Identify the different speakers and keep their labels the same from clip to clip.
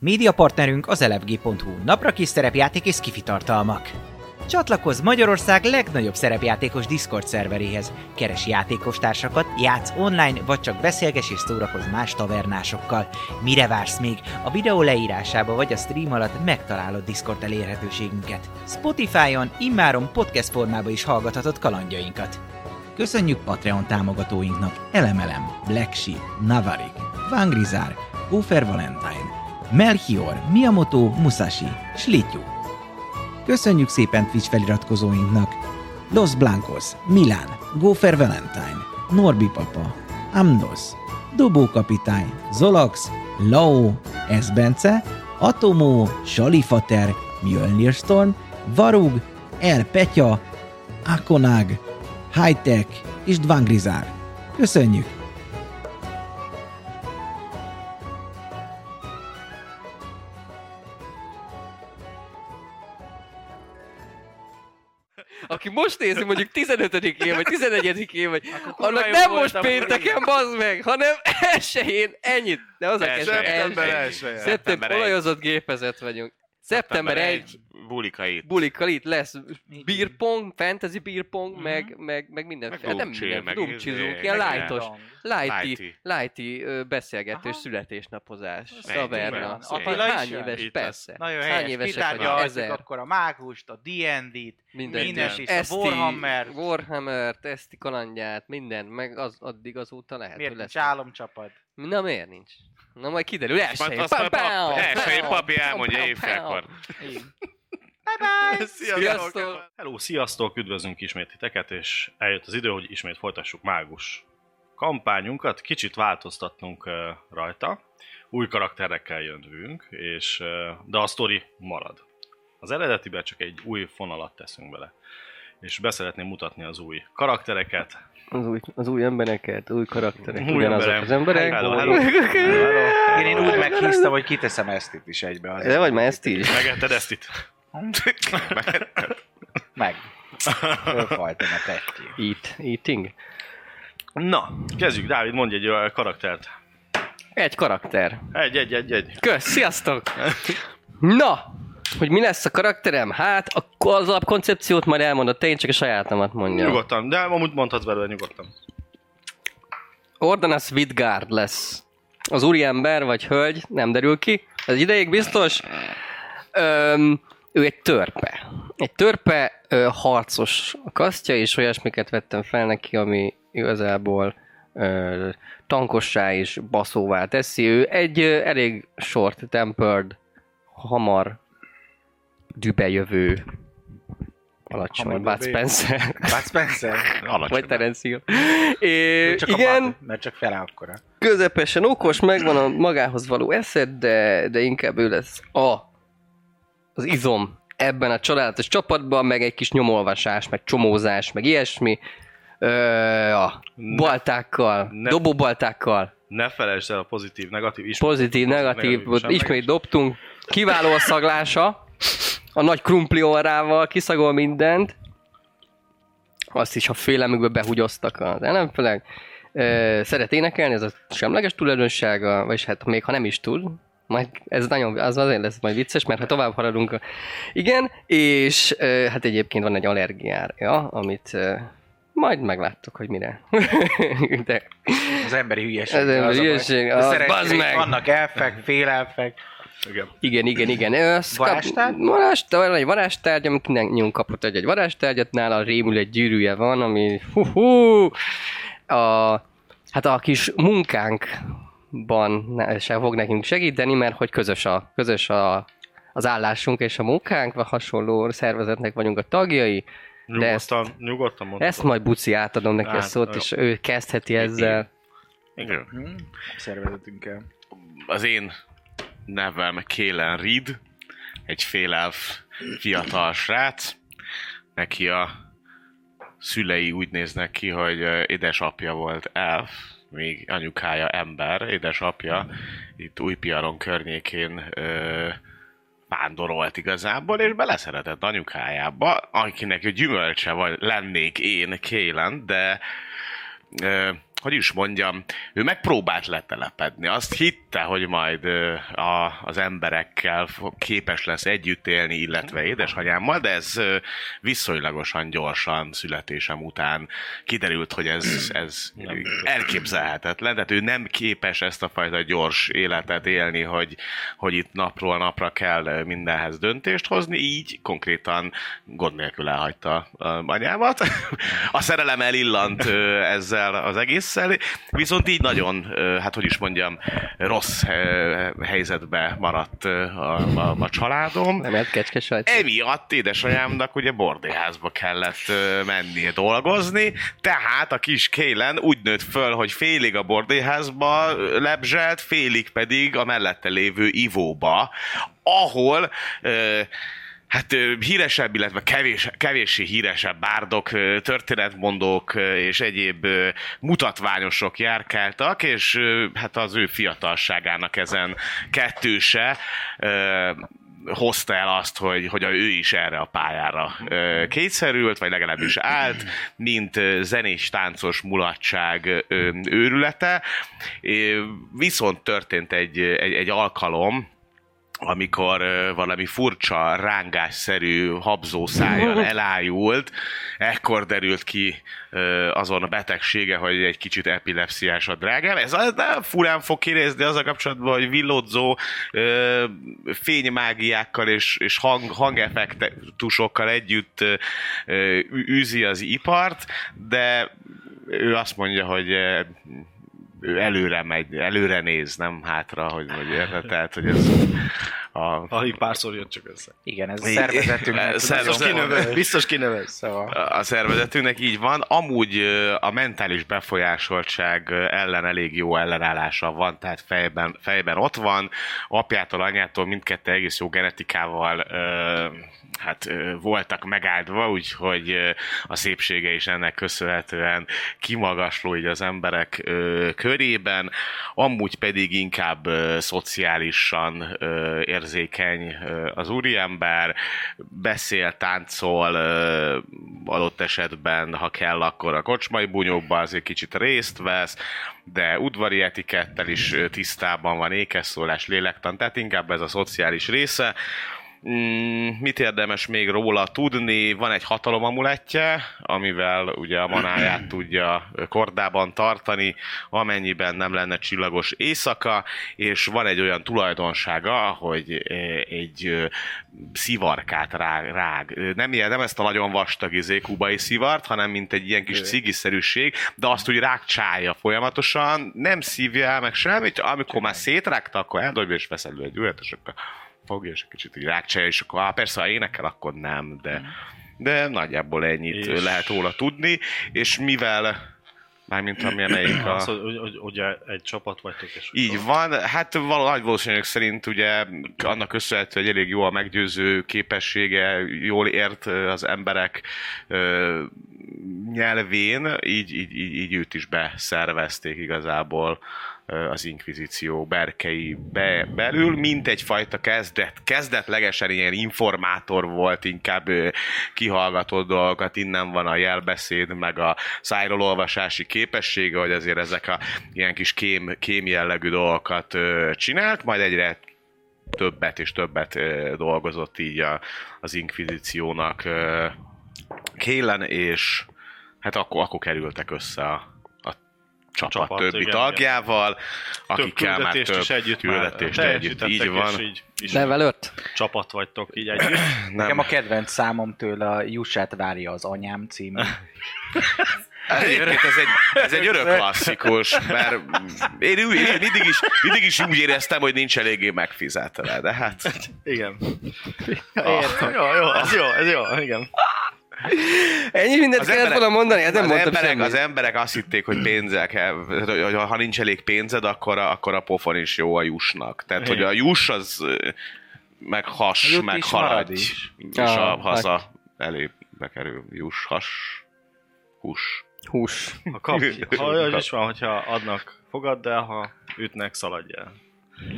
Speaker 1: Médiapartnerünk az elefg.hu, napra kis szerepjáték és skifi tartalmak. Csatlakozz Magyarország legnagyobb szerepjátékos Discord szerveréhez. Keres játékostársakat, játsz online, vagy csak beszélges és szórakozz más tavernásokkal. Mire vársz még? A videó leírásába vagy a stream alatt megtalálod Discord elérhetőségünket. Spotify-on immáron podcast formába is hallgathatod kalandjainkat. Köszönjük Patreon támogatóinknak Elemelem, Black Sheep, Navarik, Vangrizár, Gófer Valentine, Melchior, Miyamoto, Musashi, Slityu. Köszönjük szépen Twitch feliratkozóinknak! Los Blancos, Milán, Gófer Valentine, Norbi Papa, Amnos, Dobó Kapitány, Zolax, Lao, Esbence, Atomó, Salifater, Mjölnir Storm, Varug, El Petya, Akonag, Hightech és Dvangrizár. Köszönjük!
Speaker 2: aki most nézi mondjuk 15 év, vagy 14 év, vagy annak nem most pénteken, bazd meg, hanem elsőjén, ennyit. De az a
Speaker 3: Első,
Speaker 2: kezdve
Speaker 3: szeptember
Speaker 2: első.
Speaker 3: elsője.
Speaker 2: Szeptember
Speaker 4: Szeptember egy.
Speaker 2: olajozott gépezet vagyunk. Szeptember 1
Speaker 4: Bulika itt.
Speaker 2: bulikkal itt lesz beer pong, fantasy beer
Speaker 3: Mhm.
Speaker 2: pong, meg, meg, meg minden.
Speaker 4: Meg
Speaker 2: Hát nem
Speaker 4: Doom Chill,
Speaker 2: minden,
Speaker 4: meg
Speaker 2: Doom
Speaker 4: izé,
Speaker 2: chillunk, ilyen
Speaker 4: meg
Speaker 2: lightos,
Speaker 4: ilyen.
Speaker 2: lighty,
Speaker 4: Lighty.
Speaker 2: lighty ö, beszélgetős
Speaker 3: Aha.
Speaker 2: születésnapozás,
Speaker 4: Meg,
Speaker 2: taverna.
Speaker 4: igen,
Speaker 2: Szép.
Speaker 4: Attila
Speaker 3: is
Speaker 2: Hány
Speaker 3: jön?
Speaker 2: éves,
Speaker 4: Itt
Speaker 2: persze.
Speaker 3: Nagyon
Speaker 2: Hány
Speaker 3: helyes,
Speaker 2: évesek vagyunk?
Speaker 3: kitárgyalhatjuk
Speaker 2: Ezer.
Speaker 3: akkor a mágust, a D&D-t,
Speaker 2: Mindent.
Speaker 3: Mindent is, a
Speaker 2: Eszti,
Speaker 3: Warhammer-t.
Speaker 2: Warhammer-t, Eszti kalandját, mindent, meg az, addig azóta lehet,
Speaker 3: miért
Speaker 2: hogy lesz.
Speaker 3: nincs álomcsapat?
Speaker 2: Na miért nincs? Na majd kiderül, elsőjén.
Speaker 4: Azt a
Speaker 2: Pam, pam,
Speaker 4: pap- Elsőjén
Speaker 2: pam,
Speaker 4: papi
Speaker 2: pam,
Speaker 4: elmondja
Speaker 2: pam,
Speaker 4: évfélkor.
Speaker 2: pam.
Speaker 3: Bye-bye!
Speaker 2: Sziasztok!
Speaker 5: Hello, sziasztok, üdvözlünk ismét titeket, és eljött az idő, hogy ismét folytassuk mágus kampányunkat, kicsit változtatnunk ö, rajta, új karakterekkel jövünk, és, ö, de a sztori marad. Az eredetiben csak egy új fonalat teszünk bele, és beszeretném mutatni az új karaktereket.
Speaker 2: Az új, az új embereket, új karakterek,
Speaker 5: Új
Speaker 2: ugyanazok
Speaker 5: emberem.
Speaker 2: az emberek.
Speaker 5: Hello, hello. hello,
Speaker 1: Én, én úgy meghíztam, hogy kiteszem ezt itt is egybe. azért.
Speaker 2: De vagy már ezt is?
Speaker 5: Megetted ezt itt?
Speaker 1: Meg. Fölfajtam a tekki.
Speaker 2: Eat, eating.
Speaker 5: Na, kezdjük, Dávid, mondj egy ö, karaktert.
Speaker 2: Egy karakter.
Speaker 5: Egy, egy, egy, egy.
Speaker 2: Kösz, sziasztok! Na, hogy mi lesz a karakterem? Hát, a- az alapkoncepciót már elmondott, én csak a sajátomat mondjam.
Speaker 5: Nyugodtan, de amúgy mondhatsz belőle nyugodtan.
Speaker 2: Ordanas Vidgard lesz. Az úriember vagy hölgy, nem derül ki. Ez ideig biztos. Öm, ő egy törpe. Egy törpe ö, harcos a kasztja, és olyasmiket vettem fel neki, ami igazából ö, tankossá és baszóvá teszi. Ő egy ö, elég short tempered, hamar dübejövő alacsony,
Speaker 1: Hamar
Speaker 2: Bud
Speaker 1: dübejövő.
Speaker 2: Spencer,
Speaker 1: Bud Spencer?
Speaker 2: vagy
Speaker 4: Alacsony.
Speaker 2: Terence Hill. É,
Speaker 1: Csak
Speaker 2: igen,
Speaker 1: a bad, mert csak fele akkora.
Speaker 2: közepesen okos, megvan a magához való eszed, de, de inkább ő lesz a, az izom ebben a csodálatos csapatban, meg egy kis nyomolvasás, meg csomózás, meg ilyesmi. Ö, a
Speaker 5: Ne-
Speaker 2: baltákkal,
Speaker 5: ne-
Speaker 2: dobóbaltákkal,
Speaker 5: Ne felejtsd el a pozitív, negatív is.
Speaker 2: pozitív, negatív,
Speaker 5: negatív, sem meg
Speaker 2: ismét
Speaker 5: is.
Speaker 2: dobtunk. Kiváló a szaglása, a nagy krumpli orrával kiszagol mindent. Azt is, ha félemükbe behugyoztak az ellenfelek. Ö, Szeret énekelni, ez a semleges tulajdonsága, vagyis hát még ha nem is tud, majd ez nagyon, az azért lesz majd vicces, mert ha tovább haladunk. a- Igen, és ö, hát egyébként van egy allergiája, amit ö, majd megláttuk, hogy mire. De
Speaker 1: Az emberi hülyeség.
Speaker 2: Az emberi
Speaker 1: a baj.
Speaker 2: hülyeség,
Speaker 1: De
Speaker 2: az
Speaker 1: szerencsére
Speaker 2: bazd meg!
Speaker 1: Vannak elfek, félelfek.
Speaker 5: Igen.
Speaker 2: Igen, igen, igen. Ö, szkap-
Speaker 1: Varázstárgy?
Speaker 2: Varázstárgy, van egy varázstárgy, amit mindannyiunk kapott egy, egy varázstárgyat, nála rémül egy gyűrűje van, ami hú, hú a, hát a kis munkánkban ne- se fog nekünk segíteni, mert hogy közös, a, közös a, az állásunk és a munkánk, vagy hasonló szervezetnek vagyunk a tagjai. De ezt-
Speaker 5: Nyugodtan, nyugodtan mondhatod.
Speaker 2: Ezt majd Buci átadom neki a
Speaker 5: Hát,
Speaker 2: szót,
Speaker 5: jó.
Speaker 2: és ő kezdheti ezzel.
Speaker 4: Igen.
Speaker 1: Hm? Szervezetünkkel.
Speaker 4: Az én nevem Kélen Reed, egy félelf fiatal srác. Neki a szülei úgy néznek ki, hogy ö, édesapja volt elf, még anyukája ember, édesapja itt Újpiaron környékén ö, vándorolt igazából, és beleszeretett anyukájába, akinek a gyümölcse vagy lennék én Kélen, de ö,
Speaker 6: hogy is mondjam, ő megpróbált letelepedni. Azt hitte, hogy majd ö, a, az emberekkel fo- képes lesz együtt élni, illetve édesanyámmal, de ez ö, viszonylagosan gyorsan születésem után kiderült, hogy ez, ez elképzelhetetlen. Tehát ő nem képes ezt a fajta gyors életet élni, hogy, hogy itt napról napra kell ö, mindenhez döntést hozni, így konkrétan gond nélkül elhagyta ö, anyámat. A szerelem elillant ö, ezzel az egésszel, viszont így nagyon, ö, hát hogy is mondjam, rossz ö, helyzetbe maradt ö, a, a, a családom.
Speaker 2: Nem, ez kecske sajt.
Speaker 6: Emiatt édesanyámnak ugye bordéházba kellett ö, mennie dolgozni, tehát a kis Kélen úgy nőtt föl, hogy félig a bordéházba ö, lebzselt, félig pedig a mellette lévő ivóba, ahol ö, Hát ö, híresebb, illetve kevés, kevéssé híresebb bárdok, ö, történetmondók ö, és egyéb ö, mutatványosok járkáltak, és ö, hát az ő fiatalságának ezen kettőse ö, hozta el azt, hogy, hogy ő is erre a pályára ö, kétszerült, vagy legalábbis állt, mint ö, zenés, táncos mulatság ö, őrülete. Ö, Viszont történt egy, egy, egy alkalom, amikor ö, valami furcsa, rángásszerű, habzó szájjal elájult, ekkor derült ki ö, azon a betegsége, hogy egy kicsit epilepsziás a drágám. Ez az- de furán fog kinézni az a kapcsolatban, hogy villódzó ö, fénymágiákkal és, és hang, hangeffektusokkal együtt ö, ö, ű- űzi az ipart, de ő azt mondja, hogy ö, ő előre megy, előre néz, nem hátra, hogy, hogy érted, tehát, hogy ez a,
Speaker 5: Alig párszor jött csak össze.
Speaker 3: Igen, ez a
Speaker 6: Így-
Speaker 3: szervezetünknek.
Speaker 6: Ez
Speaker 3: tudom,
Speaker 6: szervezet-
Speaker 3: nagyon
Speaker 6: kinövő.
Speaker 3: fontos.
Speaker 5: Biztos kinevez.
Speaker 3: Szóval.
Speaker 6: a szervezetünknek így van. Amúgy ö, a mentális befolyásoltság ö, ellen elég jó ellenállása van, tehát fejben, fejben ott van. Apjától, anyától mindkettő egész jó genetikával ö, hát ö, voltak megáldva, úgyhogy ö, a szépsége is ennek köszönhetően kimagasló így az emberek ö, körében, amúgy pedig inkább ö, szociálisan ö, érzékeny ö, az úriember, beszél, táncol, ö, adott esetben, ha kell, akkor a kocsmai bunyókban azért kicsit részt vesz, de udvari etikettel is ö, tisztában van ékesszólás, lélektan, tehát inkább ez a szociális része. Mm, mit érdemes még róla tudni? Van egy hatalomamuletje, amivel ugye a manáját tudja ö, kordában tartani, amennyiben nem lenne csillagos éjszaka, és van egy olyan tulajdonsága, hogy ö, egy ö, szivarkát rág. rág. Ö, Nem, ilyen, nem ezt a nagyon vastag izé, kubai szivart, hanem mint egy ilyen kis cigiszerűség, de azt úgy rákcsálja folyamatosan, nem szívja el meg semmit, amikor már szétrágta, akkor eldobja és vesz elő egy olyat, és akkor fogja, és egy kicsit így rákcsálja, és akkor á, persze, ha énekel, akkor nem, de, de nagyjából ennyit
Speaker 5: És-
Speaker 6: és... lehet róla tudni, és mivel Mármint ami melyik
Speaker 5: Az,
Speaker 6: a...
Speaker 5: hogy, hogy, hogy, ugye egy csapat vagytok, és
Speaker 6: Így van, hát való nagy valószínűség szerint ugye annak köszönhető, hogy elég jó a meggyőző képessége, jól ért ö, az emberek ö, nyelvén, így, így, így, így őt is beszervezték igazából ö, az inkvizíció berkei be, belül, mint egyfajta kezdet, kezdetlegesen ilyen informátor volt, inkább ö, kihallgatott dolgokat, innen van a jelbeszéd, meg a szájról olvasási képessége, hogy azért ezek a ilyen kis kém, kém jellegű dolgokat ö, csinált, majd egyre többet és többet ö, dolgozott így a, az inkvizíciónak ö, Kélen, és hát akkor, akkor kerültek össze a, a csapat,
Speaker 5: csapat,
Speaker 6: csapat többi
Speaker 5: igen,
Speaker 6: igen, tagjával,
Speaker 5: több
Speaker 6: akikkel már
Speaker 5: küldetést
Speaker 6: több
Speaker 5: is együtt
Speaker 6: küldetést
Speaker 5: már
Speaker 6: együtt, így
Speaker 5: teljesítettek,
Speaker 6: van.
Speaker 5: És így, is
Speaker 2: Level 5.
Speaker 5: csapat vagytok, így együtt.
Speaker 6: Nem.
Speaker 3: Nekem a kedvenc számom tőle a Jussát várja az anyám című.
Speaker 6: Egyébként Hát ez egy, ez egy örök klasszikus, mert én, úgy- én mindig, is, mindig is úgy éreztem, hogy nincs eléggé megfizetve, de hát...
Speaker 5: Igen. Értem. Jó, jó, ez jó, ez jó, igen.
Speaker 2: Ennyi mindent kellett volna mondani, ez nem
Speaker 6: az,
Speaker 2: mondtam
Speaker 6: emberek,
Speaker 2: semmit.
Speaker 6: az emberek azt hitték, hogy pénzek, hogy ha nincs elég pénzed, akkor a, akkor a pofon is jó a jusnak. Tehát, hogy a juss az ö, meg has,
Speaker 3: Jut
Speaker 6: meg
Speaker 3: is,
Speaker 6: haradj,
Speaker 3: marad
Speaker 6: és
Speaker 3: is.
Speaker 6: a
Speaker 2: Ah,
Speaker 6: haza elé bekerül. Juss, has, hús.
Speaker 2: Hús.
Speaker 5: Ha kap, ha olyan is van, hogyha adnak, fogadd el, ha ütnek, szaladj el.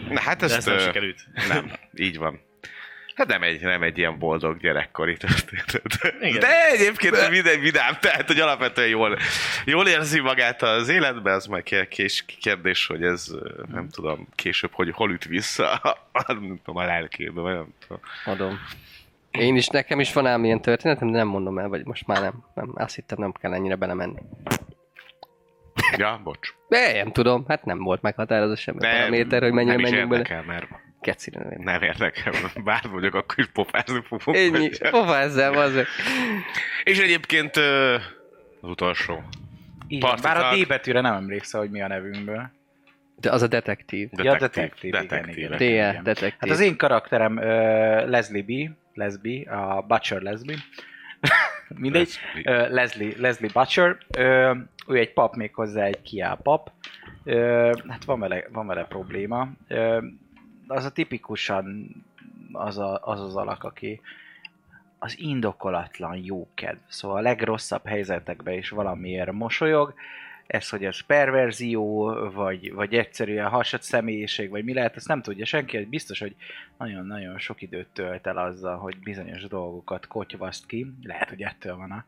Speaker 6: Na hát
Speaker 5: De
Speaker 6: ezt,
Speaker 5: ez nem
Speaker 6: ö,
Speaker 5: sikerült.
Speaker 6: nem, így van.
Speaker 4: Hát nem egy, nem egy ilyen boldog gyerekkori történet.
Speaker 5: Igen.
Speaker 4: De egyébként minden vidám, tehát hogy alapvetően jól, jól érzi magát az életben, az már kér- kés- kérdés, hogy ez ö, nem tudom később, hogy hol üt vissza a, a, nem tudom, a lelkébe, vagy nem tudom.
Speaker 2: Adom. Én is, nekem is van ám ilyen történetem, de nem mondom el, vagy most már nem. nem azt hittem, nem kell ennyire belemenni.
Speaker 4: Ja, bocs.
Speaker 2: De nem tudom, hát nem volt meghatározó semmi
Speaker 4: Nem,
Speaker 2: paraméter, hogy mennyire
Speaker 4: nem is
Speaker 2: menjünk bele.
Speaker 4: érdekel, mert
Speaker 2: Kecire nem érdekel.
Speaker 4: nem érdekel, mert bár vagyok, akkor is popázni fogok.
Speaker 2: Ennyi,
Speaker 4: Vagy-
Speaker 2: hova ezzel azért?
Speaker 4: És egyébként ö, az utolsó.
Speaker 3: Igen, bár a
Speaker 4: Partitak.
Speaker 3: D betűre nem emlékszel, hogy mi a nevünkből.
Speaker 2: De az a detektív.
Speaker 3: Ja, detektív, igen, igen.
Speaker 4: detektív.
Speaker 2: TL,
Speaker 3: Igen.
Speaker 2: E, detektív.
Speaker 3: Hát az én karakterem ö, Leslie B, Leslie, a Butcher Leslie. Mindegy.
Speaker 4: Leslie.
Speaker 3: Ö, Leslie, Leslie Butcher. Ö, ő egy pap, méghozzá egy kiáll pap. Ö, hát van vele, van vele probléma. Ö, az a tipikusan az, a, az az alak, aki az indokolatlan jókedv. Szóval a legrosszabb helyzetekben is valamiért mosolyog. Ez, hogy ez perverzió, vagy, vagy egyszerűen hasad személyiség, vagy mi lehet, ezt nem tudja senki, hogy biztos, hogy nagyon-nagyon sok időt tölt el azzal, hogy bizonyos dolgokat kotyvaszt ki. Lehet, hogy ettől van a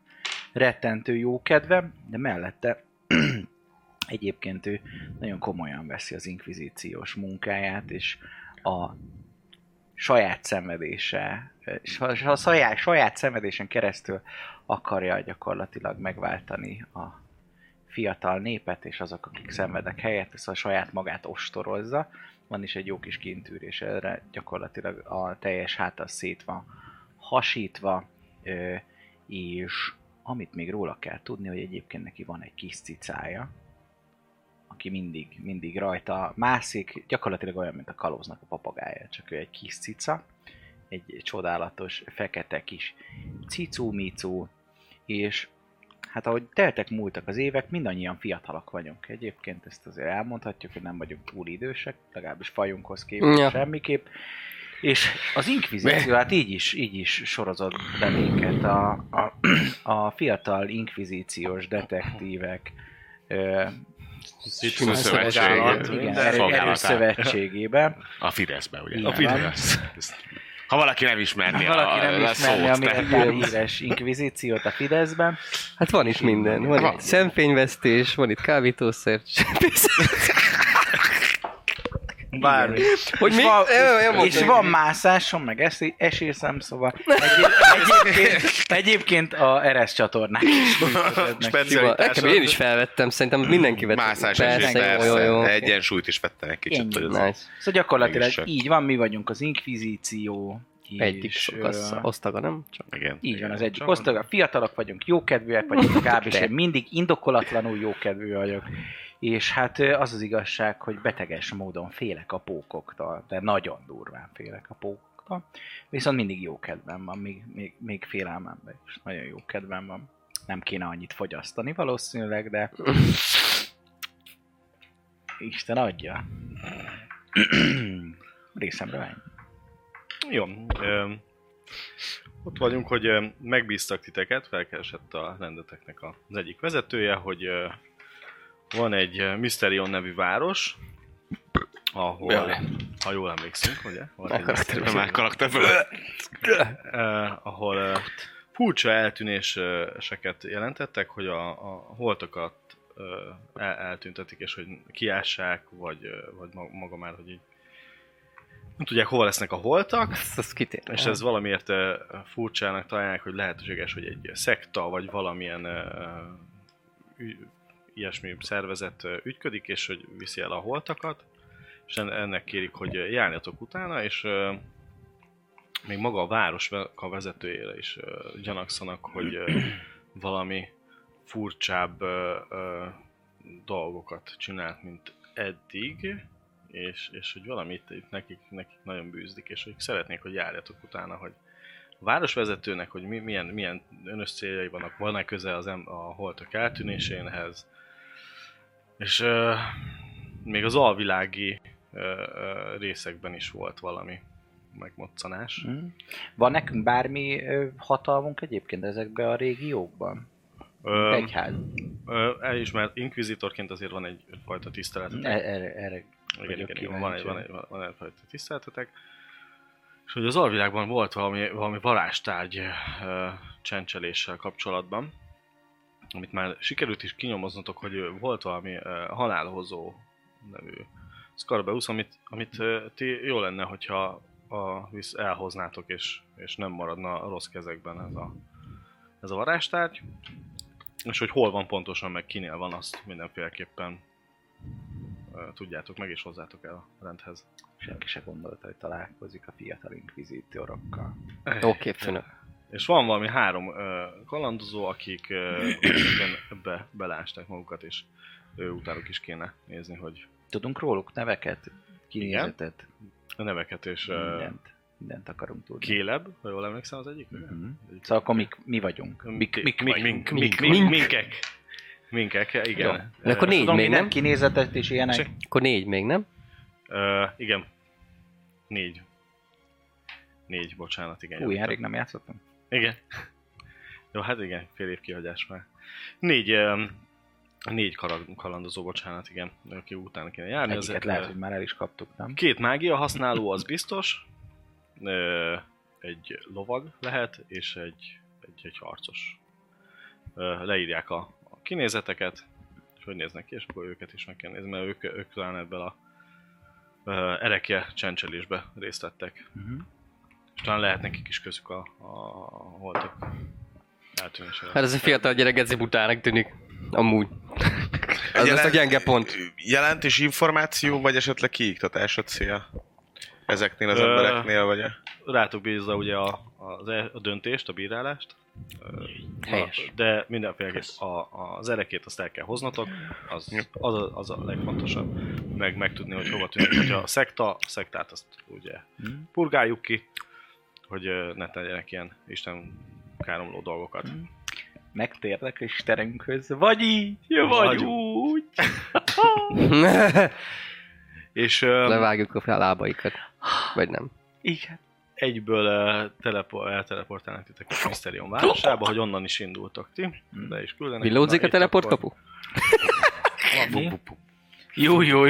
Speaker 3: rettentő jó kedve, de mellette egyébként ő nagyon komolyan veszi az inkvizíciós munkáját, és a saját szenvedése, és a- és a saját, saját szenvedésen keresztül akarja gyakorlatilag megváltani a fiatal népet, és azok, akik szenvedek helyett, ezt a saját magát ostorozza. Van is egy jó kis kintűrés, erre gyakorlatilag a teljes háta szét van hasítva, ö, és amit még róla kell tudni, hogy egyébként neki van egy kis cicája, aki mindig, mindig rajta mászik, gyakorlatilag olyan, mint a kalóznak a papagája, csak ő egy kis cica, egy csodálatos, fekete kis cicu-micu, és hát ahogy teltek múltak az évek, mindannyian fiatalak vagyunk. Egyébként ezt azért elmondhatjuk, hogy nem vagyunk túl idősek, legalábbis fajunkhoz képest
Speaker 2: Ja.
Speaker 3: ja. semmiképp. És az inkvizíció, hát így is, így is sorozott be minket a, a, a fiatal inkvizíciós detektívek ö,
Speaker 5: Citrus
Speaker 4: Szövetség.
Speaker 5: Szolgálat,
Speaker 3: igen,
Speaker 5: minden.
Speaker 3: erő-
Speaker 4: Szolgálatá.
Speaker 3: erős szövetségébe.
Speaker 4: A Fideszbe, ugye?
Speaker 3: A Fidesz.
Speaker 4: Ezt- Ha valaki nem ismerné
Speaker 3: Ha valaki nem
Speaker 4: a, a
Speaker 3: ismerni
Speaker 4: szót,
Speaker 3: a
Speaker 4: tehát-
Speaker 3: méltán híres inkvizíciót a Fideszben.
Speaker 2: Hát van is minden. Van
Speaker 4: Van.
Speaker 2: itt szemfényvesztés, van itt kábítószer.
Speaker 3: Bármi.
Speaker 2: Hogy mi?
Speaker 3: És van,
Speaker 2: Ö, jó,
Speaker 3: és, és
Speaker 2: mondom.
Speaker 3: van mászásom, meg eszi- esészem, szóval egyéb, egyébként, egyébként a RS csatornák is működnek.
Speaker 2: Sima.
Speaker 4: Specialitásod.
Speaker 2: Nekem én is felvettem, szerintem mindenki vett.
Speaker 4: Mászás
Speaker 2: persze,
Speaker 4: is, persze.
Speaker 2: Jó, jó, jó.
Speaker 4: De egyensúlyt is vettem egy kicsit. Hogy az...
Speaker 2: Nice.
Speaker 3: Szóval gyakorlatilag
Speaker 4: Mégiscsak.
Speaker 3: így van, mi vagyunk az inkvizíció. és,
Speaker 2: Egyik sok az-
Speaker 3: ö,
Speaker 2: osztaga, nem? Csak.
Speaker 4: Igen.
Speaker 3: Így van, az egyik
Speaker 5: Csak-
Speaker 3: osztag, a fiatalok vagyunk, jókedvűek vagyunk, legalábbis én mindig indokolatlanul jókedvű vagyok. És hát ö, az az igazság, hogy beteges módon félek a pókoktól, de nagyon durván félek a pókoktól. Viszont mindig jó kedvem van, még, még, még félelmemben is nagyon jó kedvem van. Nem kéne annyit fogyasztani valószínűleg, de... Isten adja. Részemről ennyi.
Speaker 5: Jó. öm, Ott vagyunk, hogy öm, megbíztak titeket, felkeresett a rendeteknek a- az egyik vezetője, hogy ö, van egy ö, Mysterion nevű város, ahol,
Speaker 2: Jaj.
Speaker 5: ha jól emlékszünk, ugye? Van egy
Speaker 4: Nem
Speaker 5: Mysterion-
Speaker 4: már karakterből.
Speaker 5: eh, ahol eh, furcsa eltűnéseket jelentettek, hogy a, a holtakat eh, el, eltüntetik, és hogy kiássák, vagy, eh, vagy ma- maga már, hogy így nem tudják, hova lesznek a holtak,
Speaker 2: Azt, azt kitér.
Speaker 5: és ez valamiért eh, furcsának találják, hogy lehetséges, hogy egy szekta, vagy valamilyen eh, ügy, ilyesmi szervezet eh, ügyködik, és hogy viszi el a holtakat, és en- ennek kérik, hogy eh, járjatok utána, és eh, még maga a város ve- a vezetőjére is eh, gyanakszanak, hogy eh, valami furcsább eh, eh, dolgokat csinált, mint eddig, és, és hogy valamit itt nekik, nekik nagyon bűzlik, és hogy szeretnék, hogy járjatok utána, hogy a városvezetőnek, hogy mi, milyen, milyen önös céljai vannak, van-e köze az em- a holtak eltűnésénhez, és euh, még az alvilági euh, részekben is volt valami megmoccanás.
Speaker 3: Mm. Van nekünk bármi ö, hatalmunk egyébként ezekben a régiókban?
Speaker 5: Ö,
Speaker 3: Egyház.
Speaker 5: ö, elismert, inkvizitorként azért van egyfajta tiszteletet.
Speaker 3: E- Erre, erre
Speaker 5: Igen,
Speaker 3: vagyok
Speaker 5: igen, igen, van, egy, van, egy, van egyfajta tiszteletetek. És hogy az alvilágban volt valami, valami varázstárgy ö, csencseléssel kapcsolatban, amit már sikerült is kinyomoznotok, hogy ö, volt valami ö, halálhozó nevű Scarbeus, amit, amit ö, ti jó lenne, hogyha a, visz, elhoznátok, és, és nem maradna rossz kezekben ez a, ez a varázstárgy. És hogy hol van pontosan, meg kinél van, azt mindenféleképpen ö, tudjátok meg, és hozzátok el a rendhez.
Speaker 3: Senki se gondolta, hogy találkozik a fiatal inkvizítorokkal.
Speaker 2: Oké, főnök.
Speaker 5: És van valami három ö, kalandozó, akik ö, ebben- ebbe belásták magukat, és ő utánuk is kéne nézni, hogy
Speaker 3: Tudunk róluk neveket, kinézetet,
Speaker 5: a neveket és ö,
Speaker 3: mindent. Mindent akarunk tudni.
Speaker 5: Kéleb, ha jól emlékszem, az egyik?
Speaker 3: Mhm. Szóval akkor mik, mi vagyunk.
Speaker 5: Mik, mik,
Speaker 4: vagy
Speaker 5: mik, mink, mink,
Speaker 2: mink,
Speaker 5: mink,
Speaker 2: mink.
Speaker 5: minkek. Minkek, igen.
Speaker 2: De akkor
Speaker 5: Ö,
Speaker 2: négy
Speaker 3: Tudom,
Speaker 2: még,
Speaker 3: minden
Speaker 2: nem?
Speaker 3: kinézetet és ilyenek.
Speaker 5: Csak-
Speaker 2: Akkor négy még, nem?
Speaker 5: Ö, igen. Négy. Négy, bocsánat, igen.
Speaker 3: Új,
Speaker 5: javítottam.
Speaker 3: ilyen rég nem játszottam.
Speaker 5: Igen. Jó, hát igen, fél év kihagyás már. Négy, em, négy karag, kalandozó, bocsánat, igen, aki utána kéne járni.
Speaker 3: Egyiket
Speaker 5: ezek,
Speaker 3: lehet,
Speaker 5: ö,
Speaker 3: hogy már el is kaptuk, nem?
Speaker 5: Két mágia használó, az biztos. Ö, egy lovag lehet, és egy, egy, egy harcos. Ö, leírják a, a kinézeteket, és hogy néznek ki, és akkor őket is meg kell nézni, mert ők, ők talán ebben a ö, erekje csencselésbe részt vettek.
Speaker 3: Mhm.
Speaker 5: És talán lehet nekik is közük a, a holtak eltűnésére.
Speaker 2: Hát ez a fiatal gyerek ez butának tűnik. Amúgy. az lesz a gyenge pont.
Speaker 4: Jelentés információ, vagy esetleg kiiktatás a cél? Ezeknél az
Speaker 5: Ö,
Speaker 4: embereknél, vagy a...
Speaker 5: Rátok bízza ugye a, az e- a döntést, a bírálást. Ö,
Speaker 2: Helyes.
Speaker 5: De mindenféleképp a, az erekét azt el kell hoznatok, az, az, a, az a legfontosabb. Meg megtudni, hogy hova tűnik. Hogyha a szekta, a szektát azt ugye
Speaker 3: Mhm.
Speaker 5: purgáljuk ki, hogy ö, ne tegyenek ilyen Isten káromló dolgokat.
Speaker 3: Megtérnek Istenünkhöz, vagy így, vagy
Speaker 5: Vagy
Speaker 3: úgy.
Speaker 5: És ö,
Speaker 2: Levágjuk a lábaikat. Vagy nem.
Speaker 3: Igen.
Speaker 5: egyből ö, telepo- elteleportálnak titeket Mysterium városába, hogy onnan is indultok ti. De is küldenek.
Speaker 2: Villódzik
Speaker 5: Na,
Speaker 2: a
Speaker 5: itt
Speaker 2: teleport
Speaker 5: akkor-
Speaker 2: kapu?
Speaker 3: Mi?
Speaker 5: Jó, jó.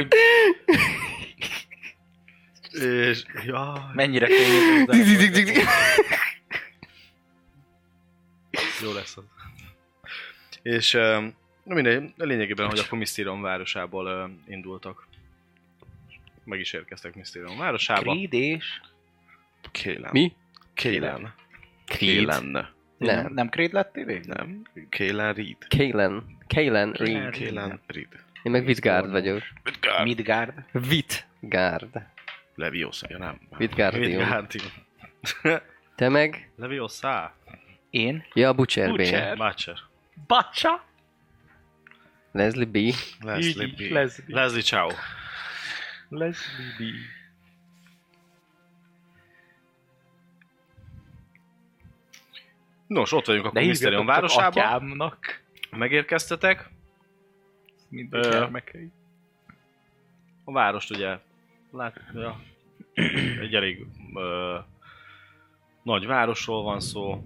Speaker 5: És, ja,
Speaker 3: Mennyire könnyű hozzá-
Speaker 5: jó lesz az. És öm, na mindegy, lényegében, hogy akkor Mysterium városából öm, indultak. Meg is érkeztek Mysterium városába.
Speaker 3: Creed és...
Speaker 4: Kélen.
Speaker 2: Mi?
Speaker 4: Kélen.
Speaker 2: Kélen.
Speaker 4: Kélen.
Speaker 2: Nem.
Speaker 3: Nem Creed lettél végig?
Speaker 4: Nem? Kélen Reed.
Speaker 2: Kélen. Kélen Ring.
Speaker 4: Kélen Reed.
Speaker 2: Én meg Vitgárd vagyok.
Speaker 4: Midgard.
Speaker 3: Midgard.
Speaker 2: Vitgárd.
Speaker 4: Leviosa, ja nem.
Speaker 2: Vitgárdium.
Speaker 5: Midgárdi.
Speaker 2: Te meg?
Speaker 5: Leviosa.
Speaker 3: Én.
Speaker 2: Ja, a Butcher
Speaker 3: Butcher.
Speaker 2: B.
Speaker 5: Butcher.
Speaker 3: Bacsa.
Speaker 2: Leslie B.
Speaker 4: Leslie
Speaker 3: Így,
Speaker 4: B.
Speaker 3: Leslie.
Speaker 5: Leslie Chow.
Speaker 3: Leslie B.
Speaker 5: Nos, ott vagyunk
Speaker 3: De
Speaker 5: akkor Mysterium
Speaker 3: hívjatok csak
Speaker 5: városába.
Speaker 3: atyámnak.
Speaker 5: Megérkeztetek.
Speaker 3: Mint
Speaker 5: Ö.
Speaker 3: a gyermekei.
Speaker 5: A várost ugye látja, egy elég ö, nagy városról van szó,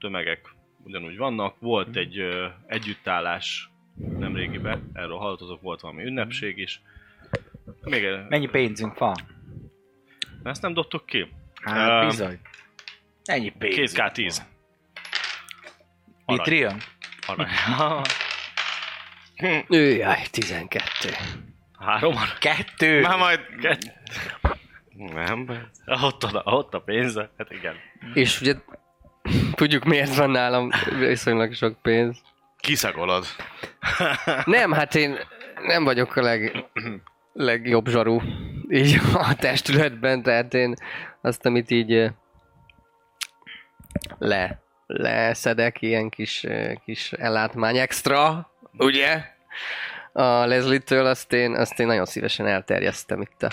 Speaker 5: tömegek ugyanúgy vannak. Volt egy ö, együttállás nemrégiben, erről hallottatok, volt valami ünnepség is. Még
Speaker 3: Mennyi pénzünk van?
Speaker 5: Ezt nem dobtuk ki.
Speaker 3: Hát
Speaker 5: Ö,
Speaker 3: bizony. Ennyi pénzünk
Speaker 5: 2K10.
Speaker 3: van.
Speaker 5: Arany.
Speaker 3: Vitrion?
Speaker 5: Arany.
Speaker 2: Ő, jaj, 12.
Speaker 5: Három arany.
Speaker 3: Kettő.
Speaker 5: Hát
Speaker 4: Már majd... Nem.
Speaker 5: Ott a, ott a pénze. Hát igen.
Speaker 2: És ugye tudjuk miért van nálam viszonylag sok pénz.
Speaker 4: Kiszagolod.
Speaker 2: Nem, hát én nem vagyok a leg, legjobb zsarú így a testületben, tehát én azt, amit így ö, le, leszedek, ilyen kis, ö, kis ellátmány extra, ugye? A Leslie-től azt én, azt én nagyon szívesen elterjesztem itt a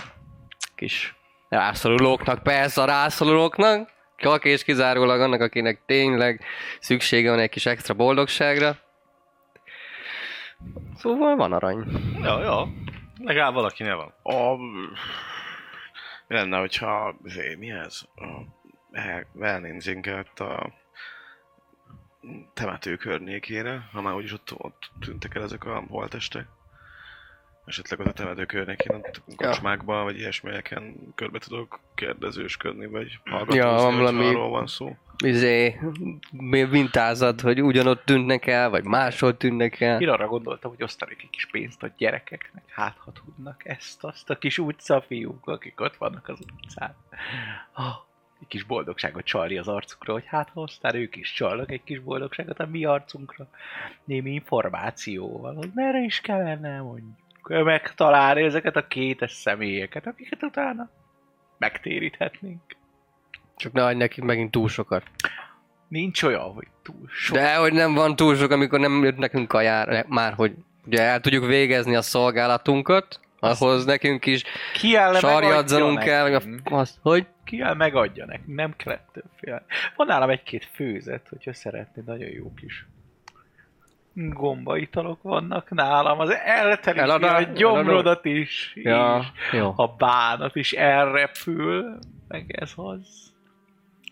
Speaker 2: kis rászorulóknak, persze a rászorulóknak, csak és kizárólag annak, akinek tényleg szüksége van egy kis extra boldogságra. Szóval van arany.
Speaker 5: Jó, jó. Legalább valakinél van.
Speaker 4: A... Mi lenne, hogyha...
Speaker 6: izé,
Speaker 4: Zé, mi ez? A... Elnézinket a temető környékére, ha már úgyis ott, ott tűntek el ezek a holtestek.
Speaker 7: esetleg ott a temető környékén, ott kocsmákban, vagy ilyesmilyen körbe tudok kérdezősködni, vagy hallgatózni,
Speaker 2: Ja, van
Speaker 7: hogy
Speaker 2: valami-
Speaker 7: arról van szó.
Speaker 2: izé, mi- mintázat, hogy ugyanott tűnnek el, vagy máshol tűnnek el.
Speaker 3: Én arra gondoltam, hogy osztanék egy kis pénzt a gyerekeknek, hát ha tudnak ezt, azt a kis utcafiúk, akik ott vannak az utcán. Ah, egy kis boldogságot csalni az arcukra, hogy hát ha aztán ők is csalnak egy kis boldogságot a mi arcunkra. Némi információval, hogy merre is kellene mondjuk megtalálni ezeket a kétes személyeket, akiket utána megtéríthetnénk.
Speaker 2: Csak ne adj nekik megint túl sokat.
Speaker 3: Nincs olyan, hogy túl sok.
Speaker 2: De hogy nem van túl sok, amikor nem jött nekünk kajára, ne- már hogy ugye el tudjuk végezni a szolgálatunkat, ahhoz nekünk is
Speaker 3: Ki el
Speaker 2: sarjadzanunk kell, meg
Speaker 3: nekünk.
Speaker 2: a, azt, hogy
Speaker 3: ki el megadja nekünk, nem kell ettől félni. Van nálam egy-két főzet, hogyha szeretnéd, nagyon jó kis gombaitalok vannak nálam, az eltelik
Speaker 2: Eladá-
Speaker 3: a gyomrodat is,
Speaker 2: ja,
Speaker 3: és
Speaker 2: jó.
Speaker 3: a bánat is elrepül, meg ez az,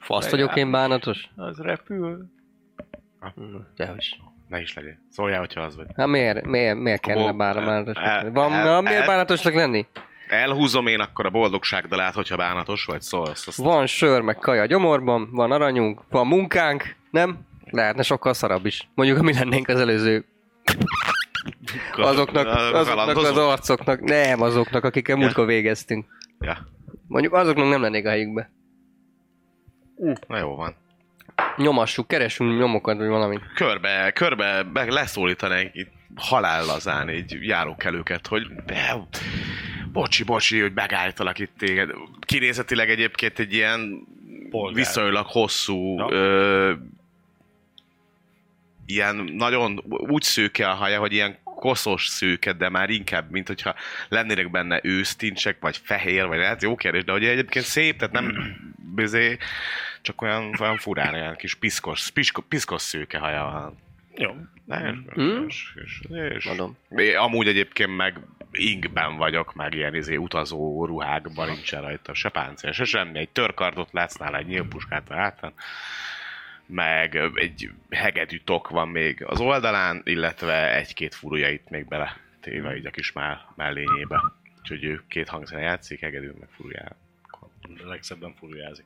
Speaker 2: Azt vagyok én bánatos?
Speaker 3: az repül.
Speaker 2: Dehogy.
Speaker 6: Ne is legyen. Szóljál, hogyha az vagy.
Speaker 2: Hát miért, miért, miért kellene
Speaker 6: Bol-
Speaker 2: bánatosnak
Speaker 6: el-
Speaker 2: lenni? Van,
Speaker 6: el-
Speaker 2: na, miért
Speaker 6: el-
Speaker 2: bánatosnak lenni?
Speaker 6: Elhúzom én akkor a boldogság dalát, hogyha bánatos vagy, szólsz. Azt
Speaker 2: Van sör, meg kaja gyomorban, van aranyunk, van munkánk, nem? Lehetne sokkal szarabb is. Mondjuk, ha mi lennénk az előző azoknak, azoknak az
Speaker 6: kalandozó?
Speaker 2: arcoknak, nem azoknak, akikkel múltkor végeztünk.
Speaker 6: Ja.
Speaker 2: Mondjuk azoknak nem lennék a helyükbe.
Speaker 6: Na jó van.
Speaker 2: Nyomassuk, keresünk nyomokat, vagy valamit.
Speaker 6: körbe, körbe meg leszólítanánk itt halállazán így járókelőket, hogy be, bocsi, bocsi, hogy megállítalak itt téged. Kinézetileg egyébként egy ilyen
Speaker 5: Polgár.
Speaker 6: viszonylag hosszú
Speaker 5: Ja.
Speaker 6: ö, ilyen nagyon úgy szőke a haja, hogy ilyen koszos szőke, de már inkább, mint hogyha lennének benne ősztincsek, vagy fehér, vagy lehet, jó kérdés, de hogy egyébként szép, tehát nem bizé, csak olyan, olyan furán, olyan kis piszkos, pisko, piszkos szőke haja van.
Speaker 5: Jó.
Speaker 6: Ne,
Speaker 2: Hm?
Speaker 6: és, és, és,
Speaker 2: Mondom.
Speaker 6: Én amúgy egyébként meg ingben vagyok, meg ilyen izé, utazó ruhákban nincsen rajta se páncél, se semmi. Egy törkardot látsz nála, egy nyílpuskát a hátán, meg egy hegedű tok van még az oldalán, illetve egy-két furúja itt még bele téve így a kis má- mellényébe. Úgyhogy ő két hangszeren játszik, hegedű meg furúján.
Speaker 5: Legszebben furuljázik.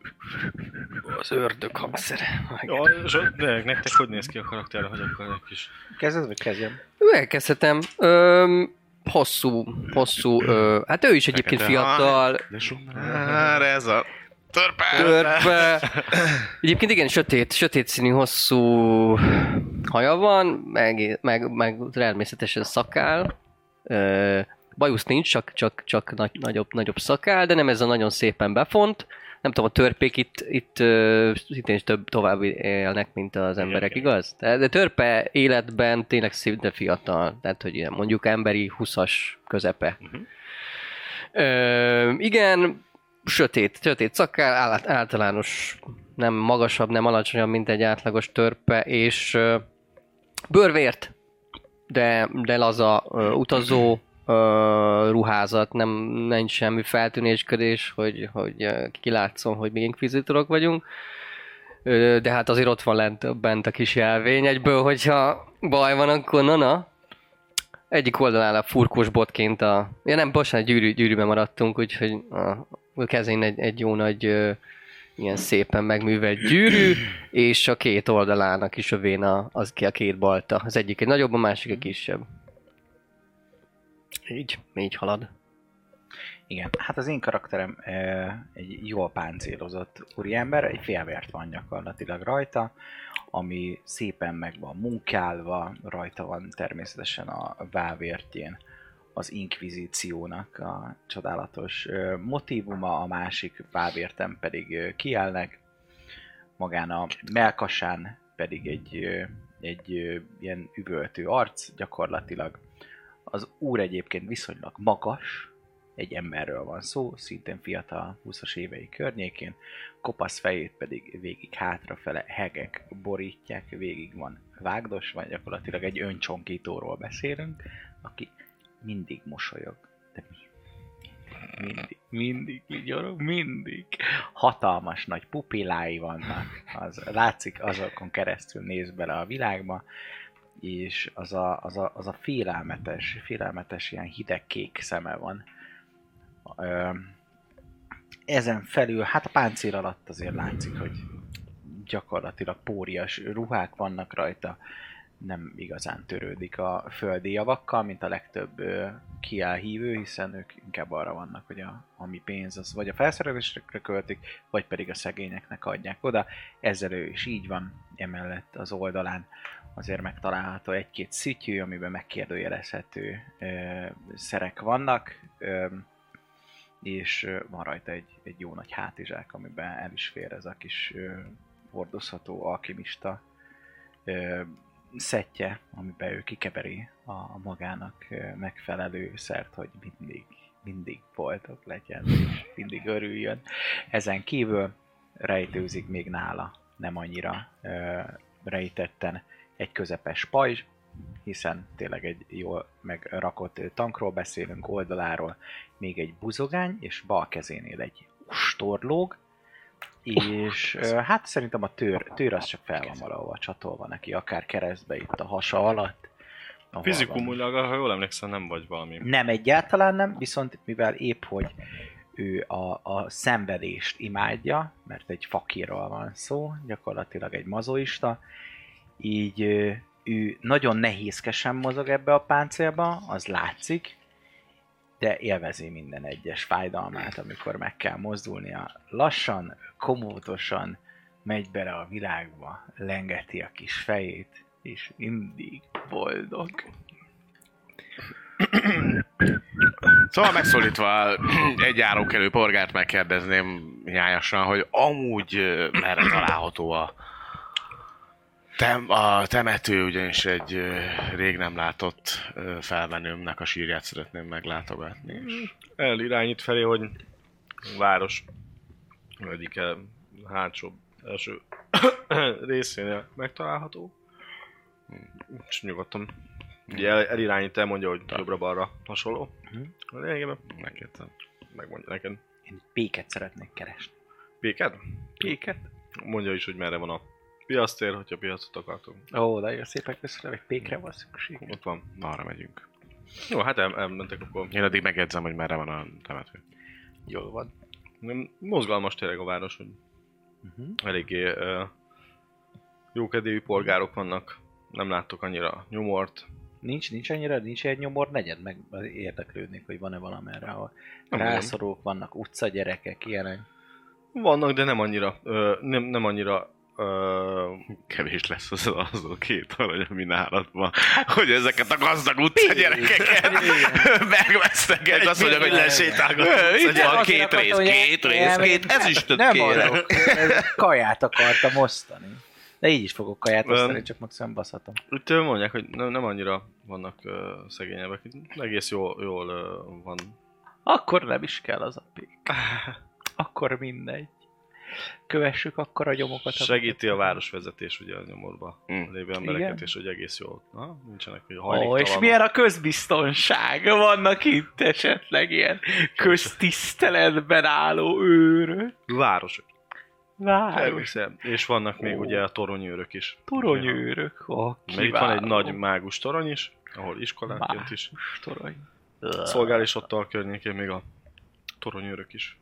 Speaker 2: Az ördög hangszere.
Speaker 5: Jó, és de nektek hogy néz ki a karakter, hogy akkor egy kis...
Speaker 3: Kezded, vagy kezdjem?
Speaker 2: Elkezdhetem. Öm, hosszú, hosszú, ö, hát ő is egyébként
Speaker 6: Fekete.
Speaker 2: fiatal,
Speaker 6: De so... Már ez a törpe!
Speaker 2: törpe. Egyébként igen, sötét, sötét színű hosszú haja van, meg, meg, meg természetesen szakál. Ö, bajusz nincs, csak, csak, csak nagy, nagyobb, nagyobb szakál, de nem ez a nagyon szépen befont. Nem tudom, a törpék itt, itt ö, szintén is több tovább élnek, mint az emberek,
Speaker 5: igen.
Speaker 2: igaz? De, de törpe életben tényleg szinte fiatal, tehát hogy ilyen mondjuk emberi 20-as közepe.
Speaker 5: Mhm.
Speaker 2: Ö, igen, sötét, sötét szakkál, állat- általános, nem magasabb, nem alacsonyabb, mint egy átlagos törpe, és ö, bőrvért, de, de laza ö, utazó ö, ruházat, nem, nincs semmi feltűnésködés, hogy, hogy ö, kilátszon, hogy mi inkvizitorok vagyunk. Ö, de hát azért ott van lent, bent a kis jelvény egyből, hogyha baj van, akkor na-na. Egyik oldalán a furkós botként a... Ja nem, bocsánat, gyűrű, gyűrűbe maradtunk, úgyhogy a a kezén egy, egy jó nagy ö, ilyen szépen megművelt gyűrű, és a két oldalán a kis övén a, az ki a két balta. Az egyik egy nagyobb, a másik egy kisebb. Így, így halad.
Speaker 3: Igen, hát az én karakterem ö, egy jól páncélozott úriember, egy félvért van gyakorlatilag rajta, ami szépen meg van munkálva, rajta van természetesen a vávértjén az inkvizíciónak a csodálatos ö, motivuma, a másik vávérten pedig ö, kielnek, magán a melkasán pedig egy, ö, egy ö, ilyen üvöltő arc gyakorlatilag. Az úr egyébként viszonylag magas, egy emberről van szó, szintén fiatal 20-as évei környékén, kopasz fejét pedig végig hátrafele hegek borítják, végig van vágdos, vagy gyakorlatilag egy öncsonkítóról beszélünk, aki mindig mosolyog. De mi? Mindig, mindig vigyorog, mindig. Hatalmas nagy pupillái vannak, az látszik, azokon keresztül néz bele a világba, és az a, az a, az a félelmetes, félelmetes ilyen hidegkék szeme van. Ö, ezen felül, hát a páncél alatt azért látszik, hogy gyakorlatilag pórias ruhák vannak rajta, nem igazán törődik a földi javakkal, mint a legtöbb ö, kiáll hívő, hiszen ők inkább arra vannak, hogy a, ami pénz, az vagy a felszerelésre költik, vagy pedig a szegényeknek adják oda. Ezzel ő is így van, emellett az oldalán azért megtalálható egy-két szütyű, amiben megkérdőjelezhető ö, szerek vannak, ö, és ö, van rajta egy, egy jó nagy hátizsák, amiben el is fér ez a kis ö, hordozható alkimista ö, szettje, amiben ő kikeveri a, a magának ö, megfelelő szert, hogy mindig, mindig boldog legyen, és mindig örüljön. Ezen kívül rejtőzik még nála, nem annyira ö, rejtetten egy közepes pajzs, hiszen tényleg egy jól megrakott ö, tankról beszélünk, oldaláról még egy buzogány, és bal kezénél egy storlóg, és ö, hát szerintem a tőr, tőr az csak fel van valahova csatolva neki, akár keresztbe itt a hasa alatt. ahol van.
Speaker 5: Fizikumulag, ha jól emlékszem, nem vagy valami.
Speaker 3: Nem egyáltalán nem, viszont mivel épp, hogy ő a, a szenvedést imádja, mert egy fakírról van szó, gyakorlatilag egy mazoista, így ö, ő nagyon nehézkesen mozog ebbe a páncélba, az látszik, de élvezi minden egyes fájdalmát, amikor meg kell mozdulnia. Lassan, komótosan megy bele a világba, lengeti a kis fejét, és mindig boldog.
Speaker 4: Szóval megszólítva egy járókelő polgárt megkérdezném nyájasan, hogy amúgy ö, merre található a, tem, a temető, ugyanis egy ö, rég nem látott ö, felmenőmnek a sírját szeretném meglátogatni. És
Speaker 5: elirányít felé, hogy város egyik eh, hátsó első részénél megtalálható. És nyugodtan. Ugye el, elirányít, elmondja, hogy jobbra-balra hasonló. A lényegében
Speaker 4: neked a
Speaker 5: megmondja neked.
Speaker 3: Én péket szeretnék keresni.
Speaker 5: Péked?
Speaker 3: Péket?
Speaker 5: Mondja is, hogy merre van a piasztér, hogyha piacot akartunk.
Speaker 3: Ó, de jó, szépen köszönöm, egy pékre van szükség.
Speaker 5: Ott van.
Speaker 4: arra megyünk.
Speaker 5: Jó, hát el, elmentek akkor.
Speaker 4: Én addig megjegyzem, hogy merre van a temető.
Speaker 3: Jól van.
Speaker 5: Nem, Mozgalmas tényleg a város, hogy
Speaker 3: Uh-huh.
Speaker 5: eléggé uh, jókedélyű polgárok vannak. Nem láttok annyira nyomort.
Speaker 3: Nincs, nincs annyira, nincs egy nyomor negyed, meg érdeklődnék, hogy van-e valamerre, ahol
Speaker 5: Nem
Speaker 3: rászorulók vannak, utcagyerekek, ilyenek.
Speaker 5: Vannak, de nem annyira, ö, nem, nem annyira ö,
Speaker 4: Kevés lesz az, az a két arany, ami nálad van. Hogy ezeket a gazdag utca gyerekeket megveszteget, azt mondja, hogy lesétálgat. Itt
Speaker 3: Ugye,
Speaker 4: van
Speaker 3: azért
Speaker 4: két
Speaker 3: akartam,
Speaker 4: rész,
Speaker 3: hogy-
Speaker 4: két rész,
Speaker 3: Nem,
Speaker 4: két, ez is tök
Speaker 3: Nem
Speaker 4: kérem.
Speaker 3: arra, ez kaját akartam osztani. De így is fogok kaját
Speaker 5: Öm.
Speaker 3: osztani, csak maximum baszhatom.
Speaker 5: Itt ö, mondják, hogy nem, nem annyira vannak ö, szegényebbek, itt egész jól, jól ö, van.
Speaker 3: Akkor nem is kell az a pék. Akkor mindegy. Kövessük akkor a nyomokat.
Speaker 5: Segíti a városvezetés ugye a nyomorba
Speaker 4: Mm.
Speaker 5: lévő embereket,
Speaker 3: Igen.
Speaker 5: és hogy egész jól, na, nincsenek hogy
Speaker 3: Ó,
Speaker 5: hajléktalanok.
Speaker 3: oh, és milyen a közbiztonság? Vannak itt esetleg ilyen köztiszteletben álló őrök?
Speaker 5: Város,
Speaker 3: Város,
Speaker 5: persze. És vannak még
Speaker 3: Ó.
Speaker 5: ugye a toronyőrök is.
Speaker 3: toronyőrök. Oh,
Speaker 5: Mert itt van egy nagy mágus torony is, ahol iskolánként is
Speaker 3: torony. Szóval-
Speaker 5: szolgál, és ott a környékén még a toronyőrök is.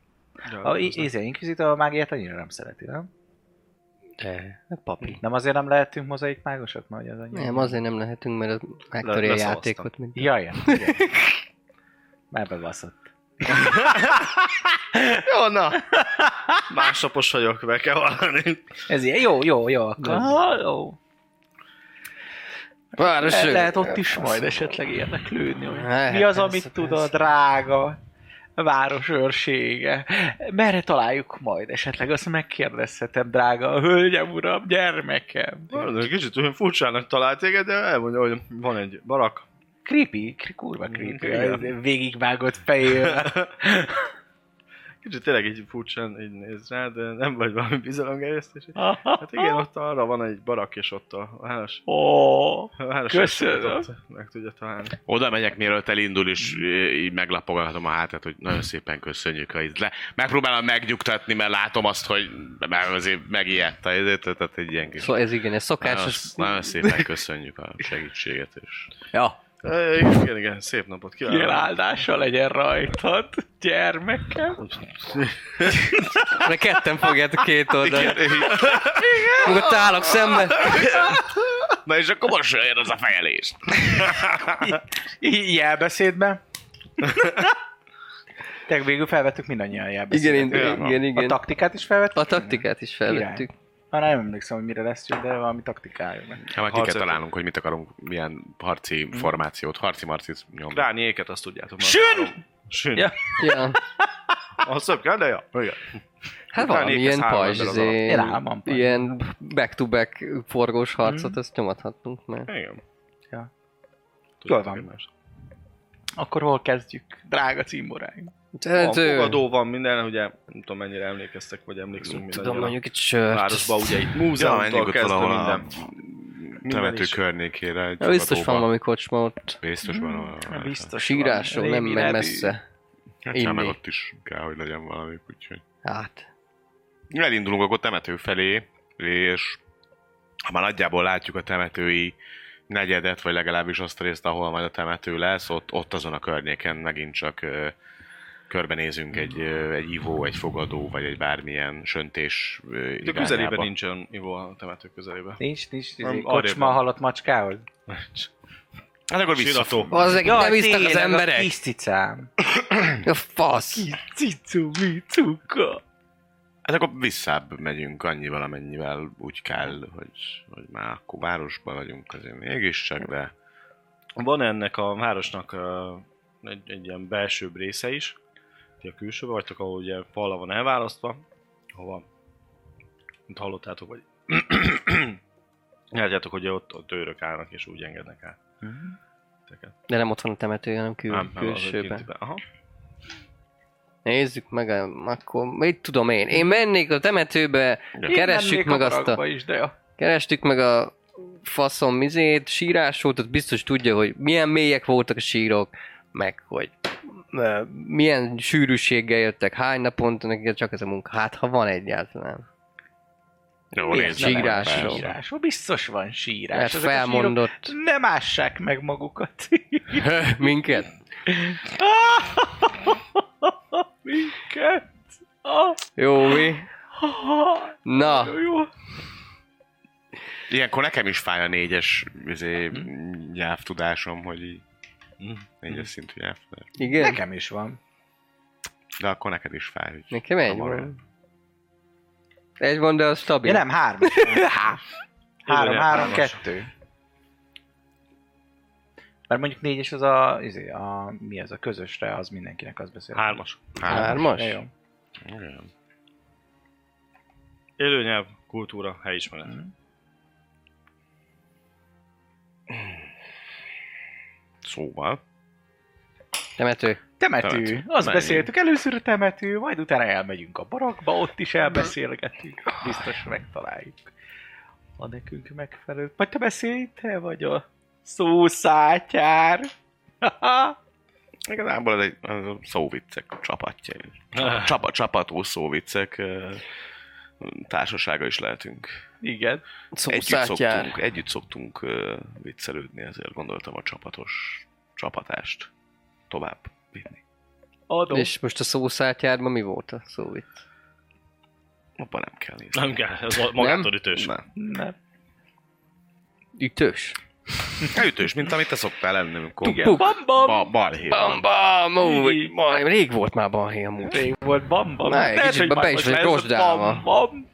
Speaker 3: A Ézia Szóval- Inquisitor a mágiát annyira nem szereti, nem?
Speaker 2: De, hát papi.
Speaker 3: Nem azért nem lehetünk mozaik mágosok, mert hogy az annyira...
Speaker 2: Nem, azért nem lehetünk, mert az megtöri a
Speaker 5: leszavaztam.
Speaker 2: játékot. mint-
Speaker 3: Jaj, jaj. Már bebaszott.
Speaker 5: Jó, na! Másnapos vagyok, be kell vallani.
Speaker 3: Ez ilyen, jó, jó, jó, akkor. Halló.
Speaker 2: Város
Speaker 3: Le,
Speaker 2: őr.
Speaker 3: lehet ott is majd esetleg érdeklődni. Hogy
Speaker 2: Hát,
Speaker 3: mi az,
Speaker 2: persze,
Speaker 3: amit tud a
Speaker 2: persze.
Speaker 3: drága város őrsége? Merre találjuk majd esetleg? Azt megkérdezhetem, drága a hölgyem, uram, gyermekem.
Speaker 5: Valami Kicsit olyan furcsának talált téged, de elmondja, hogy van egy barak.
Speaker 3: Creepy, kri- kurva creepy.
Speaker 5: Igen.
Speaker 3: az Végigvágott fejével.
Speaker 5: Kicsit tényleg így furcsán így néz rá, de nem vagy valami bizalomgerjesztés. Hát
Speaker 3: Ah.
Speaker 5: igen, ott arra van egy barak, és ott a hálás,
Speaker 3: Ó,
Speaker 5: a hálás
Speaker 3: Köszönöm.
Speaker 5: ott meg tudja találni.
Speaker 6: Oda megyek, mielőtt elindul, és eh, így meglapogatom a hátát, hogy nagyon szépen köszönjük, ha itt le. Megpróbálom megnyugtatni, mert látom azt, hogy mert azért megijedt a ezért, tehát egy ilyen kis...
Speaker 2: Szóval ez igen, ez szokás.
Speaker 6: Nagyon,
Speaker 2: Ez...
Speaker 6: nagyon szépen köszönjük a segítséget, és
Speaker 2: Ja.
Speaker 5: E, igen, igen, szép napot
Speaker 3: ilyen
Speaker 5: kívánok.
Speaker 3: áldása legyen rajtad, gyermekem.
Speaker 2: De ketten fogjátok két oldalt. Akkor te állok szembe.
Speaker 6: Na és akkor most jön az a fejelés.
Speaker 3: Így jelbeszédben. Tehát végül felvettük mindannyian
Speaker 2: Igen,
Speaker 3: jelbeszédet.
Speaker 2: én, igen,
Speaker 3: A
Speaker 2: igen.
Speaker 3: taktikát is felvettük?
Speaker 2: A taktikát is felvettük.
Speaker 3: Már nem emlékszem, hogy mire lesz, de valami taktikája. van.
Speaker 6: Ha Hát, majd ki kell
Speaker 5: Harcot.
Speaker 6: találnunk, hogy mit akarunk, milyen harci formációt, harci marcit nyomni.
Speaker 5: Rániéket azt tudjátok már. Sün! Sün.
Speaker 3: Ja.
Speaker 5: Ja.
Speaker 2: Ja.
Speaker 5: A szöbb kell, de ja. Igen.
Speaker 2: Hát
Speaker 5: Utána
Speaker 2: valami ilyen
Speaker 5: ékez három
Speaker 2: pajzs,
Speaker 5: darab
Speaker 2: izé,
Speaker 3: Én álmom.
Speaker 2: ilyen back-to-back forgós harcot, azt nyomathatunk már.
Speaker 5: Igen.
Speaker 3: Ja.
Speaker 5: Tudjátok
Speaker 3: Jól van.
Speaker 5: egymást.
Speaker 3: Akkor hol kezdjük? Drága címboráim.
Speaker 5: Van
Speaker 2: Hát, ő-
Speaker 5: fogadó, van minden, ugye nem tudom mennyire emlékeztek, vagy emlékszünk
Speaker 2: Tudom,
Speaker 5: mindannyian.
Speaker 2: mondjuk egy sört.
Speaker 5: városba, ugye itt
Speaker 6: Ja,
Speaker 5: múzeumtól
Speaker 6: menjünk ott
Speaker 5: kezdve
Speaker 6: valahol a
Speaker 5: minden.
Speaker 6: temető
Speaker 5: is.
Speaker 6: környékére. egy
Speaker 2: Ja, Biztos
Speaker 6: fogadóba.
Speaker 2: van valami Hát, kocsma ott.
Speaker 6: Biztos van valami.
Speaker 3: Hmm, Biztos.
Speaker 2: A
Speaker 3: van.
Speaker 2: síráson nem
Speaker 3: Rémi
Speaker 2: megy
Speaker 3: Rebi.
Speaker 2: messze.
Speaker 6: Hát már meg
Speaker 2: Inni.
Speaker 6: ott is kell, hogy legyen valami, úgyhogy.
Speaker 2: Hát.
Speaker 6: elindulunk akkor temető felé, és ha már nagyjából látjuk a temetői negyedet, vagy legalábbis azt a részt, ahol majd a temető lesz, ott, ott azon a környéken megint csak ö, körbenézünk egy, ö, egy ivó, egy fogadó, vagy egy bármilyen söntés ö,
Speaker 5: De
Speaker 6: irányába.
Speaker 5: közelében nincsen ivó a temető közelében.
Speaker 3: Nincs, nincs,
Speaker 5: Nem,
Speaker 3: nincs.
Speaker 5: arrébb
Speaker 3: Kocsma
Speaker 5: van.
Speaker 3: halott macskához.
Speaker 6: Hát akkor vissza.
Speaker 5: Sirató.
Speaker 2: Az meg
Speaker 3: Jaj,
Speaker 2: bevisztek az
Speaker 3: tényleg, a
Speaker 2: emberek.
Speaker 3: Kis cicám.
Speaker 2: A fasz.
Speaker 3: Cicu, mi cuka.
Speaker 6: Hát akkor visszább megyünk annyival, amennyivel úgy kell, hogy, hogy már akkor városban vagyunk azért mégiscsak, de
Speaker 5: Van ennek a városnak ö, egy, egy ilyen belsőbb része is. Ti a külsőben vagytok, ahol ugye falla van elválasztva, hova, mint hallottátok, vagy látjátok, hogy ott a tőrök állnak és úgy engednek át. titeket.
Speaker 2: De nem ott van a temető, hanem kül,
Speaker 5: Nem, nem, az egy
Speaker 2: külsőben.
Speaker 5: kintiben. Aha.
Speaker 2: Nézzük meg, em, akkor mit tudom én. Én mennék a temetőbe, keressük meg azt a...
Speaker 3: Is, de jó.
Speaker 2: Kerestük meg a faszom mizét, sírásot, ott biztos tudja, hogy milyen mélyek voltak a sírok, meg hogy ö, milyen sűrűséggel jöttek, hány naponta, neki csak ez a munka. Hát, ha van egyáltalán.
Speaker 6: jó,
Speaker 3: Miért
Speaker 6: nézzük
Speaker 3: nem
Speaker 6: meg,
Speaker 2: Sígrás.
Speaker 6: persze.
Speaker 2: Sírásról.
Speaker 3: Sírásról. Biztos van sírás.
Speaker 2: Mert
Speaker 3: Ezek a sírok
Speaker 2: felmondott
Speaker 3: Nem ássák meg magukat.
Speaker 2: minket.
Speaker 3: Minket. Ah,
Speaker 2: Jó, mi?
Speaker 3: ah,
Speaker 2: Na,
Speaker 3: jó, jó.
Speaker 6: Ilyenkor nekem is fáj a négyes izé, nyelvtudásom, hogy így
Speaker 5: Mhm.
Speaker 6: négyes szintű nyelv. De,
Speaker 2: igen?
Speaker 3: Nekem is van.
Speaker 6: de akkor neked is fáj. Hogy...
Speaker 2: Nekem egy van. Egy van, de az stabil.
Speaker 3: Ja, nem, három. Há. három,
Speaker 5: Jó,
Speaker 3: három,
Speaker 5: hármas.
Speaker 3: kettő. Mert mondjuk négyes az a, izé, a, mi ez a közösre, az mindenkinek az beszél.
Speaker 5: Hármas.
Speaker 2: Hármas?
Speaker 3: De jó.
Speaker 6: Igen.
Speaker 5: Élőnyelv, kultúra, helyismeret.
Speaker 3: Mhm.
Speaker 6: Szóval.
Speaker 2: Temető.
Speaker 3: Temető.
Speaker 6: Temető.
Speaker 3: Azt
Speaker 6: Menjünk.
Speaker 3: beszéltük, először a temető, majd utána elmegyünk a barakba, ott is elbeszélgetünk. Biztos megtaláljuk a nekünk megfelelő. Vagy te beszélj, te vagy a szószátyár. Haha.
Speaker 6: Igazából ez egy ez a szóviccek csapatja. Csapa, csapa, csapatú szóviccek ö, társasága is lehetünk.
Speaker 3: Igen.
Speaker 6: Együtt
Speaker 2: Szószátjár.
Speaker 6: szoktunk, együtt szoktunk ö, viccelődni, ezért gondoltam a csapatos csapatást tovább vinni.
Speaker 3: Adom.
Speaker 2: És most a szószátjárban mi volt a szó itt?
Speaker 6: Abban nem kell nézni.
Speaker 5: Nem kell, ez ma- magától ütős.
Speaker 6: Nem.
Speaker 3: Nem.
Speaker 2: Ütős.
Speaker 6: Hát Ütős, mint amit te szoktál lenni, amikor
Speaker 2: Puk-puk.
Speaker 3: Bam, bam.
Speaker 6: Ba- balhé van.
Speaker 2: Bam, bam, úgy.
Speaker 3: Így.
Speaker 2: Bam. Rég volt már balhé amúgy.
Speaker 3: Rég volt bam, bam.
Speaker 2: Na, egy
Speaker 3: Lehet,
Speaker 2: kicsit
Speaker 3: hogy
Speaker 2: be- be is
Speaker 3: majd most
Speaker 2: vagy
Speaker 3: lesz a
Speaker 2: rozsdálva.
Speaker 3: Bam, bam.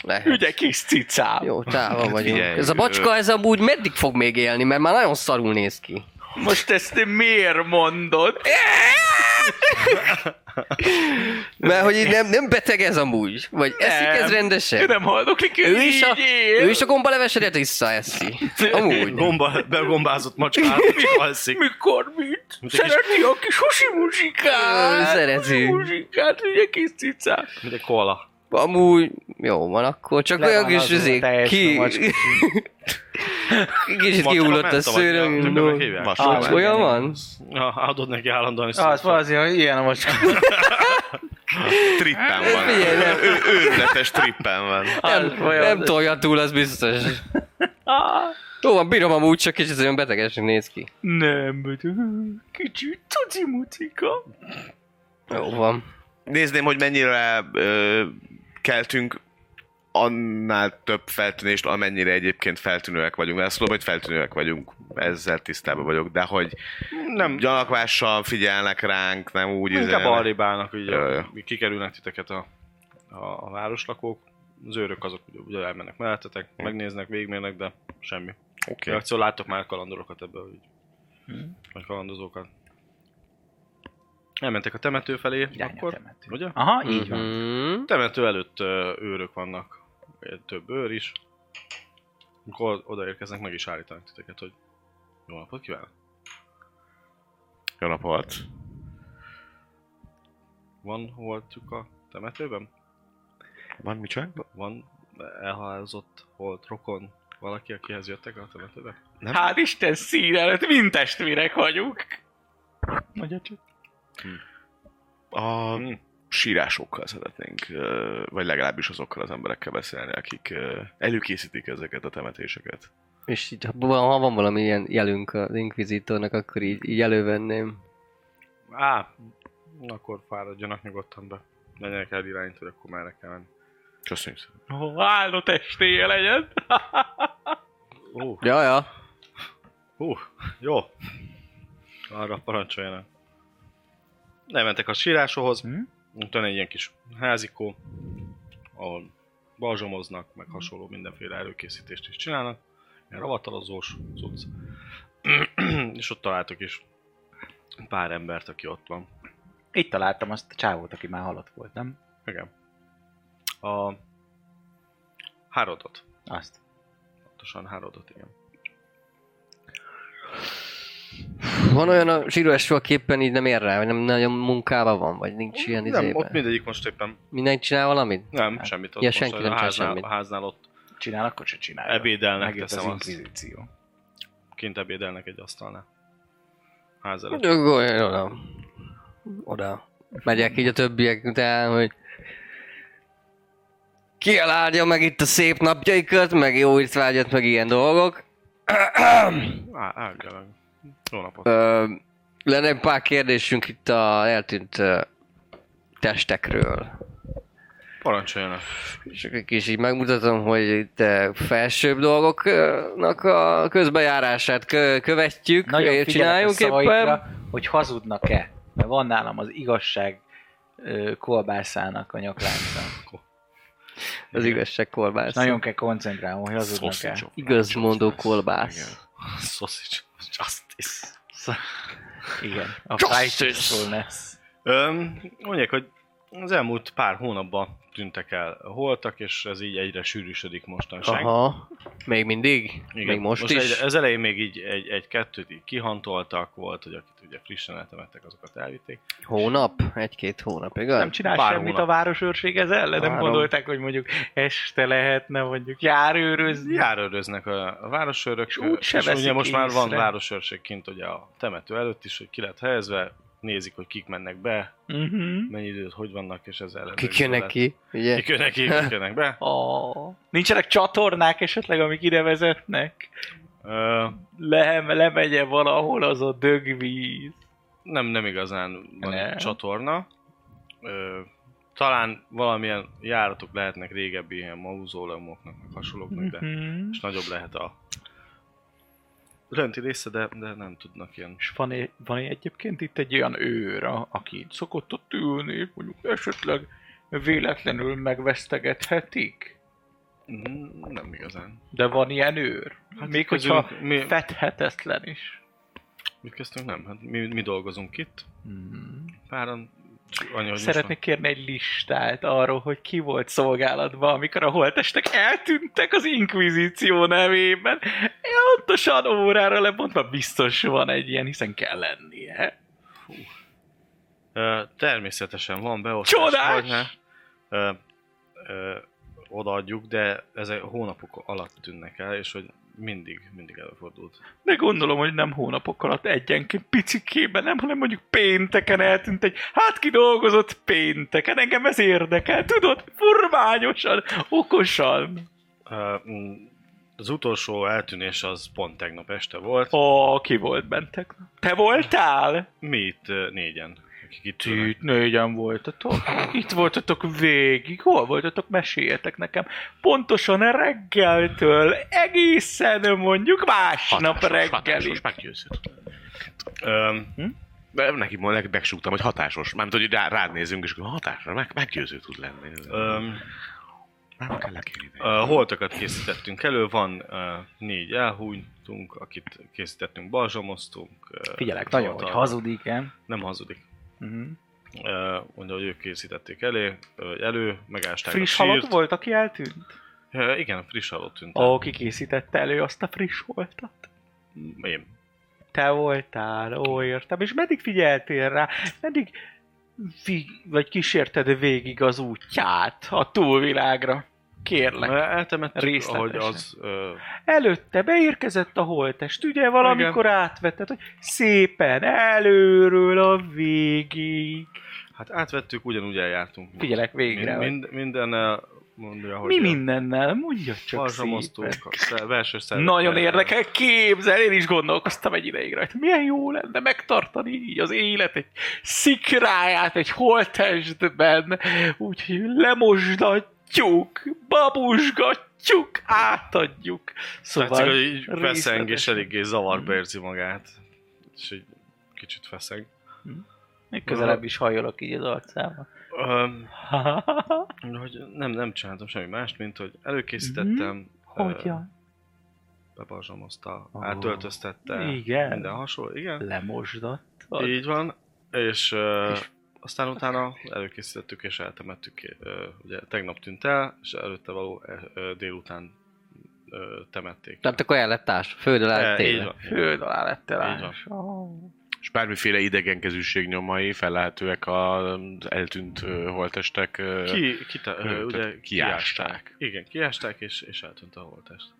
Speaker 2: Lehet.
Speaker 3: Ügye kis cicám.
Speaker 2: Jó, távol vagyunk.
Speaker 6: figyelj,
Speaker 2: ez a bacska, ez amúgy meddig fog még élni, mert már nagyon szarul néz ki.
Speaker 3: Most ezt te miért mondod?
Speaker 2: Mert hogy így nem, nem beteg ez amúgy. Vagy eszik ez
Speaker 3: Ő
Speaker 2: rendesen.
Speaker 3: nem haldoklik, ő,
Speaker 2: Ő is a,
Speaker 3: így él.
Speaker 2: ő is a gombalevesedet visszaeszi. Amúgy.
Speaker 5: Gomba, begombázott macskát, mi alszik?
Speaker 3: Mikor mit?
Speaker 5: Mint egy kis-
Speaker 3: Szeretné a kis husi
Speaker 2: Ő
Speaker 3: muzsikát.
Speaker 2: szereti.
Speaker 3: Husi muzsikát, ugye kis cicát.
Speaker 5: Mint egy koala.
Speaker 2: Amúgy jó van akkor, csak
Speaker 3: Le
Speaker 2: olyan
Speaker 3: van
Speaker 2: kis
Speaker 3: azon a
Speaker 2: izé,
Speaker 3: teljes
Speaker 2: ki...
Speaker 3: macska.
Speaker 2: Kicsit kihullott a
Speaker 5: Macska
Speaker 2: szőröm.
Speaker 5: menta, vagy mi a-
Speaker 2: no.
Speaker 5: hogy hívják?
Speaker 6: Vas-
Speaker 3: Ah,
Speaker 6: Macska.
Speaker 2: Olyan van?
Speaker 5: Ja, Adod neki állandóan is.
Speaker 3: Az valószínűleg, hogy ilyen a macska.
Speaker 6: Trippem van.
Speaker 2: Figyelj, nem.
Speaker 6: Ő, őrületes trippem van.
Speaker 2: Nem,
Speaker 3: Olyan-
Speaker 2: nem tolja túl, az biztos. Jó van, bírom amúgy, csak kicsit olyan betegesen néz ki.
Speaker 3: Nem, hogy kicsi tuci mucika.
Speaker 2: Jó van.
Speaker 6: Nézném, hogy mennyire ö, keltünk annál több feltűnést, amennyire egyébként feltűnőek vagyunk. Mert azt tudom, hogy feltűnőek vagyunk, ezzel tisztában vagyok, de hogy
Speaker 5: Nem,
Speaker 6: gyanakvással figyelnek ránk, nem úgy
Speaker 5: Inkább
Speaker 6: izélnek.
Speaker 5: arribálnak, ugye,
Speaker 6: Jaj,
Speaker 5: ja,
Speaker 6: jaj.
Speaker 5: kikerülnek titeket a, a, a városlakók, az őrök azok ugye, ugye elmennek mellettetek,
Speaker 6: Hm.
Speaker 5: megnéznek, végigmérnek, de semmi.
Speaker 6: Oké.
Speaker 5: Okay. Szóval láttok már kalandorokat ebből, így.
Speaker 3: Hm.
Speaker 5: vagy kalandozókat. Elmentek a temető felé,
Speaker 3: Irány a
Speaker 5: akkor,
Speaker 3: temető.
Speaker 5: ugye? A
Speaker 3: Aha, így van.
Speaker 2: Mm.
Speaker 5: temető Hát előtt ö, őrök vannak, ö, több őr is. Amikor odaérkeznek, meg is állítanak titeket, hogy jó napot kívánok.
Speaker 6: Jó napot.
Speaker 5: Van holtjuk a temetőben?
Speaker 6: Van micsoda?
Speaker 5: Van elhalálozott holt rokon valaki, akihez jöttek a temetőbe?
Speaker 3: Hát Isten szín előtt mind testvérek vagyunk. Mondja csak.
Speaker 5: Hm.
Speaker 6: A
Speaker 5: Mm.
Speaker 6: sírásokkal szeretnénk, ö, vagy legalábbis azokkal az emberekkel beszélni, akik ö, előkészítik ezeket a temetéseket.
Speaker 2: És így, ha van, ha van valami ilyen jelünk az Inquisitornak, akkor így, így elővenném.
Speaker 5: Á, akkor fáradjanak nyugodtan be. Menjenek el irányt, hogy akkor merre kell menni.
Speaker 6: Köszönjük szépen.
Speaker 3: Ó, álló testéje legyen.
Speaker 5: Ó,
Speaker 2: Ja, ja.
Speaker 5: hú, jó. Arra parancsoljanak. Lementek a síráshoz,
Speaker 3: Hm?
Speaker 5: utána egy ilyen kis házikó, ahol balzsamoznak, meg hasonló mindenféle előkészítést is csinálnak. Ilyen ravatalozós cucc. és ott találtok is pár embert, aki ott van.
Speaker 3: Itt találtam azt a csávót, aki már halott volt, nem?
Speaker 5: Igen. A Hárodot.
Speaker 3: Azt.
Speaker 5: Pontosan Hárodot, igen.
Speaker 2: Van olyan a zsíróesről képpen így nem ér rá, vagy nem nagyon munkában van, vagy nincs ilyen
Speaker 5: nem,
Speaker 2: izében.
Speaker 5: ott mindegyik most éppen
Speaker 2: Mindenki csinál valamit?
Speaker 5: nem, semmit. Ott
Speaker 2: Ja,
Speaker 5: most
Speaker 2: senki nem
Speaker 5: a,
Speaker 2: csinál
Speaker 5: háznál,
Speaker 2: semmit.
Speaker 5: a háznál ott
Speaker 3: Csinál, akkor se csinál.
Speaker 5: ebédelnek,
Speaker 3: Megjött az
Speaker 5: teszem azt.
Speaker 3: inkvizíció.
Speaker 5: Kint ebédelnek egy asztalnál. Ház előtt.
Speaker 2: Gondolj Hát, oda. Oda. Megyek így a többiek után, hogy ki eláldja meg itt a szép napjaikat, meg jó étvágyat, meg ilyen dolgok.
Speaker 5: Á, áldjanak. Jó napot.
Speaker 2: Ö, lenne egy pár kérdésünk itt a eltűnt ö, testekről.
Speaker 5: Parancsoljanak.
Speaker 2: És akkor kis így megmutatom, hogy itt ö, felsőbb dolgoknak a közbejárását kö- követjük,
Speaker 3: Nagyon
Speaker 2: ö,
Speaker 3: figyelek a
Speaker 2: csináljunk éppen.
Speaker 3: szavaikra, hogy hazudnak-e. Mert van nálam az igazság ö, kolbászának a nyaklánca.
Speaker 2: Az igazság kolbász.
Speaker 3: Nagyon kell koncentrálni, hogy hazudnak-e.
Speaker 6: Sausage of
Speaker 5: Hát,
Speaker 2: Igazmondó
Speaker 6: Manchester.
Speaker 2: kolbász.
Speaker 5: Sausage of Justice.
Speaker 3: Igen. A righteousness.
Speaker 5: Öm, mondják, hogy az elmúlt pár hónapban tűntek el holtak, és ez így egyre sűrűsödik mostanság.
Speaker 2: Aha. Még mindig?
Speaker 5: Igen,
Speaker 2: Még most, is?
Speaker 5: Egy, az elején még így egy, egy-kettőt így kihantoltak, volt, hogy akit ugye frissen eltemettek, azokat elvitték.
Speaker 2: Hónap? Egy-két hónap, igaz?
Speaker 3: Nem csinál
Speaker 5: Bár
Speaker 3: semmit
Speaker 5: hónap.
Speaker 3: a városőrség ez ellen, nem
Speaker 5: Várom.
Speaker 3: gondolták, hogy mondjuk este lehetne mondjuk járőrözni.
Speaker 5: Járőröznek a, a városőrök,
Speaker 3: És úgy se
Speaker 5: és ugye
Speaker 3: veszik
Speaker 5: most már van
Speaker 3: észre.
Speaker 5: városőrség kint ugye a temető előtt is, hogy ki lett helyezve, nézik, hogy kik mennek be,
Speaker 3: Mhm.
Speaker 5: mennyi időt, hogy vannak, és ez ellen.
Speaker 2: Kik jönnek ki, ugye?
Speaker 5: Kik jönnek ki, kik jönnek be.
Speaker 3: Oh. Nincsenek csatornák esetleg, amik ide vezetnek?
Speaker 5: Ö,
Speaker 3: Le, lemegye valahol az a dögvíz.
Speaker 5: nem, nem igazán van
Speaker 3: Ne.
Speaker 5: egy csatorna. Ö, talán valamilyen járatok lehetnek régebbi ilyen mauzóleumoknak, meg hasonlóknak, de
Speaker 3: Mhm.
Speaker 5: és nagyobb lehet a rönti része, de, de nem tudnak ilyen.
Speaker 3: És van, egy, van egy egyébként itt egy olyan őr, a- aki itt szokott ott ülni, mondjuk esetleg véletlenül megvesztegetheti.
Speaker 5: Mm, Nem igazán.
Speaker 3: De van ilyen őr. Hát Még hogyha
Speaker 5: közülünk mi,
Speaker 3: fethetetlen is.
Speaker 5: mi köztünk nem, hát mi, mi dolgozunk itt,
Speaker 3: Hmm.
Speaker 5: páran Annyi, hogy
Speaker 3: Szeretnék kérni egy listát arról, hogy ki volt szolgálatban, amikor a holtestek eltűntek az inkvizíció nevében. Pontosan órára lebontva biztos van egy ilyen, hiszen kell lennie.
Speaker 5: most van. Ö, természetesen van beosztás.
Speaker 3: Csodás!
Speaker 5: hogyne. Ö, ö, odaadjuk, de ezek hónapok alatt tűnnek el, és hogy mindig, mindig előfordult.
Speaker 3: De gondolom, hogy nem hónapok alatt egyenként picikében, nem, hanem mondjuk pénteken eltűnt egy, hát ki dolgozott pénteken, engem ez érdekel, tudod, furmányosan, okosan.
Speaker 5: Ö, mm, az utolsó eltűnés az pont tegnap este volt.
Speaker 3: Ó, ki volt bentek? Te voltál?
Speaker 5: Mi itt ö, négyen, akik itt ülnek.
Speaker 3: Itt négyen voltatok. Itt voltatok végig. Hol voltatok? Meséljetek nekem. Pontosan reggeltől egészen mondjuk másnap reggelig.
Speaker 6: hatásos, meggyőzött.
Speaker 5: Ö,
Speaker 6: De neki majd megsúgtam, hogy hatásos. Mármint, hogy rá, rád nézünk, és akkor hatásra meg, meggyőző tud lenni.
Speaker 5: ö,
Speaker 6: Nem kell lekérni.
Speaker 5: Ö, holtakat készítettünk elő, van ö, négy elhújtunk, akit készítettünk, balzsamoztunk. ö,
Speaker 3: Figyelek, nagyon, hogy
Speaker 5: Zoltán-
Speaker 3: hazudik, em.
Speaker 5: Nem hazudik.
Speaker 3: Mhm.
Speaker 5: Ö, Mondja, hogy ők készítették elé, ö, elő, megásták
Speaker 3: Friss
Speaker 5: a
Speaker 3: halott
Speaker 5: sírt.
Speaker 3: volt, aki eltűnt?
Speaker 5: Ö, Igen, friss halott tűnt.
Speaker 3: Ó, ki készítette elő azt a friss holtat?
Speaker 5: Én.
Speaker 3: Te voltál, ó, értem. És meddig figyeltél rá? Meddig vi- vagy kísérted végig az útját a túlvilágra? Kérlek.
Speaker 5: Ö, Eltemettük,
Speaker 3: Részletesen.
Speaker 5: ahogy az... ö,
Speaker 3: előtte beérkezett a holtest, ugye valamikor átvetted, hogy szépen előről a végig.
Speaker 5: Hát átvettük, ugyanúgy eljártunk.
Speaker 3: Figyelek végre.
Speaker 5: Mind,
Speaker 3: Min,
Speaker 5: mind, mindennel mondja, hogy...
Speaker 3: mi mindennel? Mondja csak szépen.
Speaker 5: Balzsamoztunk, a szer- belső szervekkel.
Speaker 3: Nagyon érdekel, képzel, én is gondolkoztam egy ideig rajta. Milyen jó lenne megtartani így az élet egy szikráját egy holtestben, úgyhogy lemosdatjuk, babusgatjuk, átadjuk. Szóval
Speaker 5: Látszik, Hát hogy így
Speaker 3: részletesen. Mhm.
Speaker 5: feszeng, és eléggé zavarba érzi magát. És egy kicsit feszeng.
Speaker 3: Még közelebb is hajolok így az arcába.
Speaker 5: Öm, hogy nem, nem csináltam semmi mást, mint hogy előkészítettem,
Speaker 3: Mhm. Hogyan?
Speaker 5: bebalzsamozta,
Speaker 3: Ó.
Speaker 5: átöltöztette,
Speaker 3: Igen.
Speaker 5: minden hasonló, igen.
Speaker 3: lemosdattad.
Speaker 5: Így van, és, ö,
Speaker 3: És-
Speaker 5: aztán utána előkészítettük és eltemettük. Ö, ugye tegnap tűnt el, és előtte való ö, délután ö, temették.
Speaker 2: Tehát akkor el lett társ, földön el
Speaker 5: Ö, E, így
Speaker 2: téve.
Speaker 5: van.
Speaker 3: Föld alá lettél
Speaker 5: Így van.
Speaker 3: ás. Ó.
Speaker 6: És bármiféle idegenkezűség nyomai fellehetőek az eltűnt ö, holtestek. ö,
Speaker 5: Ki, kita,
Speaker 6: ö,
Speaker 5: ö, ugye
Speaker 6: tehát kiásták.
Speaker 5: Igen, kiásták, és, és eltűnt a holtest.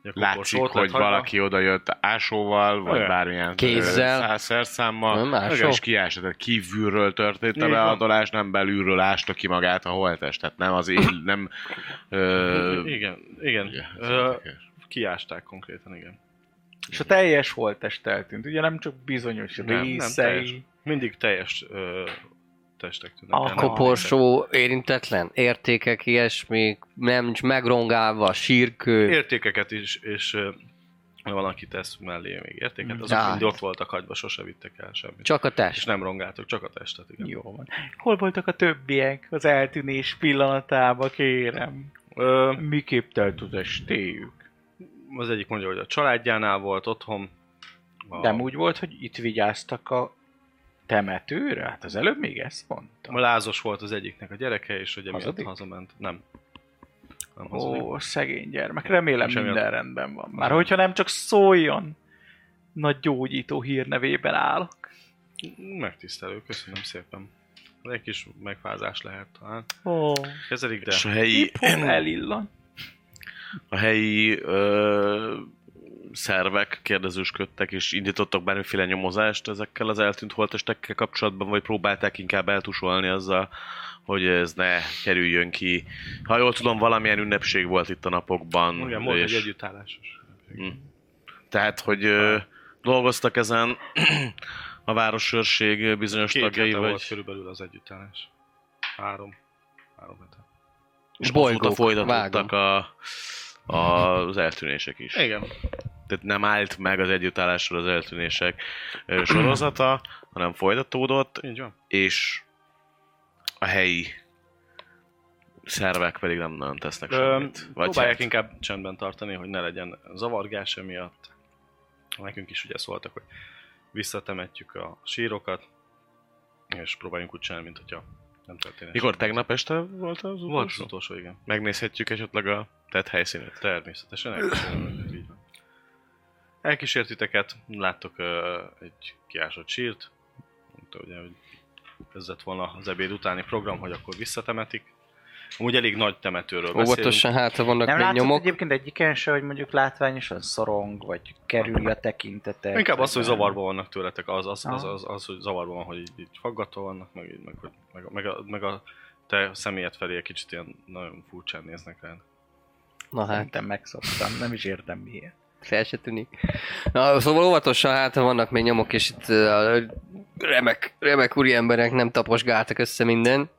Speaker 5: Ugye a
Speaker 6: Látszik,
Speaker 5: koporsó ott lett
Speaker 6: hogy
Speaker 5: hagyva.
Speaker 6: valaki odajött ásóval, vagy
Speaker 5: Igen.
Speaker 6: bármilyen
Speaker 2: Kézzel.
Speaker 6: ö, szá- szerszámmal,
Speaker 2: Nem, ásó.
Speaker 6: és kiásott, tehát kívülről történt a
Speaker 5: Így van.
Speaker 6: beadolás, nem belülről ásta ki magát a holttestet, nem az él, nem... Ö,
Speaker 5: Igen, igen.
Speaker 6: ugye, ez
Speaker 5: Ö,
Speaker 6: érdekes.
Speaker 5: kiásták konkrétan, igen.
Speaker 3: És a teljes holttest eltűnt, ugye nem csak bizonyos
Speaker 5: Nem, nem teljes.
Speaker 3: részei.
Speaker 5: Mindig teljes ö, testek tűnnek.
Speaker 3: A
Speaker 5: el.
Speaker 2: Koporsó érintetlen, értékek, ilyesmi, nem nincs megrongálva, sírkő.
Speaker 5: Értékeket is, és ö, ha valaki tesz mellé még értéket, azok
Speaker 2: Jaj.
Speaker 5: mind ott voltak hagyva, sose vittek el semmit.
Speaker 2: Csak a
Speaker 5: És
Speaker 2: test.
Speaker 5: nem rongáltok, csak a testet, igen.
Speaker 3: Jó van. Hol voltak a többiek az eltűnés pillanatában, kérem?
Speaker 5: Ö,
Speaker 3: Miképp telt az estéjük?
Speaker 5: az egyik mondja, hogy a családjánál volt otthon. A,
Speaker 3: Nem úgy volt, hogy itt vigyáztak a temetőre? Hát az előbb még ezt mondtam.
Speaker 5: a lázos volt az egyiknek a gyereke, és ugye miatt
Speaker 3: Hazadik?
Speaker 5: hazament. Nem. Nem hazadik.
Speaker 3: Ó, szegény gyermek, remélem
Speaker 5: Semmi
Speaker 3: minden
Speaker 5: ad-
Speaker 3: rendben van. Már hogyha nem csak szóljon, nagy gyógyító hírnevében állok.
Speaker 5: Megtisztelő, köszönöm szépen. Egy kis megfázás lehet talán.
Speaker 3: Ó,
Speaker 5: Kezelik, de...
Speaker 6: És a helyi,
Speaker 3: épp hogy elillan.
Speaker 6: a helyi ö, szervek kérdezősködtek, és indítottak bármiféle nyomozást ezekkel az eltűnt holtestekkel kapcsolatban, vagy próbálták inkább eltusolni azzal, hogy ez ne kerüljön ki. Ha jól tudom, valamilyen ünnepség volt itt a napokban.
Speaker 5: Igen, volt egy
Speaker 6: és-
Speaker 5: együttállásos.
Speaker 6: Tehát, hogy ö, dolgoztak ezen a városőrség bizonyos
Speaker 5: Két
Speaker 6: tagjai,
Speaker 5: hete volt
Speaker 6: vagy
Speaker 5: körülbelül az együttállás. Három. Három hete.
Speaker 6: és azóta
Speaker 2: Bolygók,
Speaker 6: folytatódtak
Speaker 2: vágom.
Speaker 6: a, a, az eltűnések is.
Speaker 5: Igen.
Speaker 6: Tehát nem állt meg az együttállásról az eltűnések ö, sorozata, hanem folytatódott,
Speaker 5: Így van.
Speaker 6: és a helyi szervek pedig nem nagyon tesznek
Speaker 5: Ö,
Speaker 6: semmit. Vagy
Speaker 5: próbálják
Speaker 6: hát,
Speaker 5: inkább csendben tartani, hogy ne legyen zavargás emiatt. Nekünk is ugye szóltak, hogy visszatemetjük a sírokat, és próbáljunk úgy csinálni, mint hogyha nem történik.
Speaker 6: Mikor tegnap este volt az utolsó?
Speaker 5: Volt az utolsó, igen.
Speaker 6: Megnézhetjük esetleg a tett helyszínet.
Speaker 5: Természetesen elkísérlek, így van. Elkísértiteket, láttok ö, egy kiásott sírt, mondta ugye, hogy ez lett volna az ebéd utáni program, hogy akkor visszatemetik. Amúgy elég nagy temetőről beszélünk.
Speaker 2: Óvatosan hátra vannak
Speaker 3: Nem
Speaker 2: még
Speaker 3: látszott
Speaker 2: nyomok.
Speaker 3: egyébként egyiken se, hogy mondjuk látványosan szorong, vagy kerülj a tekintetet.
Speaker 5: Inkább az, hogy
Speaker 3: vagy-
Speaker 5: zavarban vannak tőletek, az, az, az,
Speaker 3: Aha.
Speaker 5: az, az hogy zavarban van, hogy így, így faggatva vannak, meg, így- meg, hogy- meg, a- meg, a, meg a te személyed felé egy kicsit ilyen nagyon furcsán néznek rád.
Speaker 2: Na hát.
Speaker 3: Szerintem megszoktam, nem is értem miért.
Speaker 2: fel se tűnik. Na, szóval óvatosan hátra vannak még nyomok, és itt ö, a remek, remek úriemberek nem taposgáltak össze minden.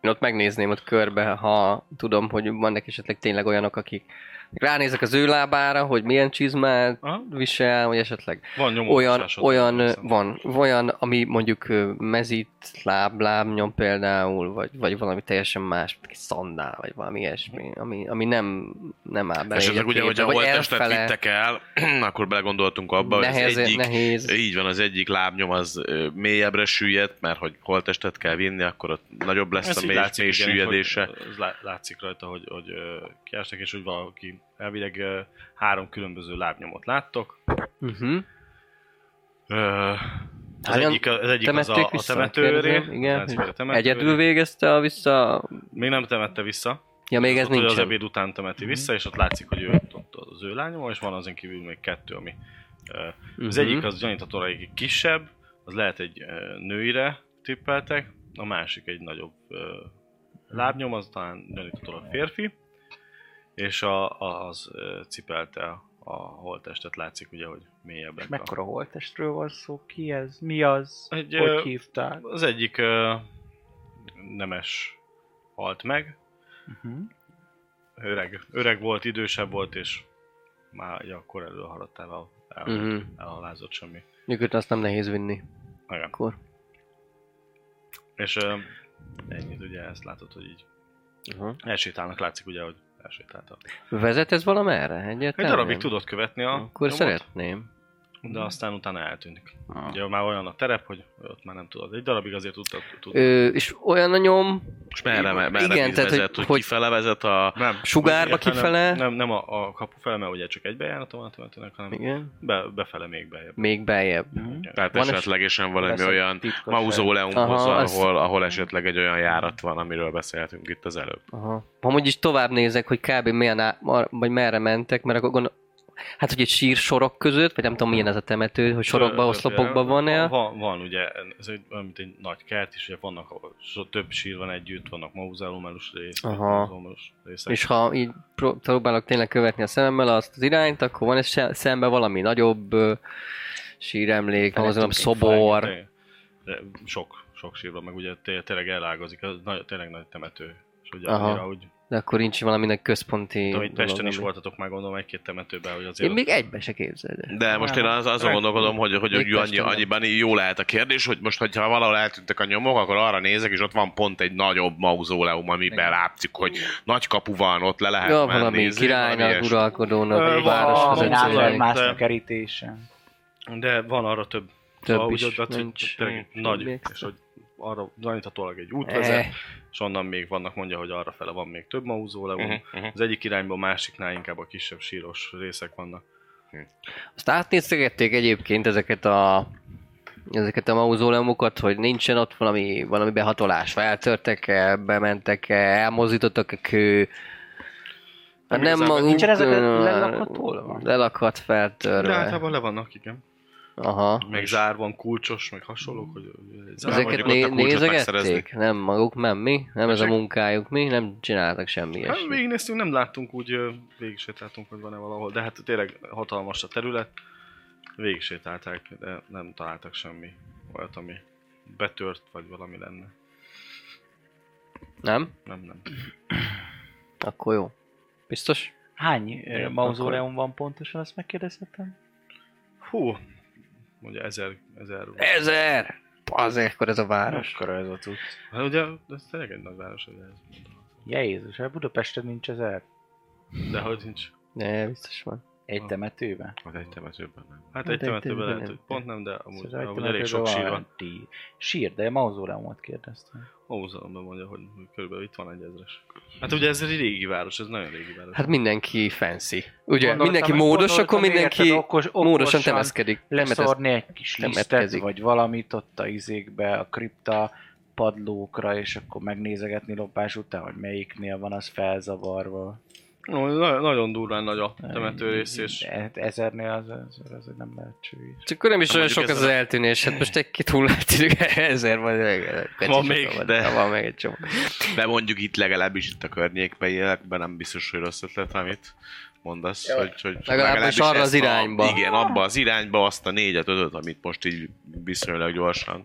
Speaker 2: Én ott megnézném ott körbe, ha tudom, hogy vannak esetleg tényleg olyanok, akik ránézek az ő lábára, hogy milyen csizmát
Speaker 5: Aha.
Speaker 2: visel, vagy esetleg
Speaker 5: Van nyomó
Speaker 2: olyan, olyan ö, van, olyan, ami mondjuk ö, mezít, láb, lábnyom például, vagy, vagy valami teljesen más, mint egy szandál, vagy valami ilyesmi, ami, ami nem, nem áll bele.
Speaker 6: Esetleg
Speaker 2: egy
Speaker 6: ugye, hogy
Speaker 2: képbe,
Speaker 6: a
Speaker 2: vagy
Speaker 6: holttestet
Speaker 2: elfele.
Speaker 6: vittek el, akkor belegondoltunk abba, hogy
Speaker 2: nehéz,
Speaker 6: az egyik,
Speaker 2: nehéz.
Speaker 6: így van, az egyik lábnyom az ö, mélyebbre süllyedt, mert hogy holttestet kell vinni, akkor ott nagyobb lesz a mély, mély süllyedése.
Speaker 5: Hogy, ez lá- látszik rajta, hogy, hogy ö, kiástak, és hogy valaki elvileg ö, három különböző lábnyomot láttok.
Speaker 2: Uh-huh.
Speaker 5: Ö, Az
Speaker 2: Hányan
Speaker 5: egyik, az egyik az a, a temetőre.
Speaker 2: Igen,
Speaker 5: Temetőre, temetőre.
Speaker 2: egyedül végezte a vissza...
Speaker 5: Még nem temette vissza.
Speaker 2: Ja, még ez Mhm.
Speaker 5: ott ugye
Speaker 2: nincs.
Speaker 5: az ebéd után temeti vissza, és ott látszik, hogy ő ott az ő lányom, és van azon kívül még kettő, ami... ö, Az
Speaker 2: Mhm.
Speaker 5: egyik az gyaníthatóan egyik kisebb, az lehet egy ö, nőire tippeltek, a másik egy nagyobb ö, lábnyom, az talán gyaníthatóan férfi, és a, a- az ö, cipelte a holttestet, látszik ugye, hogy mélyebben.
Speaker 3: Mekkora holtestről van szó? Ki ez? Mi az?
Speaker 5: Egy,
Speaker 3: hogy
Speaker 5: ö,
Speaker 3: hívták?
Speaker 5: Az egyik ö, nemes halt meg,
Speaker 3: Uh-huh.
Speaker 5: öreg, öreg volt, idősebb volt, és már ugye akkor elő haladtával el, uh-huh.
Speaker 2: Uh-huh.
Speaker 5: elhalázott semmi.
Speaker 2: Nyugodt, azt nem nehéz vinni.
Speaker 5: Igen.
Speaker 2: Akkor.
Speaker 5: És ö, ennyit ugye ezt látod, hogy így
Speaker 2: Uh-huh.
Speaker 5: elsétálnak, látszik ugye, hogy elsétáltak.
Speaker 2: Vezet ez valamerre?
Speaker 5: Egy
Speaker 2: Egyáltalán
Speaker 5: darabig
Speaker 2: nem?
Speaker 5: tudod követni a
Speaker 2: Akkor szeretném.
Speaker 5: de aztán utána eltűnik. Ugye már olyan a terep, hogy ott már nem tudod. Egy darabig azért tudtad, tudtad.
Speaker 2: Ö, és olyan a nyom,
Speaker 6: És merre, merre
Speaker 2: Igen,
Speaker 6: Igen,
Speaker 2: tehát,
Speaker 6: vezet, hogy,
Speaker 2: hogy-
Speaker 6: hogy,
Speaker 2: hogy-
Speaker 6: kifele vezet a...
Speaker 5: Nem.
Speaker 2: sugárba
Speaker 5: Egyáltalán
Speaker 2: kifele.
Speaker 5: Nem, nem, nem a, a kapu fele, mert ugye csak egy bejárat van a temetőnek, hanem
Speaker 2: igen,
Speaker 5: be, befele még beljebb.
Speaker 2: még beljebb.
Speaker 6: Mm.
Speaker 5: Mhm.
Speaker 6: Tehát
Speaker 2: Van
Speaker 6: van
Speaker 2: egy-
Speaker 6: esetlegesen valami
Speaker 3: Lesz egy
Speaker 6: olyan
Speaker 3: titkos
Speaker 6: mauzóleumhoz,
Speaker 2: Aha, azt-
Speaker 6: ahol, ahol esetleg egy olyan járat van, amiről beszéltünk itt az előbb.
Speaker 2: Aha. Amúgy is tovább nézek, hogy kb. milyen á, mar, vagy merre mentek, mert akkor gondol... Hát, hogy egy sír sorok között, vagy nem tudom, milyen ez a temető, hogy sorokba, oszlopokba van el.
Speaker 5: Van, van ugye, ez egy, olyan, mint egy nagy kert, és ugye vannak, ahol so, több sír van együtt, vannak mauzoleumos részek,
Speaker 2: Aha.
Speaker 5: mauzoleumos részek.
Speaker 2: És ha így pró- próbálok tényleg követni a szememmel azt az irányt, akkor van ez se- szembe valami nagyobb ö, síremlék, van azon szobor.
Speaker 5: De, de sok, sok sír van, meg ugye té- tényleg elágazik, az nagy, tényleg nagy temető. És ugye
Speaker 2: Aha.
Speaker 5: annyira, hogy
Speaker 2: De akkor nincs valaminek központi
Speaker 5: tudom, itt Pesten is
Speaker 2: ami-
Speaker 5: voltatok már gondolom egy-két temetőben, hogy azért
Speaker 2: Én még egybe se képzeld.
Speaker 6: De most én az, azon gondolkodom, hogy, hogy
Speaker 2: Még
Speaker 6: úgy annyi,
Speaker 2: testen nem.
Speaker 6: annyiban jó lehet a kérdés, hogy most, hogyha valahol eltűntek a nyomok, akkor arra nézek, és ott van pont egy nagyobb mauzóleum, amiben látszik, hogy nagy kapu van, ott
Speaker 5: Hát,
Speaker 6: le lehet
Speaker 2: Ja,
Speaker 6: menni.
Speaker 2: valami
Speaker 6: izé,
Speaker 2: királynak,
Speaker 6: ilyesmi.
Speaker 5: Ö,
Speaker 2: uralkodónak,
Speaker 5: van,
Speaker 2: városhoz
Speaker 5: van,
Speaker 2: egyszerűen.
Speaker 5: van.
Speaker 3: másnak a kerítésen.
Speaker 5: De van arra több.
Speaker 2: Több
Speaker 5: Szóval
Speaker 2: is.
Speaker 5: úgy ott látszik,
Speaker 2: Nincs-
Speaker 5: tényleg
Speaker 2: nincs
Speaker 5: nagy,
Speaker 2: emlékszem.
Speaker 5: és hogy arra gyaníthatólag egy út vezet,
Speaker 2: Eh,
Speaker 5: és onnan még vannak, mondja, hogy arra fele van még több mauzóleum.
Speaker 6: Mhm,
Speaker 5: Uh-huh.
Speaker 6: mhm.
Speaker 5: Az egyik irányból, a másiknál inkább a kisebb síros részek vannak.
Speaker 2: Azt átnéztegették egyébként ezeket a ezeket a mauzóleumokat, hogy nincsen ott valami, valami behatolás. Feltörtek -e, bementek -e, elmozdítottak -e kő. Hát
Speaker 5: Nem
Speaker 2: nem
Speaker 5: igazán,
Speaker 2: maguk...
Speaker 3: nincsen ezek le-
Speaker 2: ö,
Speaker 3: lelakatolva?
Speaker 2: Lelakadt,
Speaker 5: De
Speaker 2: feltörve.
Speaker 5: általában le vannak, igen.
Speaker 2: Aha.
Speaker 5: Meg zárban kulcsos, meg hasonlók, hogy
Speaker 2: Ezeket
Speaker 6: mondjuk
Speaker 2: né-
Speaker 6: ott a kulcsot
Speaker 2: nézegették?
Speaker 6: megszerezni.
Speaker 2: Nem maguk, nem mi? Nem ez a
Speaker 5: Ezek-
Speaker 2: munkájuk mi? Nem csináltak semmi
Speaker 5: Hát
Speaker 2: ilyesmit.
Speaker 5: végignéztünk, nem láttunk úgy, ö, végigsétáltunk, hogy van-e valahol, de hát tényleg hatalmas a terület. Végigsétálták, de nem találtak semmi olyat, ami betört, vagy valami lenne.
Speaker 2: Nem?
Speaker 5: Nem, nem.
Speaker 2: Akkor jó. Biztos?
Speaker 3: Hány ö,
Speaker 5: Igen,
Speaker 3: mauzóleum van pontosan, azt megkérdezhetem?
Speaker 5: Hú, mondja ezer, ezer.
Speaker 2: E- Ezer! Azért, akkor ez a város.
Speaker 3: Mekkora ez a cucc?
Speaker 5: Hát ugye, ez tényleg egy nagy város, ugye ez.
Speaker 3: Jézus, hát Budapesten nincs ezer.
Speaker 5: De hogy nincs.
Speaker 2: Ne, biztos van.
Speaker 5: Ah.
Speaker 3: Egy temetőbe?
Speaker 4: Az egy temetőben nem.
Speaker 5: Hát
Speaker 2: Hát
Speaker 5: egy
Speaker 2: egy
Speaker 5: temetőben
Speaker 2: temetőben
Speaker 5: lehet,
Speaker 2: nem.
Speaker 5: hogy pont nem, de amúgy,
Speaker 3: Szóval egy
Speaker 5: amúgy elég sok
Speaker 3: temetőben
Speaker 5: sír
Speaker 3: van
Speaker 5: van.
Speaker 3: ti- Sír, de mauzoleumot kérdeztem.
Speaker 5: A múzeumban mondja, hogy körülbelül itt van egy ezres. Hát ugye ez egy régi város, ez nagyon régi város.
Speaker 2: Hát mindenki fancy. Ugye,
Speaker 3: Gondoltam,
Speaker 2: mindenki
Speaker 3: hogy
Speaker 2: módos,
Speaker 3: gondoltam,
Speaker 2: akkor mindenki
Speaker 3: érted, okos-
Speaker 2: módosan hát
Speaker 3: okosan
Speaker 2: temeszkedik. Temetez-
Speaker 3: Leszorni egy kis lisztet,
Speaker 2: temetkezik.
Speaker 3: vagy valamit ott a izékbe, a kripta padlókra, és akkor megnézegetni lopás után, hogy melyiknél van az felzavarva.
Speaker 5: Ó, na- Nagyon durván nagy a temető rész, és
Speaker 3: E- Ezernél az, az, az nem lehetséges.
Speaker 2: Csak akkor nem is olyan
Speaker 5: mondjuk
Speaker 2: sok az
Speaker 5: ezzel-
Speaker 2: eltűnés, hát most egy-két hullátűnik, ezer vagy
Speaker 5: Van még,
Speaker 2: de... Van még egy csomó.
Speaker 4: De mondjuk itt legalábbis itt a környékben élekben nem biztos, hogy rossz ötlet, amit mondasz. Hogy, hogy
Speaker 2: arra az
Speaker 4: ezt a-
Speaker 2: irányba.
Speaker 4: igen, abba az irányba azt a négyet, ötöt, amit most így viszonylag gyorsan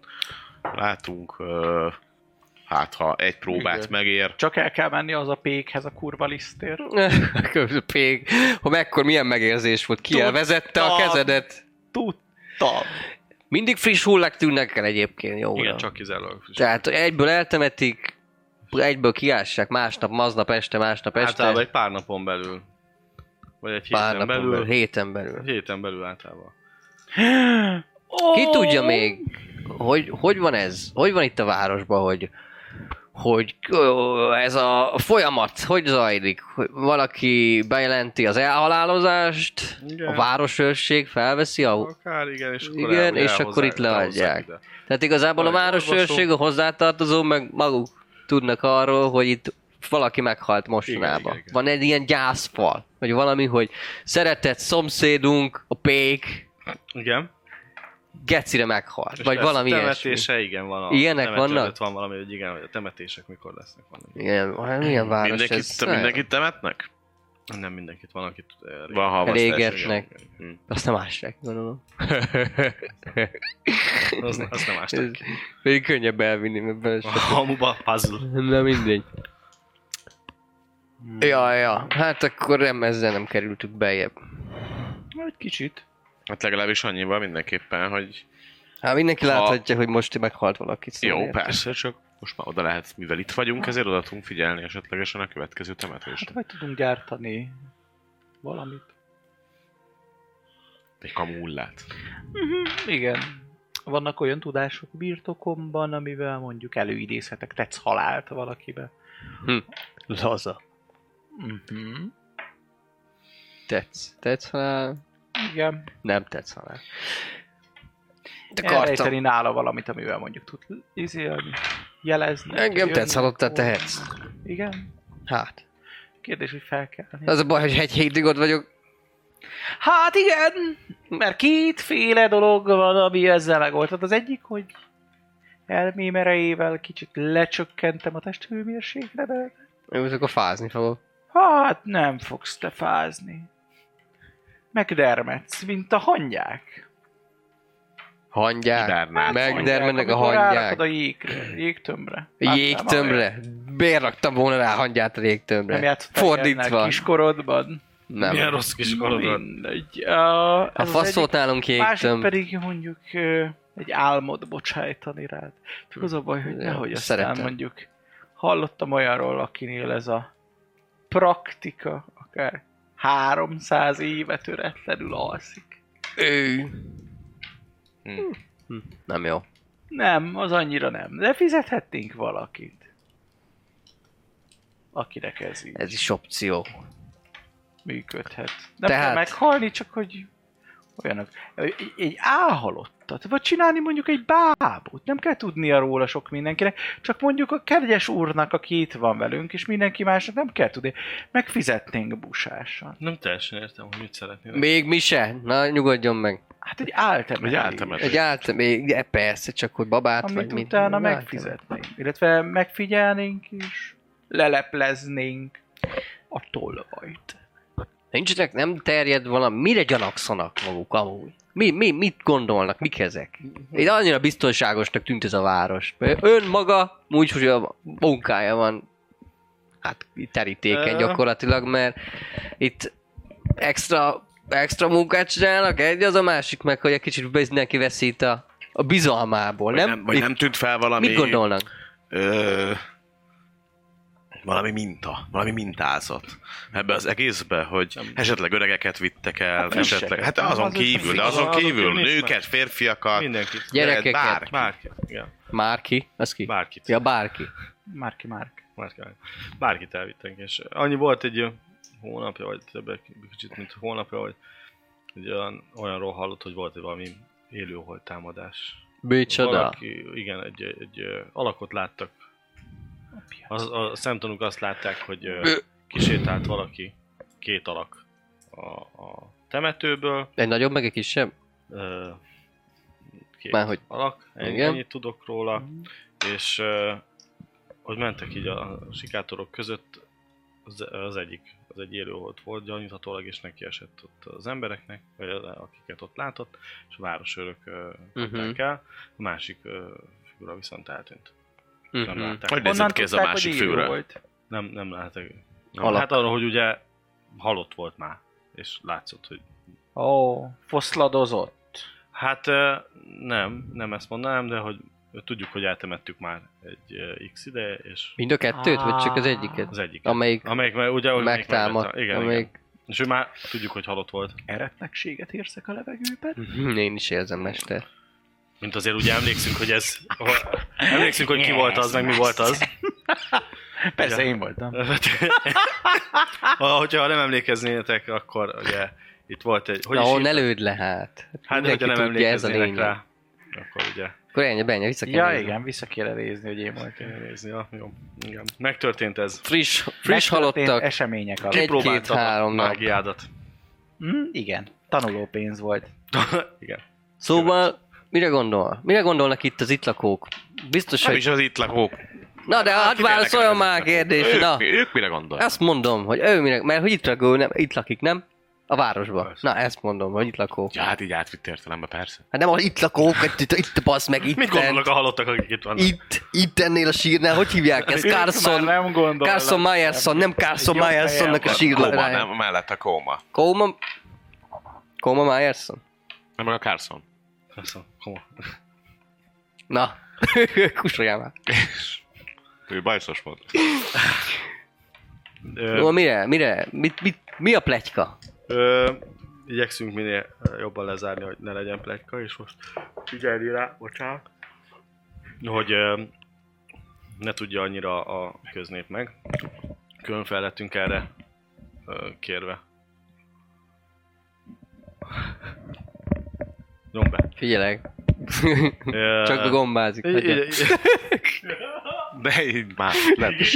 Speaker 4: látunk. ö, Hát ha egy próbát
Speaker 3: Igen.
Speaker 4: megér,
Speaker 3: Csak el kell menni az a pékhez a kurva Hát, lisztér.
Speaker 2: Pég, ha mekkor milyen megérzés volt, ki
Speaker 3: Tudtam.
Speaker 2: elvezette a kezedet.
Speaker 3: Tudtam.
Speaker 2: Mindig friss hullák tűnnek el egyébként, jó
Speaker 5: igen,
Speaker 2: uram.
Speaker 5: csak kizárólag. friss.
Speaker 2: Tehát egyből eltemetik, egyből kiássák, másnap, maznap, este, másnap,
Speaker 5: Általában
Speaker 2: este,
Speaker 5: egy pár napon belül. Vagy egy
Speaker 2: pár
Speaker 5: héten
Speaker 2: napon belül,
Speaker 5: belül.
Speaker 2: héten belül.
Speaker 5: Héten belül általában.
Speaker 2: Ki tudja még, hogy, hogy van ez? Hogy van itt a városban, hogy, hogy ö, ez a folyamat, hogy zajlik? Hogy valaki bejelenti az elhalálozást,
Speaker 5: Igen.
Speaker 2: a városőrség felveszi a...
Speaker 5: Akár igen, és akkor
Speaker 2: Igen,
Speaker 5: el-
Speaker 2: és
Speaker 5: elhozzák-
Speaker 2: akkor itt
Speaker 5: elhozzák
Speaker 2: leadják.
Speaker 5: ide.
Speaker 2: Tehát igazából a
Speaker 5: Vagy
Speaker 2: városőrség, a hozzátartozó, meg maguk tudnak arról, hogy itt valaki meghalt mostanában.
Speaker 5: Igen, igen, igen.
Speaker 2: Van egy ilyen gyászfal, vagy valami, hogy szeretett szomszédunk, a pék,
Speaker 5: Igen.
Speaker 2: gecire meghalt, vagy
Speaker 5: lesz
Speaker 2: valami ilyesmi.
Speaker 5: temetése, igen, van a
Speaker 2: Ilyenek
Speaker 5: temető
Speaker 2: vannak?
Speaker 5: előtt van valami, hogy igen, hogy a temetések mikor lesznek. Van.
Speaker 2: Igen, milyen város ez?
Speaker 4: mindenkit, mindenkit temetnek?
Speaker 5: Nem mindenkit, van, akit eh,
Speaker 4: Van havasztás.
Speaker 2: Régetnek. Azt nem ássák, gondolom.
Speaker 5: Az, azt nem ásták ki.
Speaker 2: Még könnyebb elvinni, mert bele
Speaker 5: A
Speaker 2: se-
Speaker 5: hamuba puzzle.
Speaker 2: Na mindegy. Ja, ja, hát akkor nem, ezzel nem kerültük beljebb.
Speaker 3: Egy kicsit.
Speaker 4: Hát legalábbis annyiban mindenképpen, hogy
Speaker 2: Hát mindenki
Speaker 4: Ha-
Speaker 2: láthatja, hogy most meghalt valaki.
Speaker 4: jó,
Speaker 2: szóval érted.
Speaker 4: persze, csak most már oda lehet, mivel itt vagyunk, ezért oda tudunk figyelni esetlegesen a következő temetésre.
Speaker 3: Hát vagy tudunk gyártani valamit.
Speaker 4: Egy kamullát.
Speaker 5: Mhm.
Speaker 3: Igen. Vannak olyan tudások birtokomban, amivel mondjuk előidézhetek tetsz halált valakibe.
Speaker 5: Hm.
Speaker 2: Laza.
Speaker 3: Mm-hmm.
Speaker 2: Tetsz. Tetsz halál?
Speaker 3: Igen.
Speaker 2: Nem tetsz halál.
Speaker 3: Elrejteni
Speaker 2: Akartam.
Speaker 3: nála valamit, amivel mondjuk tud izé, hogy jelezni.
Speaker 2: Engem
Speaker 3: jönni,
Speaker 2: tetsz halottá
Speaker 3: akkor-
Speaker 2: tehetsz.
Speaker 3: Igen.
Speaker 2: Hát.
Speaker 3: Kérdés, hogy fel kell.
Speaker 2: Az a baj, hogy egy hétig ott vagyok.
Speaker 3: Hát igen, mert kétféle dolog van, ami ezzel megoldhat. Az egyik, hogy elmémerejével kicsit lecsökkentem a testhőmérsékletet.
Speaker 2: Jó, akkor fázni fogok.
Speaker 3: Hát nem fogsz te fázni. Megdermedsz, mint a hangyák.
Speaker 2: Hangyák.
Speaker 4: Kibárnád.
Speaker 2: Megdermenek a
Speaker 3: amikor rárakod
Speaker 2: hangyák.
Speaker 3: a jégre, jégtömbre.
Speaker 2: Hát,
Speaker 3: Láttam olyan.
Speaker 2: Jégtömbre? Bérraktam volna rá a hangját a
Speaker 3: Nem
Speaker 2: jégtömbre.
Speaker 3: játszottál
Speaker 2: Fordítva.
Speaker 3: ilyennel kiskorodban.
Speaker 5: Milyen
Speaker 2: Nem.
Speaker 5: rossz kis korod
Speaker 3: Mindegy. A, ez
Speaker 2: A
Speaker 3: az
Speaker 2: fasz
Speaker 3: egyik.
Speaker 2: volt nálunk
Speaker 3: Másik
Speaker 2: jégtömb.
Speaker 3: pedig mondjuk ö, egy álmod bocsájtani rád. Csak az a baj, hogy
Speaker 2: Ja,
Speaker 3: nehogy aztán
Speaker 2: szeretem.
Speaker 3: mondjuk hallottam olyanról, akinél ez a praktika akár 300 éve töretlenül alszik.
Speaker 2: Ő. Hm. Nem jó.
Speaker 3: Nem, az annyira nem. De fizethetnénk valakit. Akinek ez így
Speaker 2: Ez is opció.
Speaker 3: működhet. Nem Tehát...
Speaker 2: Tehát-
Speaker 3: kell meghalni, csak hogy olyanok. Egy- Egy álhalottat, vagy csinálni mondjuk egy bábút. Nem kell tudnia róla sok mindenkinek, csak mondjuk a kedves úrnak, aki itt van velünk, és mindenki másnak nem kell tudni. Megfizetnénk busással.
Speaker 5: Nem teljesen értem, hogy mit szeretnél.
Speaker 2: Még mi se? Na, nyugodjon meg.
Speaker 3: Hát egy áltemetés.
Speaker 4: Egy áltemetés.
Speaker 2: Egy állt, még, e, persze, csak hogy babát Hát, vagy
Speaker 3: Amit
Speaker 2: mit.
Speaker 3: utána
Speaker 2: Nem,
Speaker 3: megfizetnénk. Illetve megfigyelnénk is, lelepleznénk a tolvajt.
Speaker 2: Nincsenek, nem terjed valami, mire gyanakszanak maguk amúgy? Mi, mi, mit gondolnak, mik ezek? Én annyira biztonságosnak tűnt ez a város. Ön maga, úgy, hogy a munkája van, hát terítéken
Speaker 5: Ö.
Speaker 2: gyakorlatilag, mert itt extra, extra munkát csinálnak, egy az a másik meg, hogy egy kicsit neki veszít a, a bizalmából,
Speaker 4: Vagy
Speaker 2: nem?
Speaker 4: nem, vagy
Speaker 2: Itt
Speaker 4: nem tűnt fel valami...
Speaker 2: mit gondolnak?
Speaker 4: Ö,
Speaker 6: valami minta, valami mintázat ebbe az egészbe, hogy
Speaker 5: Nem.
Speaker 6: esetleg öregeket vittek el, hát
Speaker 3: nem
Speaker 6: esetleg,
Speaker 3: se.
Speaker 6: hát azon
Speaker 5: Az egy
Speaker 6: kívül, de
Speaker 5: fix.
Speaker 6: azon
Speaker 5: Azon
Speaker 6: kívül
Speaker 5: kívül nincs
Speaker 6: nőket,
Speaker 5: más.
Speaker 6: férfiakat,
Speaker 5: Mindenkit.
Speaker 6: Gyerekeket.
Speaker 2: Gyerekeket.
Speaker 6: Bár,
Speaker 5: Bárki. Igen.
Speaker 2: Márki? Az ki?
Speaker 5: Bárkit.
Speaker 2: Ja, bárki.
Speaker 3: Márki Márk.
Speaker 5: Márki. Bárkit elvittek, és annyi volt egy ö, hónapja, vagy többek, kicsit mint hónapja, vagy egy olyan, olyanról hallott, hogy volt egy valami élőhol támadás.
Speaker 2: Bicsoda.
Speaker 5: Valaki, igen, egy, egy ö, alakot láttak. Az, a szemtanúk azt látták, hogy ö, kisétált valaki, két alak a, a temetőből,
Speaker 2: Egy nagyobb, meg egy kisebb?
Speaker 5: ö, két
Speaker 2: Márhogy-
Speaker 5: alak, ennyi,
Speaker 2: igen.
Speaker 5: ennyit tudok róla, és ö, hogy mentek így a sikátorok között, az, az egyik, az egy élőhold volt gyaníthatólag, és neki esett ott az embereknek, vagy az- akiket ott látott, és a városőrök ö,
Speaker 2: Mhm.
Speaker 5: kapták el, a másik ö, figura viszont eltűnt. Nem
Speaker 2: Mhm.
Speaker 5: látták.
Speaker 6: hogy nézett ki ez a másik főről.
Speaker 3: volt?
Speaker 5: Nem, nem látták.
Speaker 2: Alak.
Speaker 5: Hát arra, hogy ugye halott volt már, és látszott, hogy
Speaker 3: Ó, foszladozott.
Speaker 5: Hát ö, nem, nem ezt mondanám, de hogy tudjuk, hogy eltemettük már egy ö, X ide, és
Speaker 2: Mind a kettőt, vagy csak az egyiket?
Speaker 5: az egyik.
Speaker 2: Amelyik
Speaker 5: Amelyik, mert ugye, hogy
Speaker 2: megtámad.
Speaker 5: Igen,
Speaker 2: Amelyik...
Speaker 5: igen. És ő már tudjuk, hogy halott volt.
Speaker 3: Eretnekséget érzek a levegőben?
Speaker 2: Mhm, Én is érzem, mester.
Speaker 5: Mint azért ugye emlékszünk, hogy ez... Emlékszünk, hogy ki volt az, meg mi volt az.
Speaker 3: Persze,
Speaker 5: Ja.
Speaker 3: én voltam.
Speaker 5: Ha, hogyha nem emlékeznétek, akkor ugye itt volt egy... Hogy
Speaker 2: Na,
Speaker 5: is
Speaker 2: ahol ne
Speaker 5: hívták?
Speaker 2: lőd le hát.
Speaker 5: Hát de hogyha nem
Speaker 2: tudja, ez a
Speaker 5: emlékeznének
Speaker 2: lényeg.
Speaker 5: rá, akkor ugye
Speaker 2: Akkor ennyi, benne, vissza kell
Speaker 3: Ja,
Speaker 2: nézni.
Speaker 3: igen, vissza kéne nézni, hogy én voltam.
Speaker 5: kell nézni. Ja, jó. Igen. Megtörtént ez.
Speaker 2: Friss, friss
Speaker 3: Megtörtént
Speaker 2: halottak.
Speaker 3: események alatt.
Speaker 5: Kipróbáltam a
Speaker 2: három nap.
Speaker 5: mágiádat.
Speaker 3: Hm, igen, tanuló pénz volt.
Speaker 5: Igen.
Speaker 2: Szóval, mire gondol? Mire gondolnak itt az itt lakók? Biztos,
Speaker 6: Nem
Speaker 2: hogy...
Speaker 6: is az itt lakók.
Speaker 2: Na
Speaker 5: Hát
Speaker 2: de hadd
Speaker 6: Kinek
Speaker 2: válaszoljon
Speaker 6: érdekel
Speaker 2: már a
Speaker 6: ez?
Speaker 2: kérdésre,
Speaker 6: Ők,
Speaker 2: na.
Speaker 6: mi- ők mire gondolnak?
Speaker 2: Azt mondom, hogy ő mire... Mert hogy itt lakó, nem, itt lakik, nem? A városban.
Speaker 5: Persze.
Speaker 2: Na, ezt mondom, hogy itt lakó.
Speaker 6: Ja, hát így átvitt értelemben, persze.
Speaker 2: Hát nem, ahol itt lakók, itt, itt, itt basz meg, itt.
Speaker 5: Mit gondolnak a halottak, akik itt vannak?
Speaker 2: Itt, itt ennél a sírnál, hogy hívják ezt? Carson,
Speaker 3: Már nem gondolom.
Speaker 2: Carson Myerson, nem Carson
Speaker 3: Egy jobb
Speaker 2: Myersonnak a
Speaker 6: Hát Kóma, nem,
Speaker 2: sírnál.
Speaker 6: mellett a Kóma.
Speaker 2: Kóma... Kóma Myerson?
Speaker 6: Nem meg a Carson.
Speaker 5: Carson, komoly.
Speaker 2: Na, kusoljál már.
Speaker 6: Ő bajszos volt.
Speaker 5: Ö,
Speaker 2: Ö, mire, mire, mit, mit, mi a pletyka?
Speaker 5: ö, igyekszünk minél jobban lezárni, hogy ne legyen plegyka, és most figyelj rá, bocsánat. Hogy ö, ne tudja annyira a köznép meg. Külön fel lettünk erre ö, kérve. Nyomd be.
Speaker 2: Figyelek.
Speaker 5: Ö,
Speaker 2: Csak a gombázik.
Speaker 5: így-
Speaker 2: hagyja.
Speaker 5: így- így-
Speaker 6: De így már lett is.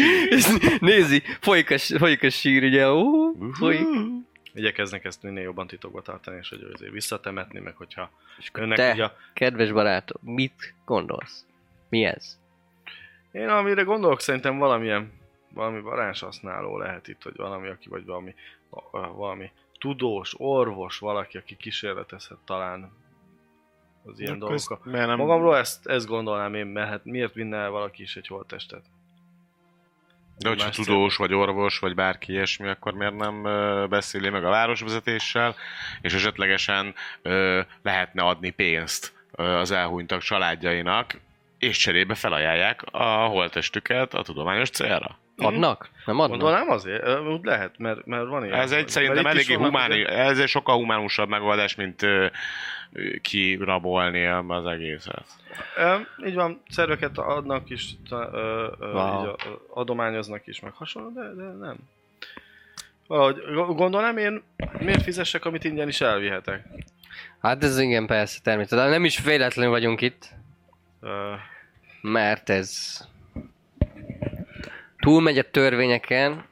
Speaker 2: Nézi, folyik a, folyik a sír, ugye, ó, folyik.
Speaker 5: Igyekeznek ezt minél jobban titokba tartani, és hogy azért visszatemetni, meg hogyha
Speaker 2: És akkor
Speaker 5: önnek
Speaker 2: te,
Speaker 5: ugye a
Speaker 2: kedves barátom, mit gondolsz? Mi ez?
Speaker 5: Én amire gondolok, szerintem valamilyen, valami varázshasználó lehet itt, vagy valami, aki, vagy valami, a- a- valami tudós, orvos, valaki, aki kísérletezhet talán az ilyen dolgokkal.
Speaker 4: Miért nem...
Speaker 5: Magamról ezt, ezt gondolnám én, mert hát miért vinne el valaki is egy holttestet?
Speaker 6: De hogyha
Speaker 5: Más
Speaker 6: tudós, vagy orvos, vagy bárki ilyesmi, akkor miért nem ö, beszéli meg a városvezetéssel, és esetlegesen ö, lehetne adni pénzt ö, az elhunytak családjainak, és cserébe felajánlják a holtestüket a tudományos célra.
Speaker 2: Adnak? Nem adnak?
Speaker 5: Gondolnám azért, Ö, úgy lehet, mert, mert van ilyen.
Speaker 6: Ez egy
Speaker 5: Mert
Speaker 6: szerintem
Speaker 5: itt is
Speaker 6: eléggé
Speaker 5: vannak
Speaker 6: humán,
Speaker 5: ugye-
Speaker 6: ez egy sokkal humánusabb megoldás, mint ö, ö, kirabolni az egészet.
Speaker 5: Ö, így van, szerveket adnak is, ta- ö, ö,
Speaker 2: Wow.
Speaker 5: így a, ö, adományoznak is, meg hasonló, de, de nem. Valahogy g- gondolnám én, miért fizessek, amit ingyen is elvihetek?
Speaker 2: Hát ez igen, persze, természetesen. De nem is véletlenül vagyunk itt,
Speaker 5: Ö,
Speaker 2: mert ez túlmegy a törvényeken,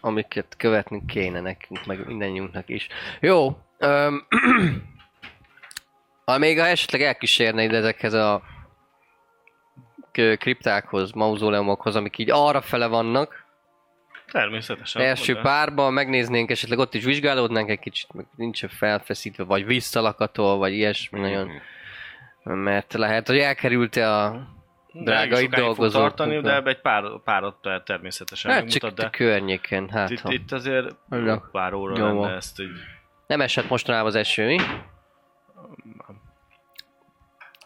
Speaker 2: amiket követni kéne nekünk, meg mindannyiunknak is. Jó, öm, ha még ha esetleg elkísérnéd ezekhez a k- kriptákhoz, mauzóleumokhoz, amik így arra fele vannak,
Speaker 5: természetesen.
Speaker 2: első
Speaker 5: mondd el.
Speaker 2: párban megnéznénk, esetleg ott is vizsgálódnánk egy kicsit, meg nincs felfeszítve, vagy visszalakatol, vagy ilyesmi nagyon, mert lehet, hogy elkerülte a
Speaker 5: De
Speaker 2: drága
Speaker 5: elég
Speaker 2: itt
Speaker 5: sokáig fog
Speaker 2: dolgozó
Speaker 5: tartani,
Speaker 2: munka.
Speaker 5: de egy pár, párat te- természetesen
Speaker 2: Hát csak
Speaker 5: megmutat,
Speaker 2: itt a
Speaker 5: de
Speaker 2: környéken, hát
Speaker 5: itt,
Speaker 2: ha.
Speaker 5: itt azért
Speaker 2: Ja.
Speaker 5: pár óra
Speaker 2: Nyomva.
Speaker 5: lenne ezt így.
Speaker 2: Nem esett mostanában az eső, mi?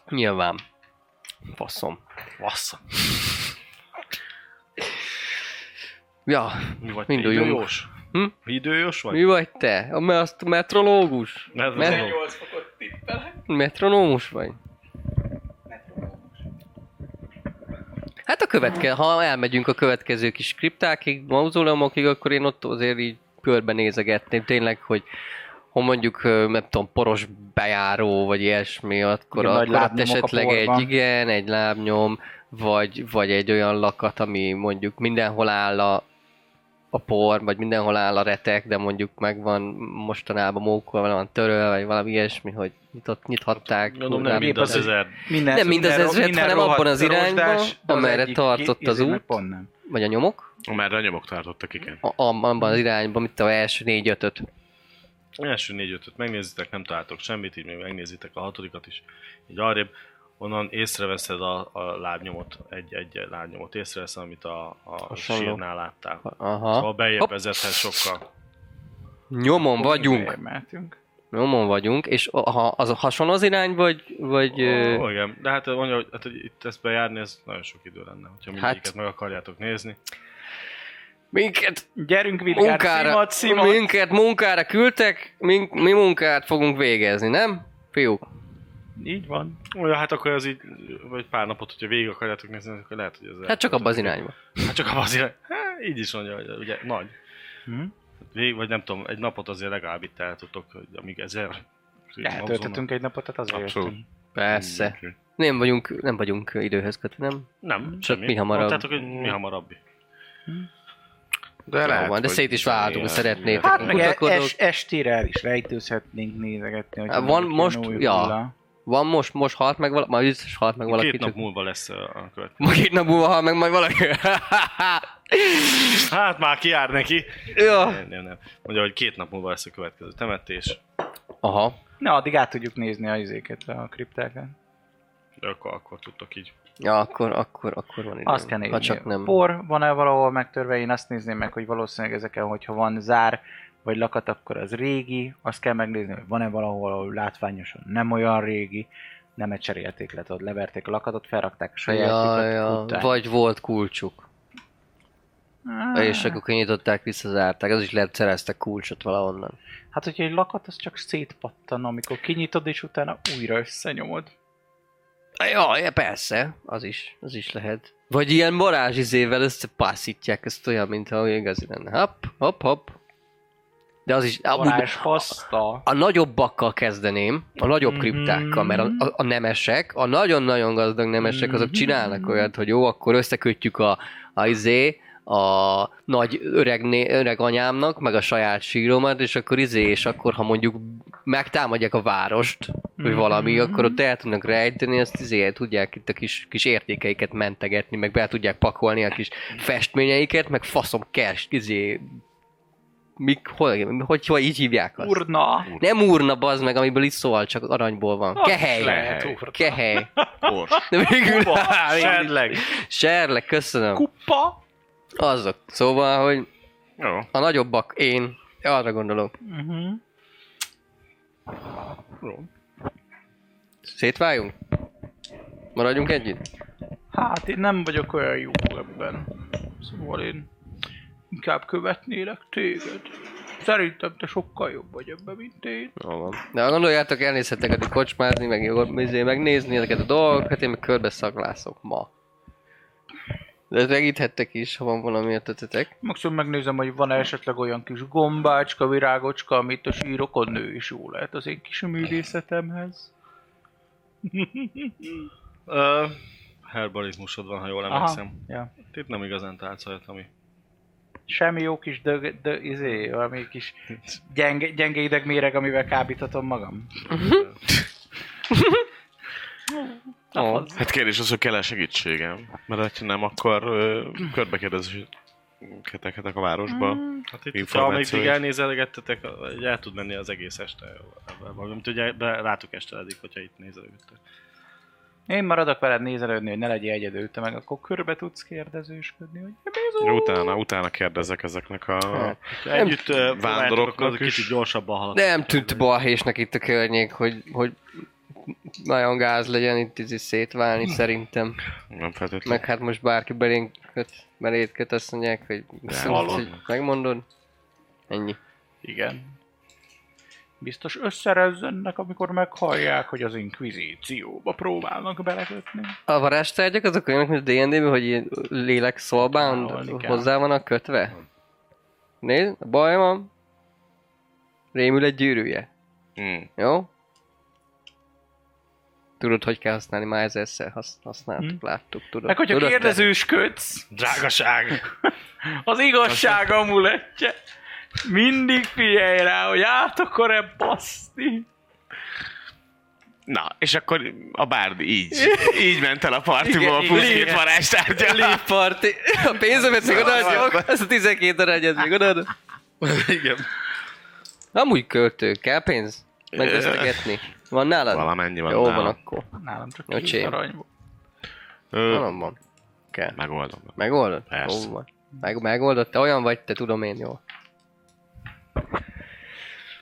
Speaker 2: Nyilván. Faszom.
Speaker 5: Vassza.
Speaker 2: Ja,
Speaker 5: Mi vagy
Speaker 2: Induljunk.
Speaker 5: te időjós?
Speaker 2: Hm?
Speaker 5: Időjós vagy?
Speaker 2: mi vagy te? A, me- azt metrológus?
Speaker 5: Mert
Speaker 2: Mert-
Speaker 5: Mert...
Speaker 2: Metronómus vagy? Hát a következő, ha elmegyünk a következő kis kriptákig, mauzóleumokig, akkor én ott azért így körbenézegetném tényleg, hogy ha mondjuk, ö, nem tudom, poros bejáró, vagy ilyesmi, akkor,
Speaker 3: Igen, nagy
Speaker 2: akkor ott
Speaker 3: lábnyomok a
Speaker 2: esetleg
Speaker 3: porban.
Speaker 2: egy, igen, egy lábnyom, vagy, vagy egy olyan lakat, ami mondjuk mindenhol áll a, a por, vagy mindenhol áll a retek, de mondjuk megvan mostanában mókol, valami van törölve, vagy valami ilyesmi, hogy nyitott, nyithatták.
Speaker 5: Gondolom nem
Speaker 2: hurrá,
Speaker 5: mind az ezer.
Speaker 3: Minden,
Speaker 2: Nem mind az
Speaker 3: minden-
Speaker 2: ezret,
Speaker 3: minden
Speaker 2: hanem abban
Speaker 3: rohadt
Speaker 2: az irányba,
Speaker 3: rozsdás, de az
Speaker 2: amerre
Speaker 3: egyik
Speaker 2: tartott
Speaker 3: ki-
Speaker 2: az
Speaker 3: izé meg
Speaker 2: út.
Speaker 3: Pont nem.
Speaker 2: vagy a nyomok,
Speaker 6: Már a nyomok tartottak, igen.
Speaker 2: a, a- abban az irányban, mint a első négy ötöt.
Speaker 5: Első négy ötöt megnézitek, nem találtok semmit, így még megnézitek a hatodikat is, így arrébb. Onnan észreveszed a, a lábnyomot, egy, egy lábnyomot észreveszed, amit a, a, a
Speaker 2: Hasonló.
Speaker 5: sírnál láttál.
Speaker 2: Aha.
Speaker 5: Szóval beljebb
Speaker 2: Hopp.
Speaker 5: vezethet sokkal.
Speaker 2: Nyomon
Speaker 5: Szóval-
Speaker 2: vagyunk.
Speaker 3: Elmentünk.
Speaker 2: Nyomon vagyunk, és a- ha az hasonló az irány, vagy, vagy ö,
Speaker 5: Ó, igen, de hát mondja, hogy, hát, hogy itt ezt bejárni, ez nagyon sok idő lenne, hogyha
Speaker 2: Hát-
Speaker 5: mindegyiket meg akarjátok nézni.
Speaker 2: minket
Speaker 3: Gyerünk, Vilgár,
Speaker 2: munkára,
Speaker 3: szimad, szimad.
Speaker 2: minket munkára küldtek, mi, mi munkát fogunk végezni, nem? Fiúk.
Speaker 3: Így van.
Speaker 5: Mondja, hát akkor az így, vagy pár napot, hogyha végig akarjátok nézni, akkor lehet, hogy ez
Speaker 2: Hát csak abban az irányba.
Speaker 5: Hát csak abban az irány. Hát, így is mondja, hogy ugye nagy.
Speaker 3: Hm?
Speaker 5: Vég, vagy nem tudom, egy napot azért legalább itt el tudtok, hogy amíg ezer...
Speaker 3: Eltöltöttünk egy napot, tehát azért
Speaker 6: Abszolút.
Speaker 3: jöttünk.
Speaker 2: Persze. Nem vagyunk, nem vagyunk időhöz kötve, nem?
Speaker 5: Nem,
Speaker 2: Csak mi hamarabb.
Speaker 5: Mondtátok, hogy mi hamarabb.
Speaker 6: De
Speaker 2: Jó van, de szét is váltunk, szeretnétek.
Speaker 3: Hát meg
Speaker 2: Gondolkodok.
Speaker 3: es, estére el is rejtőzhetnénk nézegetni. hogy
Speaker 2: Hát van
Speaker 3: mondjuk
Speaker 2: most-
Speaker 3: jön új
Speaker 2: ja.
Speaker 3: hulla.
Speaker 2: Van most, most halt meg valaki, majd biztos halt meg valaki.
Speaker 5: Két nap
Speaker 2: csak-
Speaker 5: múlva lesz ö, a következő.
Speaker 2: Ma két nap múlva hal meg majd valaki.
Speaker 5: Hát már kiár neki.
Speaker 2: ja.
Speaker 5: Nem, nem, nem. Mondja, hogy két nap múlva lesz a következő temetés.
Speaker 2: Aha.
Speaker 3: Na, addig át tudjuk nézni a izéket a kriptákat.
Speaker 5: De akkor, akkor tudtok így.
Speaker 2: Ja, akkor, akkor, akkor van idő.
Speaker 3: Azt kell nézni.
Speaker 2: Ha csak nem.
Speaker 3: Por van-e valahol megtörve? Én azt nézném meg, hogy valószínűleg ezeken, hogyha van zár vagy lakat, akkor az régi. Azt kell megnézni, hogy van-e valahol, ahol látványosan nem olyan régi. Nem cserélték le, tudod, leverték a lakatot, felrakták a saját
Speaker 2: ja, ja. Vagy volt kulcsuk.
Speaker 3: Hát. Ah,
Speaker 2: És akkor kinyitották, visszazárták. Az is lehet szereztek kulcsot valahonnan.
Speaker 3: Hát, hogyha egy lakat, az csak szétpattan, amikor kinyitod, és utána újra összenyomod.
Speaker 2: Ja, ja, persze. Az is, az is lehet. Vagy ilyen varázsizével összepászítják, ezt olyan, mintha igazi lenne. Hopp, hopp, hopp. De az is, amúgy,
Speaker 3: Varázs paszta.
Speaker 2: A nagyobbakkal kezdeném, a nagyobb
Speaker 3: Mhm.
Speaker 2: kriptákkal, mert a, a, a nemesek, a nagyon-nagyon gazdag nemesek, azok
Speaker 3: Mhm.
Speaker 2: csinálnak olyat, hogy jó, akkor összekötjük a, a izé, a nagy öreg, né, öreg anyámnak, meg a saját síromat, és akkor izé, és akkor ha mondjuk megtámadják a várost, vagy valami,
Speaker 3: Mhm.
Speaker 2: akkor ott el tudnak rejteni, azt izé, el tudják itt a kis, kis értékeiket mentegetni, meg be tudják pakolni a kis festményeiket, meg faszom kerst, izé, Mik, hol, hogy, hogy így hívják azt?
Speaker 3: Urna.
Speaker 2: Nem urna bazd meg, amiből is szól, csak aranyból van. Kehely.
Speaker 6: Lehet.
Speaker 2: Kehely.
Speaker 6: Kors.
Speaker 2: De végül...
Speaker 5: Sedleg.
Speaker 2: Serlek, köszönöm.
Speaker 3: Kupa.
Speaker 2: Azok. Szóval, hogy
Speaker 6: Jó.
Speaker 2: a nagyobbak, én arra gondolok.
Speaker 3: Uh-huh.
Speaker 2: Szétváljunk? Maradjunk együtt?
Speaker 3: Hát én nem vagyok olyan jó ebben. Szóval én inkább követnélek téged. Szerintem te sokkal jobb vagy ebben, mint én.
Speaker 6: Jó van.
Speaker 2: De ha gondoljátok, elnézhettek addig kocsmázni, meg jól- izé, megnézni ezeket a dolgokat, hát én meg körbe szaglászok ma. De segíthettek is, ha van valami ötletetek.
Speaker 3: Maximum megnézem, hogy van esetleg olyan kis gombácska, virágocska, amit a sírokon nő is jó lehet az én kis művészetemhez.
Speaker 5: Ö, herbalizmusod van, ha jól
Speaker 3: Aha.
Speaker 5: emlékszem. Hát
Speaker 3: Ja.
Speaker 5: Itt nem igazán tálsz olyat, ami...
Speaker 3: Semmi jó kis dög, dö, izé, valami kis gyenge, gyenge idegméreg, amivel kábítatom magam.
Speaker 2: Ó,
Speaker 6: Hát kérdés az, hogy kell-e segítségem? Mert ha nem, akkor ö, körbe kérdezhetek a városba.
Speaker 5: Hát itt, ha
Speaker 6: Információ
Speaker 5: még
Speaker 6: is.
Speaker 5: még elnézelgettetek, így el tud menni az egész este. Valamint ugye be- rátok esteledik, hogyha itt nézelgettek.
Speaker 3: Én maradok veled nézelődni, hogy ne legyél egyedül, te meg akkor körbe tudsz kérdezősködni, hogy
Speaker 6: Jó, Utána, utána kérdezek ezeknek a...
Speaker 2: Nem
Speaker 5: Együtt ö, próbáltok,
Speaker 6: vándoroknak
Speaker 5: akkor
Speaker 6: is.
Speaker 5: kicsit gyorsabban halad.
Speaker 2: Nem tűnt balhésnek itt a környék, hogy, hogy nagyon gáz legyen itt izé szétválni szerintem.
Speaker 6: Nem feltétlenül.
Speaker 2: Meg hát most bárki belénk mellétköt, mellétköt azt mondják, hogy, azt mondod,
Speaker 5: hallod.
Speaker 2: hogy megmondod. Ennyi.
Speaker 3: Igen. Biztos összerezzennek, amikor meghallják, hogy az inkvizícióba próbálnak belekötni.
Speaker 2: A varázstárgyak azok olyanok, mint a D&D-ben, hogy ilyen lélek
Speaker 3: Távol
Speaker 2: soulbound
Speaker 3: kell.
Speaker 2: hozzá vannak kötve? Nézd, baj van. Rémül egy gyűrűje.
Speaker 6: Hmm.
Speaker 2: Jó? Tudod, hogy kell használni, már ezerszer hasz- használtuk,
Speaker 3: Hm.
Speaker 2: láttuk, tudod.
Speaker 3: Meg hogyha
Speaker 2: tudod, te?
Speaker 3: kérdezősködsz,
Speaker 5: Drágaság!
Speaker 3: az igazság amuletje. Mindig figyelj rá, hogy át akar-e baszni.
Speaker 6: Na, és akkor a bárd így, így ment el a partiból
Speaker 2: Igen,
Speaker 6: a
Speaker 2: igen,
Speaker 6: plusz két
Speaker 2: igen.
Speaker 6: varázstárgya.
Speaker 2: Leaf party. A pénzemet még odaadjuk, ezt a 12 darányat még odaadom.
Speaker 5: Igen.
Speaker 2: Amúgy költő, kell pénz? Megvesztegetni. Van nálad?
Speaker 6: Valamennyi van
Speaker 2: Jó, van
Speaker 6: nálam.
Speaker 2: akkor.
Speaker 3: Nálam csak
Speaker 2: Öcsém.
Speaker 3: két arany volt.
Speaker 6: Ö,
Speaker 2: Valam van. Kell.
Speaker 6: Megoldom.
Speaker 2: Megoldod?
Speaker 6: Persze.
Speaker 2: Jó van. Meg, megoldod, te olyan vagy, te tudom én jól.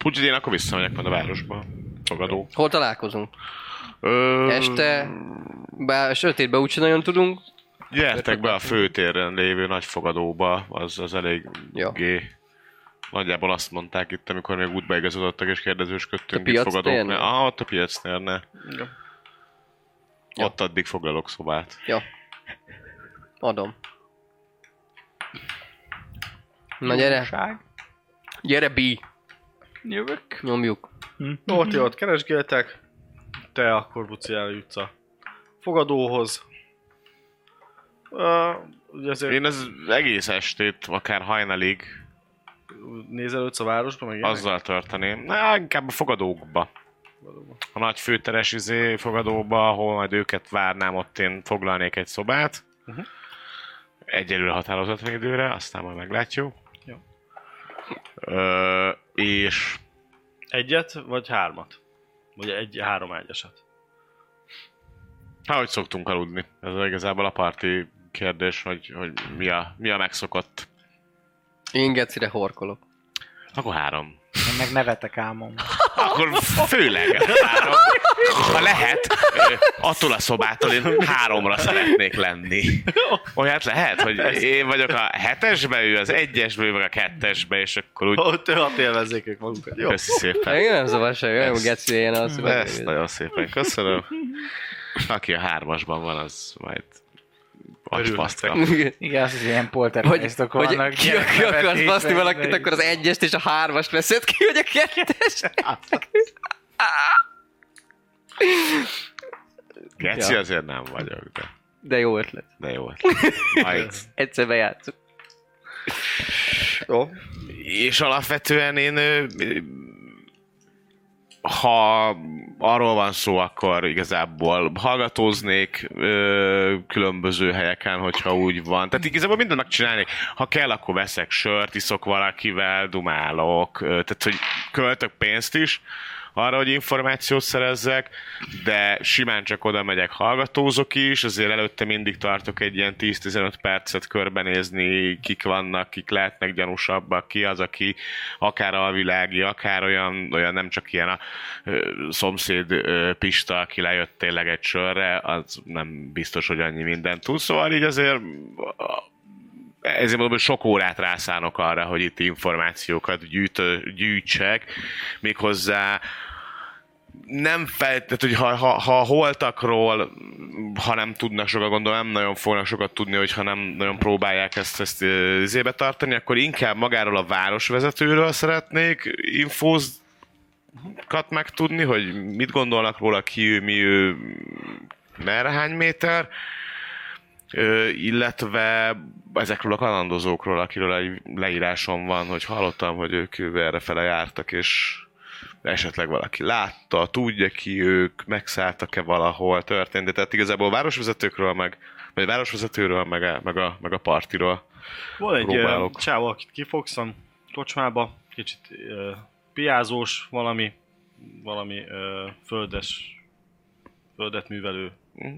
Speaker 6: Úgyhogy én akkor visszamegyek majd a városba. Fogadó.
Speaker 2: Hol találkozunk?
Speaker 6: Ö,
Speaker 2: Este, bár sötétben úgyse nagyon tudunk.
Speaker 6: Gyertek be a főtéren lévő nagy fogadóba, az, az elég
Speaker 2: Jó.
Speaker 6: gé. Nagyjából azt mondták itt, amikor még útba igazodottak és kérdezősködtünk
Speaker 2: A
Speaker 6: itt
Speaker 2: piac
Speaker 6: fogadóknál.
Speaker 2: térnél?
Speaker 6: Ah, ott a piacnél, ne. Ott addig foglalok szobát.
Speaker 2: Jó. Adom. Na gyere,
Speaker 3: Ság.
Speaker 2: gyere B,
Speaker 3: Jövök.
Speaker 2: nyomjuk.
Speaker 5: Ott, ott keresgéltek, te akkor buci eljutsz a fogadóhoz. Uh, ugye azért
Speaker 6: Én az egész estét, akár hajnalig
Speaker 5: nézelődsz a városba, meg ilyenek?
Speaker 6: azzal tartaném. Na, inkább a fogadókba. A nagy főteres izé fogadóba, ahol majd őket várnám, ott én foglalnék egy szobát.
Speaker 5: Mhm.
Speaker 6: Uh-huh. Egyelőre határozatvédőre, aztán majd meglátjuk.
Speaker 5: Jó.
Speaker 6: Ö, és
Speaker 5: Egyet, vagy hármat? Vagy egy, három ágyasat.
Speaker 6: hát, hogy szoktunk aludni? Ez igazából a parti kérdés, hogy, hogy mi, a, mi a megszokott.
Speaker 2: Én gecire horkolok.
Speaker 6: Akkor három.
Speaker 3: Én meg nevetek álmom.
Speaker 6: Akkor főleg három. Ha lehet, ö, attól a szobától én háromra szeretnék lenni. Olyat lehet, hogy én vagyok a hetesbe, ő az egyesbe, ő meg a kettesbe, és akkor úgy
Speaker 5: Ott hat élvezzék ők magukat. Jó.
Speaker 6: köszi szépen.
Speaker 2: Engem nem zavar semmi, olyan
Speaker 6: Ezt-
Speaker 2: geci ilyen az.
Speaker 6: Ezt nagyon szépen köszönöm. Aki a hármasban van, az majd agypaszt kap.
Speaker 3: Igen, az az ilyen
Speaker 2: Vagy,
Speaker 3: poltergeistok vannak.
Speaker 2: vagy ki, ki akarsz baszni valakit, akkor az egyest és a hármast veszed ki, hogy a kettes.
Speaker 6: Geci
Speaker 2: Ja.
Speaker 6: azért nem vagyok, de,
Speaker 2: De jó ötlet.
Speaker 6: de jó. Majd
Speaker 2: Egyszer bejátszunk.
Speaker 5: Jó.
Speaker 6: És alapvetően én, ö, ö, ha arról van szó, akkor igazából hallgatóznék ö, különböző helyeken, hogyha úgy van. Tehát igazából mindent megcsinálnék. Ha kell, akkor veszek sört, iszok valakivel, dumálok, ö, tehát hogy költök pénzt is arra, hogy információt szerezzek, de simán csak oda megyek, hallgatózok is, azért előtte mindig tartok egy ilyen 10-15 percet körbenézni, kik vannak, kik lehetnek gyanúsabbak, ki az, aki akár alvilági, akár olyan, olyan nem csak ilyen a ö, szomszéd ö, Pista, aki lejött tényleg egy sörre, az nem biztos, hogy annyi mindent tud, szóval így azért a- ezért mondom, hogy sok órát rászánok arra, hogy itt információkat gyűjtö, gyűjtsek, méghozzá nem felt, tehát hogy ha, ha, ha holtakról, ha nem tudnak sokat, gondolom nem nagyon fognak sokat tudni, hogyha nem nagyon próbálják ezt, ezt ö, izébe tartani, akkor inkább magáról a városvezetőről szeretnék infóz kat megtudni, hogy mit gondolnak róla, ki ő, mi ő, merre, hány méter, Ö, illetve ezekről a kalandozókról, akiről egy leírásom van, hogy hallottam, hogy ők jövő erre fele jártak, és esetleg valaki látta, tudja ki ők, megszálltak-e valahol, történt. De tehát igazából a városvezetőkről, meg, vagy a városvezetőről, meg a, meg a, meg a partiról.
Speaker 5: Van egy ö,
Speaker 6: Próbálok.
Speaker 5: csávó, akit kifogszom kocsmába, kicsit ö, piázós, valami, valami ö, földes, földet művelő
Speaker 6: Mm.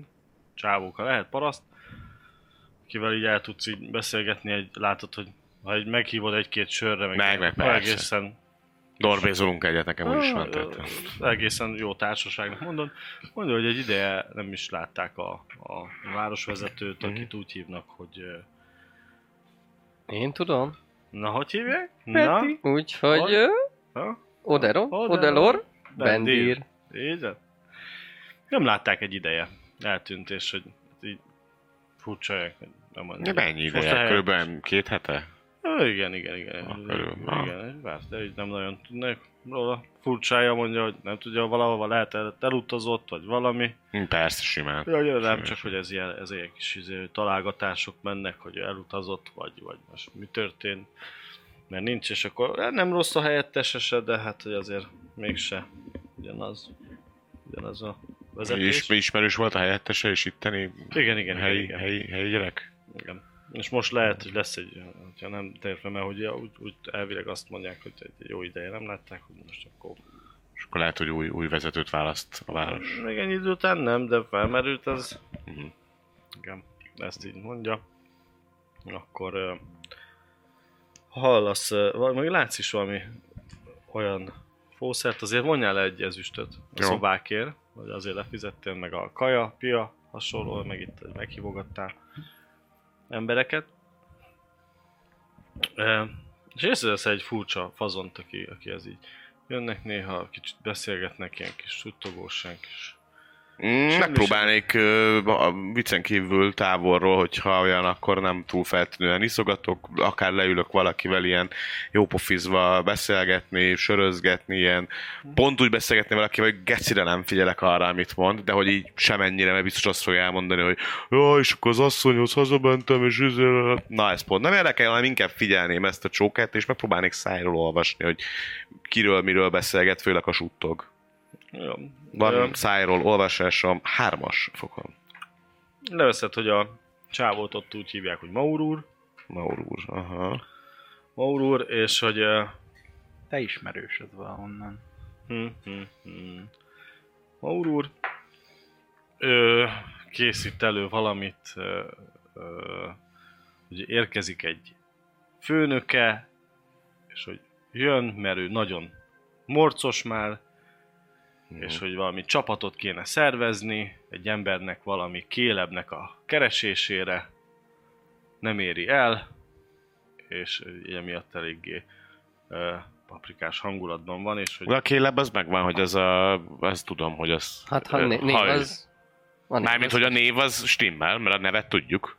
Speaker 5: csávóka lehet, paraszt, akivel így el tudsz így beszélgetni, egy, látod, hogy ha egy meghívod egy-két sörre, meg,
Speaker 6: Meg, meg
Speaker 5: akkor
Speaker 6: persze.
Speaker 5: egészen,
Speaker 6: Dorbézolunk egyet, nekem úgy is van. Tehát.
Speaker 5: egészen jó társaságnak mondod. Mondja,
Speaker 6: Mhm.
Speaker 5: hogy egy ideje nem is látták a, a városvezetőt, akit úgy hívnak, hogy ö,
Speaker 2: Én tudom.
Speaker 5: Na, hogy hívják? Na,
Speaker 2: Peti. Úgyhogy...
Speaker 5: Hogy?
Speaker 2: ö,
Speaker 5: ha?
Speaker 2: Odero?
Speaker 5: Odelor.
Speaker 2: Odelor?
Speaker 5: Bendir.
Speaker 2: Bendir.
Speaker 5: Így van. Nem látták egy ideje. Eltűnt, és hogy így furcsaják. hogy Nem mondják.
Speaker 6: Mennyi
Speaker 5: Most a
Speaker 6: ideje?
Speaker 5: hely-
Speaker 6: Körülbelül két hete?
Speaker 5: Ö, Igen, igen, igen.
Speaker 6: Ah, körül.
Speaker 5: igen, igen, várt, de így nem nagyon tudnék róla. Furcsája mondja, hogy nem tudja, valahova lehet el- elutazott, vagy valami.
Speaker 6: Hm, Persze, simán.
Speaker 5: Ja, ja, nem
Speaker 6: Sajnos.
Speaker 5: csak, hogy ez ilyen, ez ilyen kis izé, találgatások mennek, hogy elutazott, vagy, vagy most mi történt. Mert nincs, és akkor hát nem rossz a helyettesese, de hát, hogy azért mégse ugyanaz, ugyanaz a vezetés.
Speaker 6: Is, ismerős volt a helyettese, és itteni
Speaker 5: igen, igen,
Speaker 6: helyi,
Speaker 5: igen.
Speaker 6: helyi, helyi gyerek?
Speaker 5: Igen. És most lehet, hogy lesz egy, ha nem terve, mert hogy úgy, úgy elvileg azt mondják, hogy egy jó ideje nem látták, hogy most akkor...
Speaker 6: És akkor lehet, hogy új, új vezetőt választ a város.
Speaker 5: Még ennyi idő után nem, de felmerült ez.
Speaker 6: Mhm.
Speaker 5: Igen, ezt így mondja. Akkor ö, hallasz, ö, vagy még látsz is valami olyan fószert, azért vonjál le egy ezüstöt a
Speaker 6: Jó.
Speaker 5: szobákért, vagy azért lefizettél, meg a kaja, pia, hasonló, meg itt meghívogattál embereket. Ö, És észrevesz egy furcsa fazont, aki, aki ez így jönnek néha, kicsit beszélgetnek, ilyen kis suttogósan, kis...
Speaker 6: Mm, megpróbálnék ö, a viccen kívül távolról, hogyha olyan, akkor nem túl feltűnően iszogatok, akár leülök valakivel ilyen jópofizva beszélgetni, sörözgetni, ilyen pont úgy beszélgetni valakivel, hogy gecire nem figyelek arra, amit mond, de hogy így semennyire, mert biztos azt fogja elmondani, hogy ja, és akkor az asszonyhoz hazamentem, és izé- na ez pont nem érdekel, hanem inkább figyelném ezt a csókát, és megpróbálnék szájról olvasni, hogy kiről, miről beszélget, főleg a suttog.
Speaker 5: Jó.
Speaker 6: Van
Speaker 5: Ö,
Speaker 6: szájról olvasásom, hármas fokon.
Speaker 5: Leveszed, hogy a csávót ott úgy hívják, hogy Maur úr,
Speaker 6: Maur úr, aha.
Speaker 5: Maur úr, és hogy... ö,
Speaker 3: Te ismerősöd valahonnan.
Speaker 5: Hm, hm, hm. Maur úr ö, készít elő valamit, ö, ö, ugye érkezik egy főnöke, és hogy jön, mert ő nagyon morcos már, és hogy valami csapatot kéne szervezni, egy embernek valami kélebnek a keresésére, nem éri el, és emiatt eléggé ö, paprikás hangulatban van, és hogy...
Speaker 6: A kélebb az megvan, hogy az a... Azt tudom, hogy az...
Speaker 2: Hát ha
Speaker 6: ö,
Speaker 2: né- név
Speaker 6: ha ő-
Speaker 2: az... Van
Speaker 6: Mármint, hogy a név az stimmel, mert a nevet tudjuk.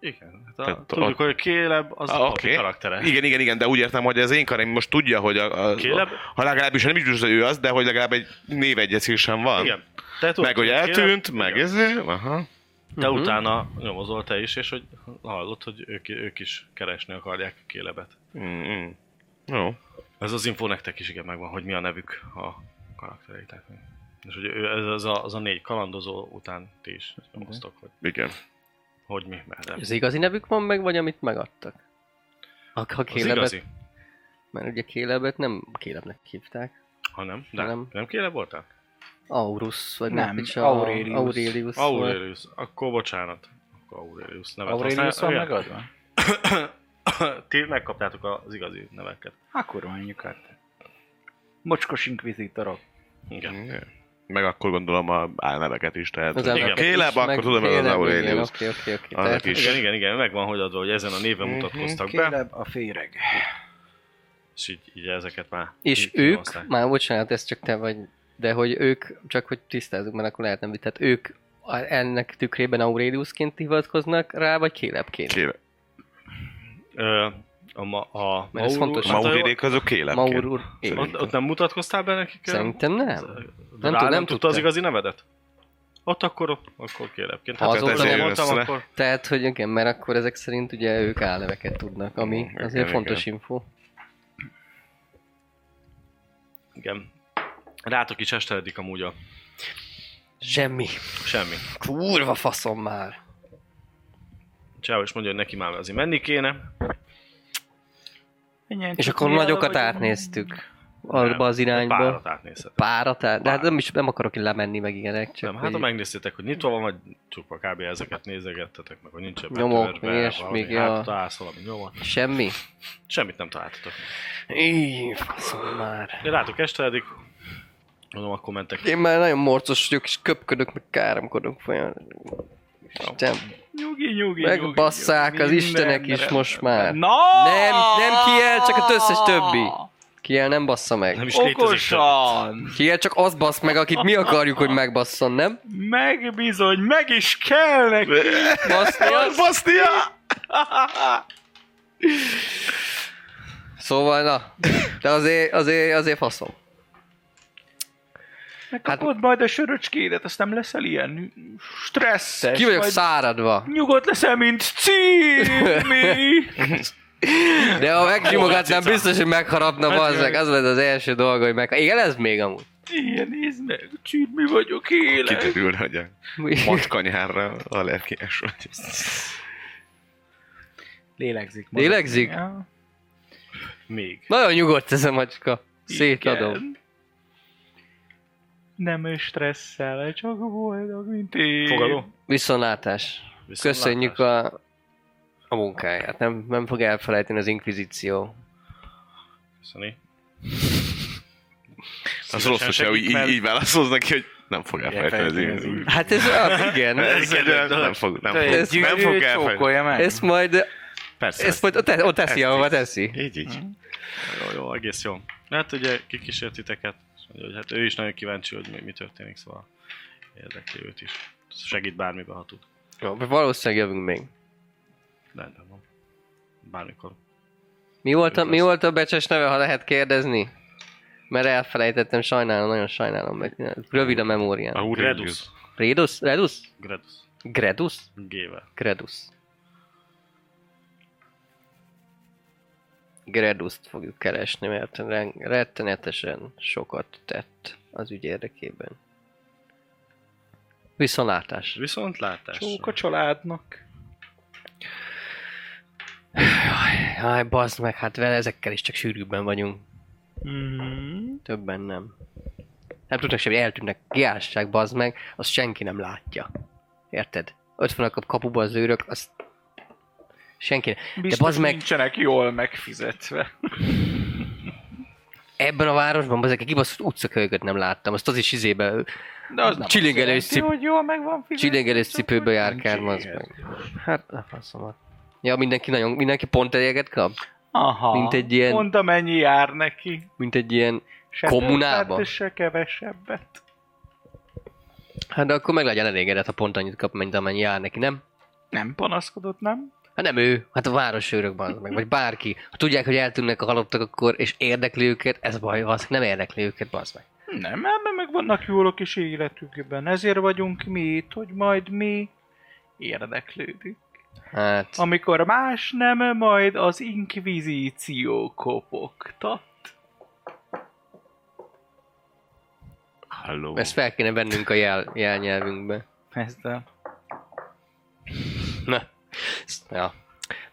Speaker 5: Igen, hát a,
Speaker 6: Tehát
Speaker 5: tudjuk,
Speaker 6: ott-
Speaker 5: hogy Kéleb az
Speaker 6: Ah,
Speaker 5: a
Speaker 6: oké.
Speaker 5: okay. karaktere.
Speaker 6: Igen, igen, igen, de úgy értem, hogy az én karim most tudja, hogy a... a
Speaker 5: Kéleb?
Speaker 6: ha legalábbis ha nem is biztos, hogy ő az, de hogy legalább egy névegyezésen van.
Speaker 5: Igen. Te tudod,
Speaker 6: Meg, hogy
Speaker 5: Caleb,
Speaker 6: eltűnt,
Speaker 5: igen.
Speaker 6: meg ez... Mhm. Aha.
Speaker 5: Te uh-huh. utána nyomozol te is, és hogy hallod, hogy ők, ők is keresni akarják Kélebet.
Speaker 6: Mm-mm. Mm, Jó.
Speaker 5: Ez az info nektek is igen megvan, hogy mi a nevük a karaktereiteknek. És hogy ő- ez az a, az a négy kalandozó után ti is
Speaker 2: Mhm.
Speaker 5: nyomoztok, hogy,
Speaker 6: Igen.
Speaker 5: hogy mi, merre.
Speaker 2: Az igazi nevük van meg, vagy amit megadtak? A, ha
Speaker 5: Az
Speaker 2: kélebet,
Speaker 5: igazi,
Speaker 2: mert ugye kélebet nem kélebnek hívták.
Speaker 5: ha nem? De, nem.
Speaker 2: Nem.
Speaker 5: nem Kéleb voltál?
Speaker 2: Aurus, vagy
Speaker 3: Nem,
Speaker 2: nem, micsoda,
Speaker 3: Aurelius.
Speaker 2: Aurelius. volt.
Speaker 5: Aurelius. Akkor bocsánat. Akkor Aurelius nevet
Speaker 3: Aurelius van
Speaker 5: használ-
Speaker 3: megadva?
Speaker 5: Ti megkaptátok az igazi neveket.
Speaker 3: Akkor anyjukat. Mocskos inkvizítorok.
Speaker 2: Mm.
Speaker 5: Igen.
Speaker 6: Meg akkor gondolom a álneveket is, tehát...
Speaker 2: Hát Az
Speaker 6: hogy
Speaker 2: elnökök is,
Speaker 6: Kéleb,
Speaker 2: meg
Speaker 6: akkor tudom, hogy az
Speaker 2: Caleb, igen,
Speaker 6: Aurelius.
Speaker 2: Oké, oké, oké.
Speaker 6: Annak
Speaker 2: Tehát- Mhm,
Speaker 6: is.
Speaker 5: Igen, igen, igen, meg van hogy adva, hogy ezen a néven mutatkoztak be,
Speaker 3: Kéleb a féreg.
Speaker 5: és így, így ezeket már...
Speaker 2: És
Speaker 5: így
Speaker 2: ők,
Speaker 5: kihozták.
Speaker 2: már bocsánat, ez csak te vagy, de hogy ők, csak hogy tisztázzuk, mert akkor lehet nem vitt, tehát ők a- ennek tükrében Aureliusként hivatkoznak rá, vagy Kélebként?
Speaker 6: Kéleb.
Speaker 5: Ö, a, ma, a
Speaker 2: Mert ez fontos.
Speaker 5: hát a-
Speaker 6: Maurék azok kélebként.
Speaker 2: Maur úr. Én.
Speaker 5: Ott, ott nem mutatkoztál be nekik?
Speaker 2: Szerintem nem.
Speaker 5: Nem,
Speaker 2: tud-
Speaker 5: nem, Szóval nem
Speaker 2: nem
Speaker 5: tudta az
Speaker 2: tudtam.
Speaker 5: igazi nevedet? Ott akkor, akkor kélepként.
Speaker 2: Ha
Speaker 5: Hát
Speaker 2: azóta
Speaker 5: azóta
Speaker 2: nem
Speaker 5: nem mondtam,
Speaker 6: jössz le.
Speaker 5: akkor...
Speaker 2: Tehát, hogy igen, mert akkor ezek szerint ugye ők álneveket tudnak, ami
Speaker 6: Igen,
Speaker 2: azért
Speaker 6: igen.
Speaker 2: fontos info.
Speaker 5: Igen. Rátok is esteledik amúgy a
Speaker 2: Semmi.
Speaker 5: semmi.
Speaker 2: Kurva faszom már.
Speaker 5: Csáó is mondja, hogy neki már azért menni kéne.
Speaker 2: És akkor nagyokat átnéztük.
Speaker 5: Nem,
Speaker 2: Abba az irányba.
Speaker 5: Párat átnézhet.
Speaker 2: Párat át. De hát nem is nem akarok lemenni meg ilyenek, csak
Speaker 5: Nem, hát ha
Speaker 2: hogy
Speaker 5: megnéztétek, hogy nyitva van, vagy csupa kb. ezeket nézegettetek meg, hogy nincs ebben
Speaker 2: Nyomok,
Speaker 5: törve,
Speaker 2: ilyesmi,
Speaker 5: valami
Speaker 2: ja.
Speaker 5: háttálsz, valami nyomat.
Speaker 2: semmi.
Speaker 5: Semmit nem találtatok.
Speaker 2: Így, faszom már.
Speaker 5: De látok, esteledik, mondom, akkor mentek.
Speaker 2: Én már nagyon morcos vagyok, és köpködök, meg káromkodok folyamatosan. Isten.
Speaker 3: nyugi, nyugi,
Speaker 2: Megbasszák az istenek is most már.
Speaker 3: Na!
Speaker 2: Nem, nem kiel, csak az összes többi. Kiel nem bassza
Speaker 5: Nem
Speaker 2: meg.
Speaker 5: is létezik több.
Speaker 3: Okosan!
Speaker 2: Kiel csak az bassz meg, akit mi akarjuk, hogy megbasszon, nem?
Speaker 3: Meg bizony, meg is kell neki!
Speaker 2: Baszni az?
Speaker 4: Basznia!
Speaker 2: Szóval na, de azért, azért, azért faszom.
Speaker 3: Megkapod hát, majd a söröcskédet, azt nem leszel ilyen stresszes.
Speaker 2: Ki vagyok
Speaker 3: majd
Speaker 2: száradva.
Speaker 3: Nyugodt leszel, mint cími!
Speaker 2: De ha megsimogatnám, biztos, hogy megharapna bazzeg. Az lenne az első dolga, hogy meg... Igen, ez még amúgy.
Speaker 3: Ilyen, nézd meg, cími vagyok, élek!
Speaker 4: Kiderül, hogy a macskanyárra allergiás vagy.
Speaker 3: Lélegzik.
Speaker 2: maga. Lélegzik?
Speaker 3: Ja.
Speaker 5: Még.
Speaker 2: Nagyon nyugodt ez a macska. Szétadom.
Speaker 3: Igen. Nem stresszel, csak boldog, mint én.
Speaker 5: Fogadó?
Speaker 2: Viszontlátás.
Speaker 5: Viszontlátás.
Speaker 2: Köszönjük a, a munkáját. Nem, nem fog elfelejteni az inkvizíció.
Speaker 5: Köszöni.
Speaker 4: Az
Speaker 5: Szívesen
Speaker 4: rossz, hogyha
Speaker 5: segít,
Speaker 4: így, így,
Speaker 5: mert-
Speaker 4: így válaszolsz neki, hogy nem fog elfelejteni.
Speaker 2: Hát ez az, igen.
Speaker 4: Ez
Speaker 2: Ez,
Speaker 4: egy olyan- nem fog, nem
Speaker 3: Te
Speaker 4: fog, nem
Speaker 3: gyűrű,
Speaker 4: fog elfelejteni.
Speaker 3: csókolja meg.
Speaker 2: ezt majd,
Speaker 4: Persze.
Speaker 2: ezt majd ott, ott teszi, ahova teszi.
Speaker 4: Így, így.
Speaker 5: Jó, jó, egész jó. Hát ugye kikísért titeket, és mondja, hogy hát ő is nagyon kíváncsi, hogy mi, mi történik, szóval érdekli őt is. Segít bármiben, ha tud.
Speaker 2: Jó, valószínűleg jövünk még.
Speaker 5: Rendben van. Bármikor.
Speaker 2: Mi volt, a,
Speaker 5: Ez
Speaker 2: mi
Speaker 5: az.
Speaker 2: volt a becses neve, ha lehet kérdezni? Mert elfelejtettem, sajnálom, nagyon sajnálom, meg rövid a
Speaker 6: A
Speaker 2: memóriám.
Speaker 6: úr Redus.
Speaker 2: Redus?
Speaker 5: Gredus.
Speaker 2: Redus?
Speaker 5: Gredus.
Speaker 2: Gredus?
Speaker 5: G-vel.
Speaker 2: Gredus. Gredust fogjuk keresni, mert ren- rettenetesen sokat tett az ügy érdekében. Viszontlátás.
Speaker 5: Viszont látás.
Speaker 3: Csók a családnak.
Speaker 2: Jaj, bazd meg, hát vele ezekkel is csak sűrűbben vagyunk. Többen nem. Nem tudnak semmi, eltűnnek. Kiásság, bazd meg, azt senki nem látja. Érted? 50 a kapuba az őrök, azt senki nem.
Speaker 3: Biztos
Speaker 2: bazd meg-
Speaker 3: nincsenek jól megfizetve.
Speaker 2: Ebben a városban, bazd meg, egy kibaszott utcakölyöket nem láttam. Azt az is izébe
Speaker 3: De az nem
Speaker 2: Csilingelős
Speaker 3: azt
Speaker 2: cip-
Speaker 3: jelenti, hogy jól meg van fizetve.
Speaker 2: Csilingelés
Speaker 3: hát csak
Speaker 2: cipőbe
Speaker 3: hogy
Speaker 2: járkál,
Speaker 3: nincs
Speaker 2: az
Speaker 3: ilyen.
Speaker 2: meg. Hát, a faszomat. Ja, mindenki nagyon, mindenki pont egyeget kap?
Speaker 3: Aha.
Speaker 2: Mint egy ilyen-
Speaker 3: Mondd, amennyi jár neki.
Speaker 2: Mint egy ilyen...
Speaker 3: Se
Speaker 2: Kommunába?
Speaker 3: többet, és se kevesebbet.
Speaker 2: Hát de akkor meg legyen elégedett, ha pont annyit kap, mint amennyi jár neki, nem?
Speaker 3: Nem panaszkodott, nem?
Speaker 2: Hát nem ő, hát a városőrök van meg, vagy bárki. Ha tudják, hogy eltűnnek a halottak, akkor és érdekli őket, ez baj, az nem érdekli őket, bazd meg.
Speaker 3: Nem, hát mert meg vannak jól a kis életükben. Ezért vagyunk mi itt, hogy majd mi érdeklődünk.
Speaker 2: Hát,
Speaker 3: Amikor más nem, majd az inkvizíció kopogtat.
Speaker 4: Halló.
Speaker 2: ezt fel kéne vennünk a jel, jelnyelvünkbe.
Speaker 3: Ezt a...
Speaker 2: Na, ja.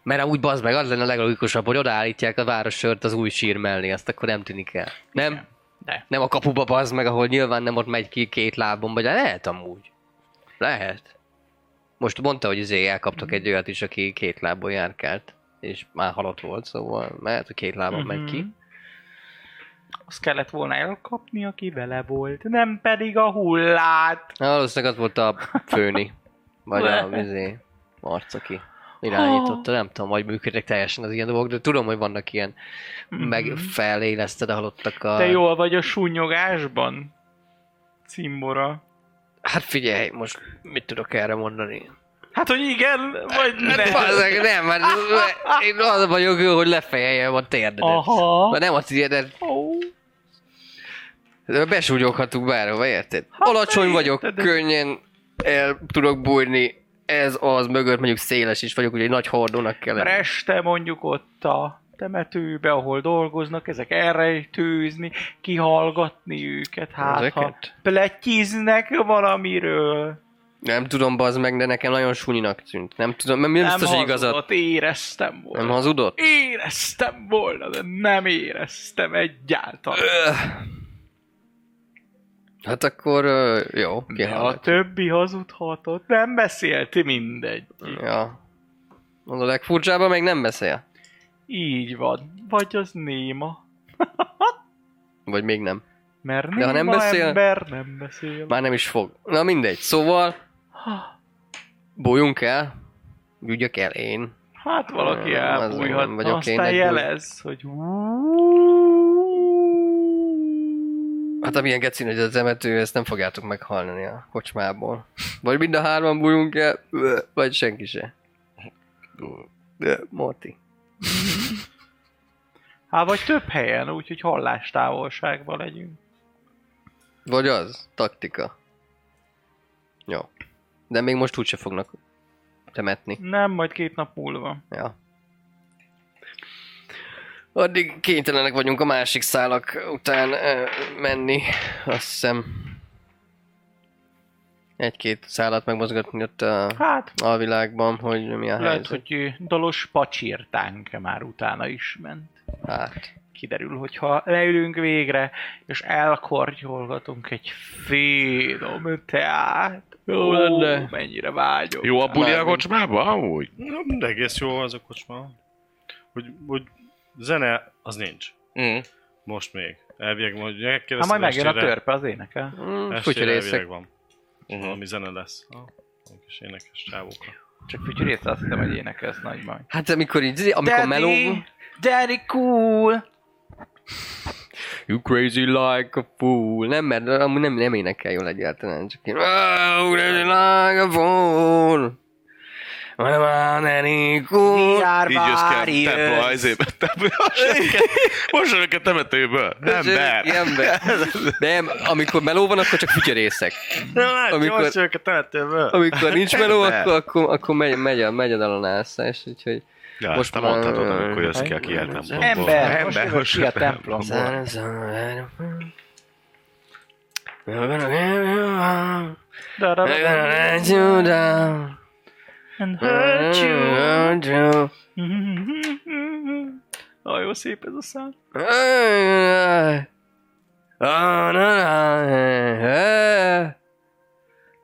Speaker 2: Mert úgy bazd meg, az lenne a leglogikusabb, hogy odaállítják a városört az új sír mellé, azt akkor nem tűnik el. Nem?
Speaker 3: De.
Speaker 2: Nem a kapuba bazd meg, ahol nyilván nem ott megy ki két lábon, vagy de lehet amúgy. Lehet. Most mondta, hogy izé elkaptak egy olyat is, aki két lábon járkált, és már halott volt, szóval lehet, hogy két lábon megy ki.
Speaker 3: Mhm. Azt kellett volna elkapni, aki vele volt, nem pedig a hullát.
Speaker 2: Na, valószínűleg az volt a főni, vagy a izé, arcaki irányította, nem tudom, hogy működnek teljesen az ilyen dolgok, de tudom, hogy vannak ilyen
Speaker 3: Mhm.
Speaker 2: meg feléleszted a halottak a...
Speaker 3: Te jól vagy a sunyogásban? Cimbora.
Speaker 2: Hát figyelj, most mit tudok erre mondani?
Speaker 3: Hát, hogy igen, vagy
Speaker 2: Hát,
Speaker 3: nem.
Speaker 2: Bazzeg, nem, mert én az vagyok jó, hogy lefejeljem a térdedet.
Speaker 3: Aha.
Speaker 2: Na nem a tiédet,
Speaker 3: Ó,
Speaker 2: besúgyoghatunk bárhova, érted? Alacsony
Speaker 3: érted,
Speaker 2: vagyok,
Speaker 3: Hát, de-
Speaker 2: könnyen el tudok bújni, ez az mögött mondjuk széles is vagyok, úgyhogy nagy hordónak kell
Speaker 3: Mert
Speaker 2: lenni.
Speaker 3: este mondjuk ott a temetőbe, ahol dolgoznak, ezek elrejtőzni, kihallgatni őket, hát ha
Speaker 2: Ezeket?
Speaker 3: pletyiznek valamiről.
Speaker 2: Nem tudom, bazd meg, de nekem nagyon sunyinak tűnt. Nem tudom, mert mi nem biztos, hogy igazat.
Speaker 3: hazudott, éreztem volna.
Speaker 2: Nem hazudott?
Speaker 3: Éreztem volna, de nem éreztem egyáltalán.
Speaker 2: Öh. Hát akkor ö, jó,
Speaker 3: De a
Speaker 2: kihallott.
Speaker 3: többi hazudhatott, nem beszélt mindegy.
Speaker 2: Ja. Az a legfurcsább, még nem beszél.
Speaker 3: Így van. Vagy az néma.
Speaker 2: Vagy még nem.
Speaker 3: Mert
Speaker 2: ha
Speaker 3: néma
Speaker 2: nem beszél-
Speaker 3: ember nem beszél.
Speaker 2: Már nem is fog. Na mindegy, szóval... Bújjunk el. ügyök elén.
Speaker 3: Hát valaki
Speaker 2: Ö, az
Speaker 3: elbújhat,
Speaker 2: nem vagyok én
Speaker 3: aztán
Speaker 2: egyből.
Speaker 3: jelez, hogy
Speaker 2: Hát amilyen gecin, hogy az emető, ezt nem fogjátok meghalni a kocsmából. Vagy mind a hárman bújunk el, Öh, vagy senki se. Morty.
Speaker 3: hát vagy több helyen, úgyhogy hallástávolságban legyünk.
Speaker 2: Vagy az, taktika. Jó. De még most úgyse fognak temetni.
Speaker 3: Nem, majd két nap múlva.
Speaker 2: Ja. Addig kénytelenek vagyunk a másik szálak után ö, menni, azt hiszem. Egy-két szálat megmozgatni ott a
Speaker 3: Hát,
Speaker 2: alvilágban, hogy mi a
Speaker 3: lehet,
Speaker 2: helyzet.
Speaker 3: hogy ö, dalos pacsirtánk már utána is ment.
Speaker 2: Hát,
Speaker 3: Kiderül, hogyha leülünk végre, és elkortyolgatunk egy finom teát.
Speaker 2: Jó lenne.
Speaker 3: Ó, mennyire vágyom.
Speaker 6: Jó a buli a
Speaker 2: Mármint-
Speaker 6: kocsmába amúgy?
Speaker 5: Nem, de egész jó az a kocsma. Hogy, hogy zene, az nincs.
Speaker 6: Mm.
Speaker 5: Most még. Elvileg majd megkérdeztem
Speaker 3: Hát majd megjön a
Speaker 5: estére-
Speaker 3: törpe, az énekel.
Speaker 2: mm,
Speaker 5: Estére elvileg
Speaker 2: futyarészek.
Speaker 5: van.
Speaker 6: Mhm.
Speaker 5: Valami zene lesz. Ha? Egy kis énekes csávóka.
Speaker 3: Csak fütyörészt azt hiszem, hogy énekelsz nagy majd.
Speaker 2: Hát amikor így, amikor meló,
Speaker 3: Daddy cool!
Speaker 2: You crazy like a fool. Nem, mert amúgy nem, nem énekel jól egyáltalán, csak én... Oh, crazy like a fool. What about any cool?
Speaker 6: Így jössz ki a templom, azébe, templom, most jövök a temetőből. Ember.
Speaker 2: Ember. Nem, amikor meló van, akkor csak fütyörészek.
Speaker 5: Hát,
Speaker 2: Amikor-
Speaker 5: Amikor... a temetőből.
Speaker 2: Amikor nincs meló,
Speaker 6: Ember.
Speaker 2: akkor, akkor, akkor megy, megy, a, megy a dalonászás, úgyhogy...
Speaker 6: Ja,
Speaker 2: Most
Speaker 6: most te
Speaker 2: már-
Speaker 6: mondtad oda, amikor jössz ki a kiált templomból.
Speaker 3: Ember, most
Speaker 6: Ember,
Speaker 3: jövök ki a
Speaker 6: most-
Speaker 3: templomból.
Speaker 2: They're gonna let you down.
Speaker 3: And hurt
Speaker 2: Hurt
Speaker 3: you.
Speaker 2: you.
Speaker 3: Ah, jó szép ez a szám.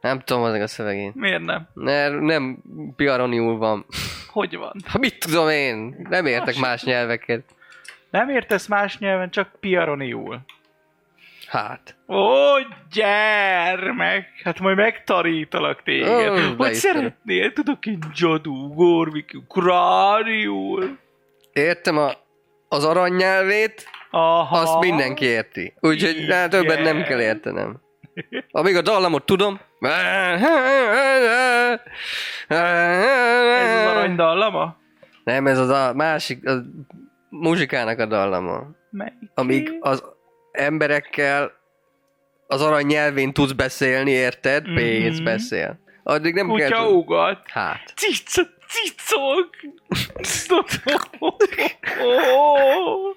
Speaker 2: Nem tudom azok a szövegén.
Speaker 3: Miért nem?
Speaker 2: Mert nem piaroniul van.
Speaker 3: Hogy van?
Speaker 2: Ha mit tudom én? Nem értek más nyelveket.
Speaker 3: Nem értesz más nyelven, csak piaroniul.
Speaker 2: Hát.
Speaker 3: Ó, gyermek! Hát majd megtanítalak téged.
Speaker 2: Ó, de
Speaker 3: hogy
Speaker 2: Istenem.
Speaker 3: szeretnél? Tudok én Jadú, Gorvikú, Kráriul.
Speaker 2: Értem a, az arany nyelvét,
Speaker 3: Aha.
Speaker 2: azt mindenki érti. Úgyhogy hát többet nem kell értenem. Amíg a dallamot tudom.
Speaker 3: Ez az aranydallama?
Speaker 2: Nem, ez az a másik, a muzsikának a dallama.
Speaker 3: Melyik?
Speaker 2: Amíg az emberekkel az arany nyelvén tudsz beszélni, érted?
Speaker 3: Mhm.
Speaker 2: Pénz beszél. Addig nem kell...
Speaker 3: Kutya
Speaker 2: tud-
Speaker 3: ugat.
Speaker 2: Hát.
Speaker 3: cica, cicog. Ó,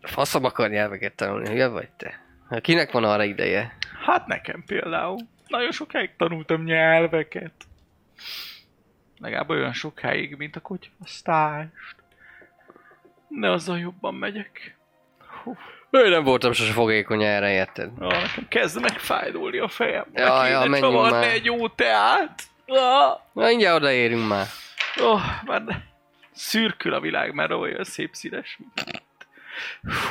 Speaker 2: Faszom akar nyelveket tanulni, hülye vagy te? Hát Kinek van arra ideje?
Speaker 3: Hát nekem például. Nagyon sokáig tanultam nyelveket. Legalább olyan sokáig, mint a kotyvasztást. De azzal jobban megyek.
Speaker 2: Ő nem voltam sose fogékony erre, érted?
Speaker 3: Ja, nekem kezd megfájdulni a fejem.
Speaker 2: Ja,
Speaker 3: Le
Speaker 2: ja,
Speaker 3: kéne
Speaker 2: menjünk
Speaker 3: csavarni
Speaker 2: már.
Speaker 3: egy jó teát. Ah,
Speaker 2: Na, mindjárt odaérünk már.
Speaker 3: oh, már ne- szürkül a világ, mert olyan szép színes.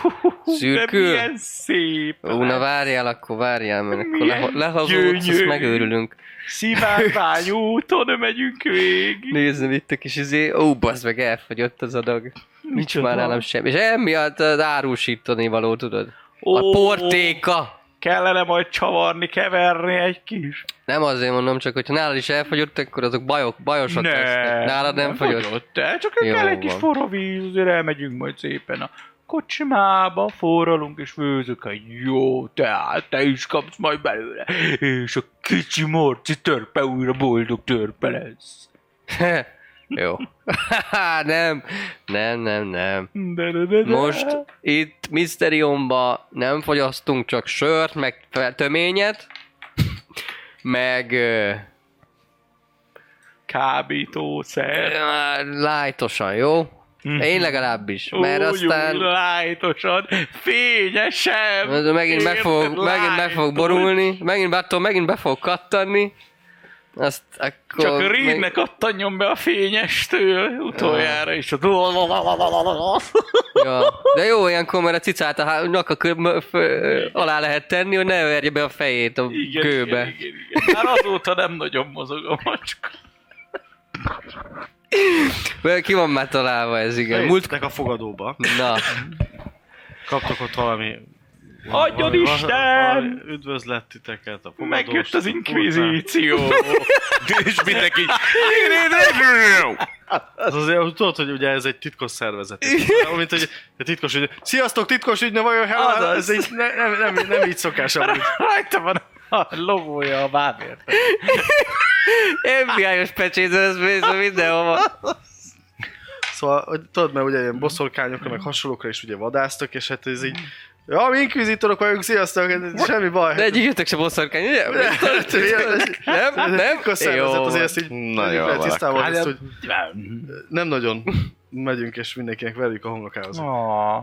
Speaker 3: Hú,
Speaker 2: Szürkül?
Speaker 3: De milyen szép.
Speaker 2: Ó, na várjál akkor, várjál, mert akkor
Speaker 3: Milyen
Speaker 2: leha- lehazudsz, azt
Speaker 3: gyönyörű.
Speaker 2: megőrülünk.
Speaker 3: Szivárvány úton megyünk végig.
Speaker 2: Nézzem itt a kis izé, ó, bazd meg, elfogyott az adag. Nincs már nálam semmi. És emiatt az árusítani való, tudod? A
Speaker 3: Ó,
Speaker 2: portéka!
Speaker 3: Kellene majd csavarni, keverni egy kis.
Speaker 2: Nem azért mondom, csak hogyha nálad is elfogyott, akkor azok bajok, bajosak
Speaker 3: Ne,
Speaker 2: lesznek. Nálad nem, fogyott.
Speaker 3: De csak ő
Speaker 2: Jó
Speaker 3: kell egy kis
Speaker 2: van.
Speaker 3: forravíz, azért elmegyünk majd szépen a kocsmába, forralunk és főzök egy jó teát, te is kapsz majd belőle. És a kicsi Marci törpe újra boldog törpe lesz.
Speaker 2: Jó. nem, nem, nem, nem.
Speaker 3: De, de, de, de.
Speaker 2: Most itt Mysteriumba nem fogyasztunk csak sört, meg fe- töményet, meg ö,
Speaker 3: Kábítószer.
Speaker 2: á, lájtosan, jó?
Speaker 3: Mhm.
Speaker 2: Én legalábbis, mert
Speaker 3: Úgy,
Speaker 2: aztán
Speaker 3: lájtosan, fényesen.
Speaker 2: megint meg
Speaker 3: érted,
Speaker 2: fog, megint meg fog
Speaker 3: lájtos.
Speaker 2: borulni, megint, attól megint be fog kattanni, azt akkor...
Speaker 3: Csak a
Speaker 2: még-
Speaker 3: Reednek adta nyom be a fényestől utoljára, és a
Speaker 2: Ja. De jó, ilyenkor már a cicát a há- nyaka kö- mö- fö- alá lehet tenni, hogy ne verje be a fejét a
Speaker 3: igen,
Speaker 2: kőbe.
Speaker 3: igen, igen, igen. Már azóta nem nagyon mozog a macska.
Speaker 2: Ki van már találva ez, igen. Múlt...
Speaker 5: Múltkor a fogadóba.
Speaker 2: Na,
Speaker 5: Kaptok ott valami...
Speaker 3: Adjon
Speaker 5: valami-
Speaker 3: Isten!
Speaker 5: valami Üdvözlet titeket a fogadós.
Speaker 3: Megjött az inkvizíció!
Speaker 4: És mindenki így...
Speaker 5: Az azért, hogy tudod, hogy ugye ez egy titkos szervezet. Mint hogy a titkos ügy. Sziasztok, titkos ügynő vagyok. Hát,
Speaker 3: Azaz.
Speaker 5: ez egy, ne, nem, nem, nem, így szokás amúgy.
Speaker 3: Rajta van a logója a bábért.
Speaker 2: FBI-os pecsét, ez mész mindenhova.
Speaker 5: Szóval, hogy tudod, mert ugye
Speaker 2: Mhm.
Speaker 5: ilyen boszorkányokra, meg hasonlókra is ugye vadásztak, és hát ez így... Ja, mi inkvizitorok vagyunk, sziasztok, ez semmi baj. hát,
Speaker 2: De egyikőtök sem bosszorkány, ugye? Nem,
Speaker 5: Ez egy
Speaker 2: nem?
Speaker 5: titkos szervezet,
Speaker 2: Jó. hát
Speaker 5: azért ezt így
Speaker 6: Na
Speaker 5: így
Speaker 6: jó,
Speaker 5: fel tisztában van,
Speaker 3: Hát,
Speaker 5: ezt,
Speaker 3: de-
Speaker 5: hogy nem nagyon megyünk, és mindenkinek verjük a homlokához.
Speaker 3: Ó,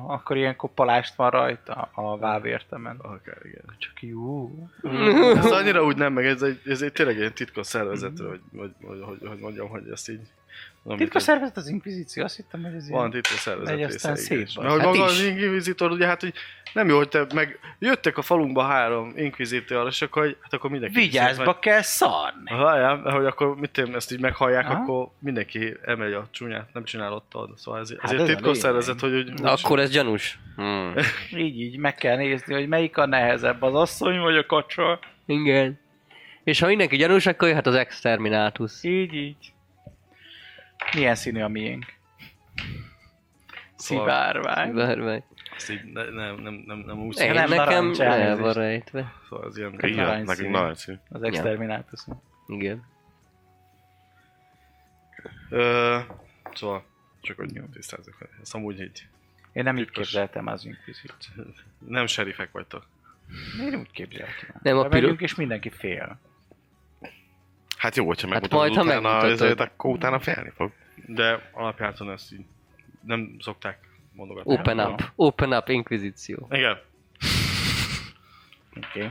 Speaker 3: akkor ilyenkor palást van rajta a vábértemen.
Speaker 5: Akár, igen.
Speaker 3: Csak jó.
Speaker 2: Mhm.
Speaker 5: Ez annyira úgy nem, meg ez egy, ez egy tényleg egy titkos szervezetről, hogy, hogy, hogy, hogy, hogy mondjam, hogy ezt így... valamit-
Speaker 3: Titkos szervezet az inkvizíció, azt hittem, hogy ez
Speaker 5: Van
Speaker 3: ilyen...
Speaker 5: titkos szervezet
Speaker 3: Megy,
Speaker 5: része,
Speaker 3: aztán
Speaker 5: igen.
Speaker 3: szép
Speaker 5: És
Speaker 3: vagy.
Speaker 5: Mert hogy
Speaker 2: Hát
Speaker 5: maga
Speaker 2: is.
Speaker 5: az inkvizitor, ugye hát, hogy nem jó, hogy te meg... Jöttek a falunkba három inkvizitor, és akkor, hogy- hát akkor mindenki... viszont
Speaker 3: Vigyázba kell szarni!
Speaker 5: Ha, ja, hogy akkor mit én, ezt így meghallják,
Speaker 3: Aha.
Speaker 5: akkor mindenki emelj a csúnyát, nem csinálod ottad. Szóval ez, ezért
Speaker 3: Hát ez a
Speaker 5: titkos
Speaker 3: lényeg.
Speaker 5: szervezet, hogy úgy...
Speaker 2: Na, Akkor ez gyanús. Hmm.
Speaker 3: Így, így meg kell nézni, hogy melyik a nehezebb, az asszony vagy a kacsa.
Speaker 2: Igen. És ha mindenki gyanús, akkor jöhet az exterminátus.
Speaker 3: Így, így. Milyen színű a miénk? Szivárvány.
Speaker 2: Bármely.
Speaker 5: Ezt így ne, nem, nem, nem, nem úgy
Speaker 2: Én
Speaker 5: szól,
Speaker 3: nem Hát
Speaker 2: nekem
Speaker 3: narancs,
Speaker 2: el
Speaker 3: elnézést.
Speaker 2: van rejtve.
Speaker 5: szóval az ilyen...
Speaker 6: Így
Speaker 3: Narancs
Speaker 6: van, nekünk
Speaker 3: színű.
Speaker 6: narancsű.
Speaker 3: Az exterminátus.
Speaker 2: Igen.
Speaker 5: Ö, szóval, csak hogy tisztázzuk. Ezt amúgy így...
Speaker 3: Én nem így
Speaker 5: Titkos.
Speaker 3: képzeltem az inkvizíciót.
Speaker 5: Nem serifek vagytok.
Speaker 3: Én úgy képzeltem.
Speaker 2: Nem, a
Speaker 3: Bemegyünk,
Speaker 2: pirul-
Speaker 3: és mindenki fél.
Speaker 6: Hát jó, hogyha
Speaker 2: Hát majd,
Speaker 6: megmutatod
Speaker 2: ha
Speaker 6: hát utána,
Speaker 2: megmutatod.
Speaker 6: ezért, akkor utána félni fog.
Speaker 5: De alapjáton ezt így nem szokták mondogatni.
Speaker 2: Open
Speaker 5: Nem.
Speaker 2: up. Open up, inkvizíció.
Speaker 5: Igen,
Speaker 3: Oké. Okay.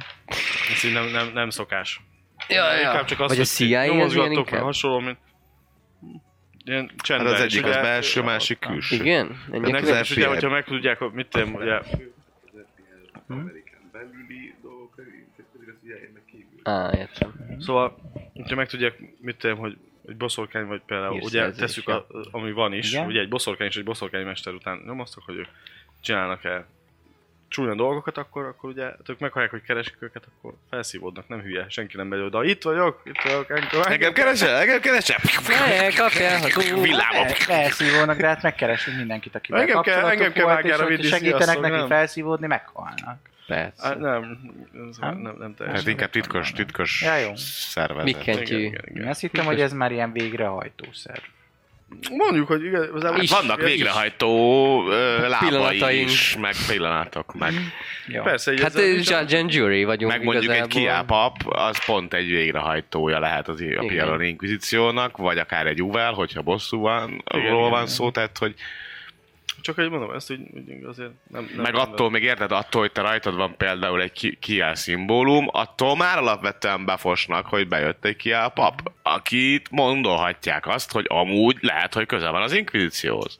Speaker 5: ez így nem, nem, nem szokás.
Speaker 2: Ja,
Speaker 5: Inkább csak az,
Speaker 2: Vagy a CIA az ilyen
Speaker 5: nyomozgatok, meg
Speaker 2: inkább.
Speaker 5: hasonló, mint... Ilyen
Speaker 6: Hát
Speaker 5: csendben.
Speaker 6: az
Speaker 5: és
Speaker 6: egyik az
Speaker 5: ugye-
Speaker 6: belső, másik külső.
Speaker 2: Igen?
Speaker 5: Ennek
Speaker 2: Ennek
Speaker 6: Ennek-
Speaker 5: és
Speaker 6: FBI.
Speaker 5: ugye, hogyha megtudják, hogy mit tudom, ugye...
Speaker 2: Á, értem.
Speaker 5: Szóval, hogyha megtudják, mit tudom, hogy egy boszorkány vagy például, ugye
Speaker 2: Hírszerzés,
Speaker 5: tesszük, a, ami van is,
Speaker 3: Igen.
Speaker 5: ugye egy boszorkány és egy boszorkánymester után nyomoztak, hogy ők csinálnak-e csúnya dolgokat, akkor, akkor ugye hát ők meghallják, hogy keresik őket, akkor felszívódnak, nem hülye, senki nem megy oda. Itt vagyok, itt vagyok, engem, engem
Speaker 6: Engem keresel, engem keresel!
Speaker 2: Ne, kapjál, ha túl.
Speaker 6: Villámok!
Speaker 3: Felszívónak, de hát megkeresünk mindenkit, akivel
Speaker 5: Engem kell-
Speaker 3: kapcsolatuk
Speaker 5: engem kell
Speaker 3: volt, és
Speaker 5: vágjára
Speaker 3: hogyha
Speaker 5: vinni,
Speaker 3: segítenek
Speaker 5: sziasztok,
Speaker 3: neki
Speaker 5: nem?
Speaker 3: felszívódni, meghalnak.
Speaker 5: Á,
Speaker 2: Persze.
Speaker 5: Hát nem, ez
Speaker 3: Nem?
Speaker 5: nem, nem, nem
Speaker 6: Hát
Speaker 5: teljesen.
Speaker 6: inkább titkos, titkos
Speaker 3: Ja, jó.
Speaker 6: szervezet.
Speaker 2: Mikken
Speaker 5: Igen,
Speaker 2: tyű.
Speaker 5: igen, igen.
Speaker 3: Én azt hittem, hogy ez már ilyen végrehajtószer.
Speaker 5: Mondjuk, hogy igazából...
Speaker 2: Is.
Speaker 6: Hát Vannak
Speaker 5: igen,
Speaker 6: végrehajtó ö, lábai
Speaker 2: Pillanataink.
Speaker 6: is, meg pillanatok, meg,
Speaker 3: Jó.
Speaker 5: Persze, így
Speaker 2: Hát
Speaker 5: ez-
Speaker 2: ö, judge and jury vagyunk
Speaker 6: meg mondjuk egy
Speaker 2: igazából.
Speaker 6: kiápap, az pont egy végrehajtója lehet az i- a
Speaker 2: Igen.
Speaker 6: Pialon Inkvizíciónak, vagy akár egy uvel, hogyha bosszú van, ról
Speaker 5: igen,
Speaker 6: van
Speaker 5: igen.
Speaker 6: szó, tehát hogy
Speaker 5: Csak hogy mondom, ezt úgy, úgy azért nem... nem
Speaker 6: Meg attól még érted, attól, hogy te rajtad van például egy ki- kiáll szimbólum, attól már alapvetően befosnak, hogy bejött egy kiáll pap, akit mondolhatják azt, hogy amúgy lehet, hogy közel van az inkvizícióhoz.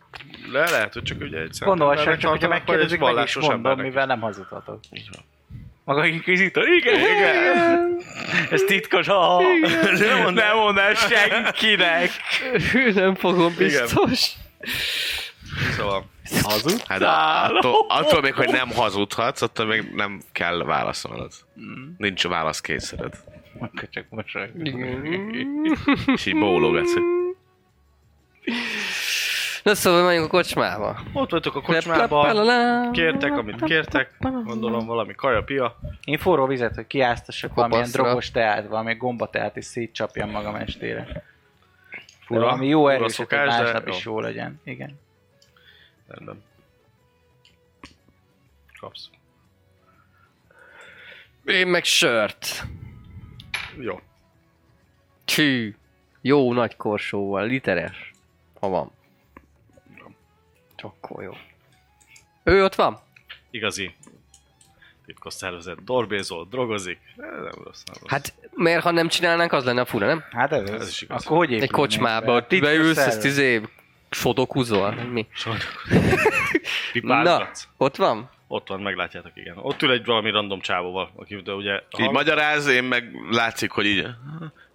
Speaker 5: Le, lehet, hogy csak ugye egy szent
Speaker 3: Gondolság,
Speaker 5: embernek
Speaker 3: csak hogyha
Speaker 5: tartanak, vagy egy
Speaker 3: megkérdezik, meg is
Speaker 5: vallásos
Speaker 3: mondom,
Speaker 5: embernek
Speaker 3: mivel nem hazudhatok. Maga inkvizítor? Igen, Ez titkos, ha nem mondanám senkinek.
Speaker 2: Nem fogom,
Speaker 5: Igen.
Speaker 2: biztos.
Speaker 5: is. Szóval,
Speaker 6: Hát a- attól, attól még, hogy nem hazudhatsz, attól még nem kell válaszolnod. Nincs a válasz kényszered.
Speaker 3: Akkor csak mosoly.
Speaker 6: És így bólogatsz, hogy
Speaker 2: Na szóval menjünk a kocsmába.
Speaker 5: ott vagytok a kocsmában,
Speaker 2: Kocsmába.
Speaker 5: kértek, amit kértek, gondolom valami kaja, pia.
Speaker 3: Én forró vizet, hogy kiáztassak
Speaker 2: Kopaszra.
Speaker 3: valamilyen drogos teát, valami gombateát, és szétcsapjam magam estére. Fura,
Speaker 5: Fura,
Speaker 3: de valami jó
Speaker 5: fura
Speaker 3: erőset, hogy
Speaker 5: szokás, de
Speaker 3: másnap
Speaker 5: jó.
Speaker 3: is jó legyen. Igen.
Speaker 5: Rendben. Kapsz.
Speaker 2: Én meg sört.
Speaker 5: Jó.
Speaker 2: Csű. Jó nagy korsóval, literes. Ha van. Akkor jó. Ő ott van?
Speaker 5: Igazi titkos szervezet, dorbézol, drogozik. Eh, Nem rossz, nem rossz.
Speaker 2: Hát, mert ha nem csinálnánk, az lenne fura, nem?
Speaker 3: Hát ez,
Speaker 5: Ez
Speaker 3: ez
Speaker 5: is
Speaker 3: is
Speaker 5: igaz.
Speaker 3: Akkor hogy
Speaker 2: Egy
Speaker 3: épülnénk
Speaker 2: kocsmába,
Speaker 3: fel?
Speaker 2: ott
Speaker 3: Titkos
Speaker 2: beülsz,
Speaker 3: szervezet.
Speaker 2: ezt izé fotokuzol, vagy mi? Na,
Speaker 5: Pipázgatsz.
Speaker 2: ott van?
Speaker 5: Ott van, meglátjátok, igen. Ott ül egy valami random csávóval, aki de ugye...
Speaker 6: így magyaráz, én meg látszik, hogy így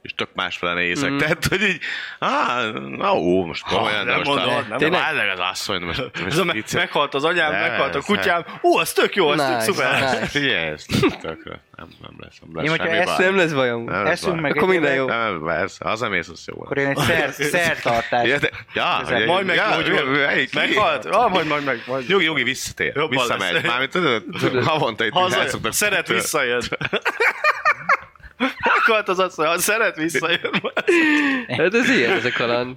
Speaker 6: és tök másfele nézek. Mm. Tehát, hogy így, á, na ó, most komolyan, de
Speaker 5: nem
Speaker 6: most
Speaker 5: mondod,
Speaker 6: a,
Speaker 5: nem
Speaker 6: de
Speaker 5: mondod.
Speaker 6: várj az asszony, de most,
Speaker 5: Ez a
Speaker 6: most
Speaker 5: me-
Speaker 6: vicce.
Speaker 5: meghalt az anyám,
Speaker 6: Ne,
Speaker 5: meghalt a
Speaker 6: ez
Speaker 5: kutyám. Ó, az tök jó, az tök
Speaker 2: Nice,
Speaker 5: szuper.
Speaker 2: nice.
Speaker 6: Figyelj, ez tökre. Nem, nem lesz, nem lesz
Speaker 3: Én, hogyha
Speaker 6: semmi
Speaker 3: ezt-
Speaker 6: baj.
Speaker 2: Nem lesz bajom.
Speaker 6: Nem lesz
Speaker 3: Eszünk
Speaker 6: baj.
Speaker 3: meg
Speaker 2: Akkor
Speaker 3: egy
Speaker 2: minden
Speaker 3: évet,
Speaker 2: jó.
Speaker 6: Nem, persze, hazamész, az jó.
Speaker 3: Akkor én egy szer, szertartást.
Speaker 6: Ja, de, ja,
Speaker 3: Közel.
Speaker 6: ja,
Speaker 5: Majd
Speaker 6: ja, ja,
Speaker 5: meggyógyul.
Speaker 6: ja, ja,
Speaker 5: Meghalt? Ah, majd, majd, meg. majd.
Speaker 6: Jogi, Jogi visszatér.
Speaker 5: Jobban
Speaker 6: Visszamegy.
Speaker 5: lesz.
Speaker 6: Mármint tudod, havonta itt
Speaker 5: Haza,
Speaker 6: játszoknak.
Speaker 5: szeret visszajön. Meghalt az asszony, ha szeret visszajön.
Speaker 2: Hát ez ilyen, ez a kaland.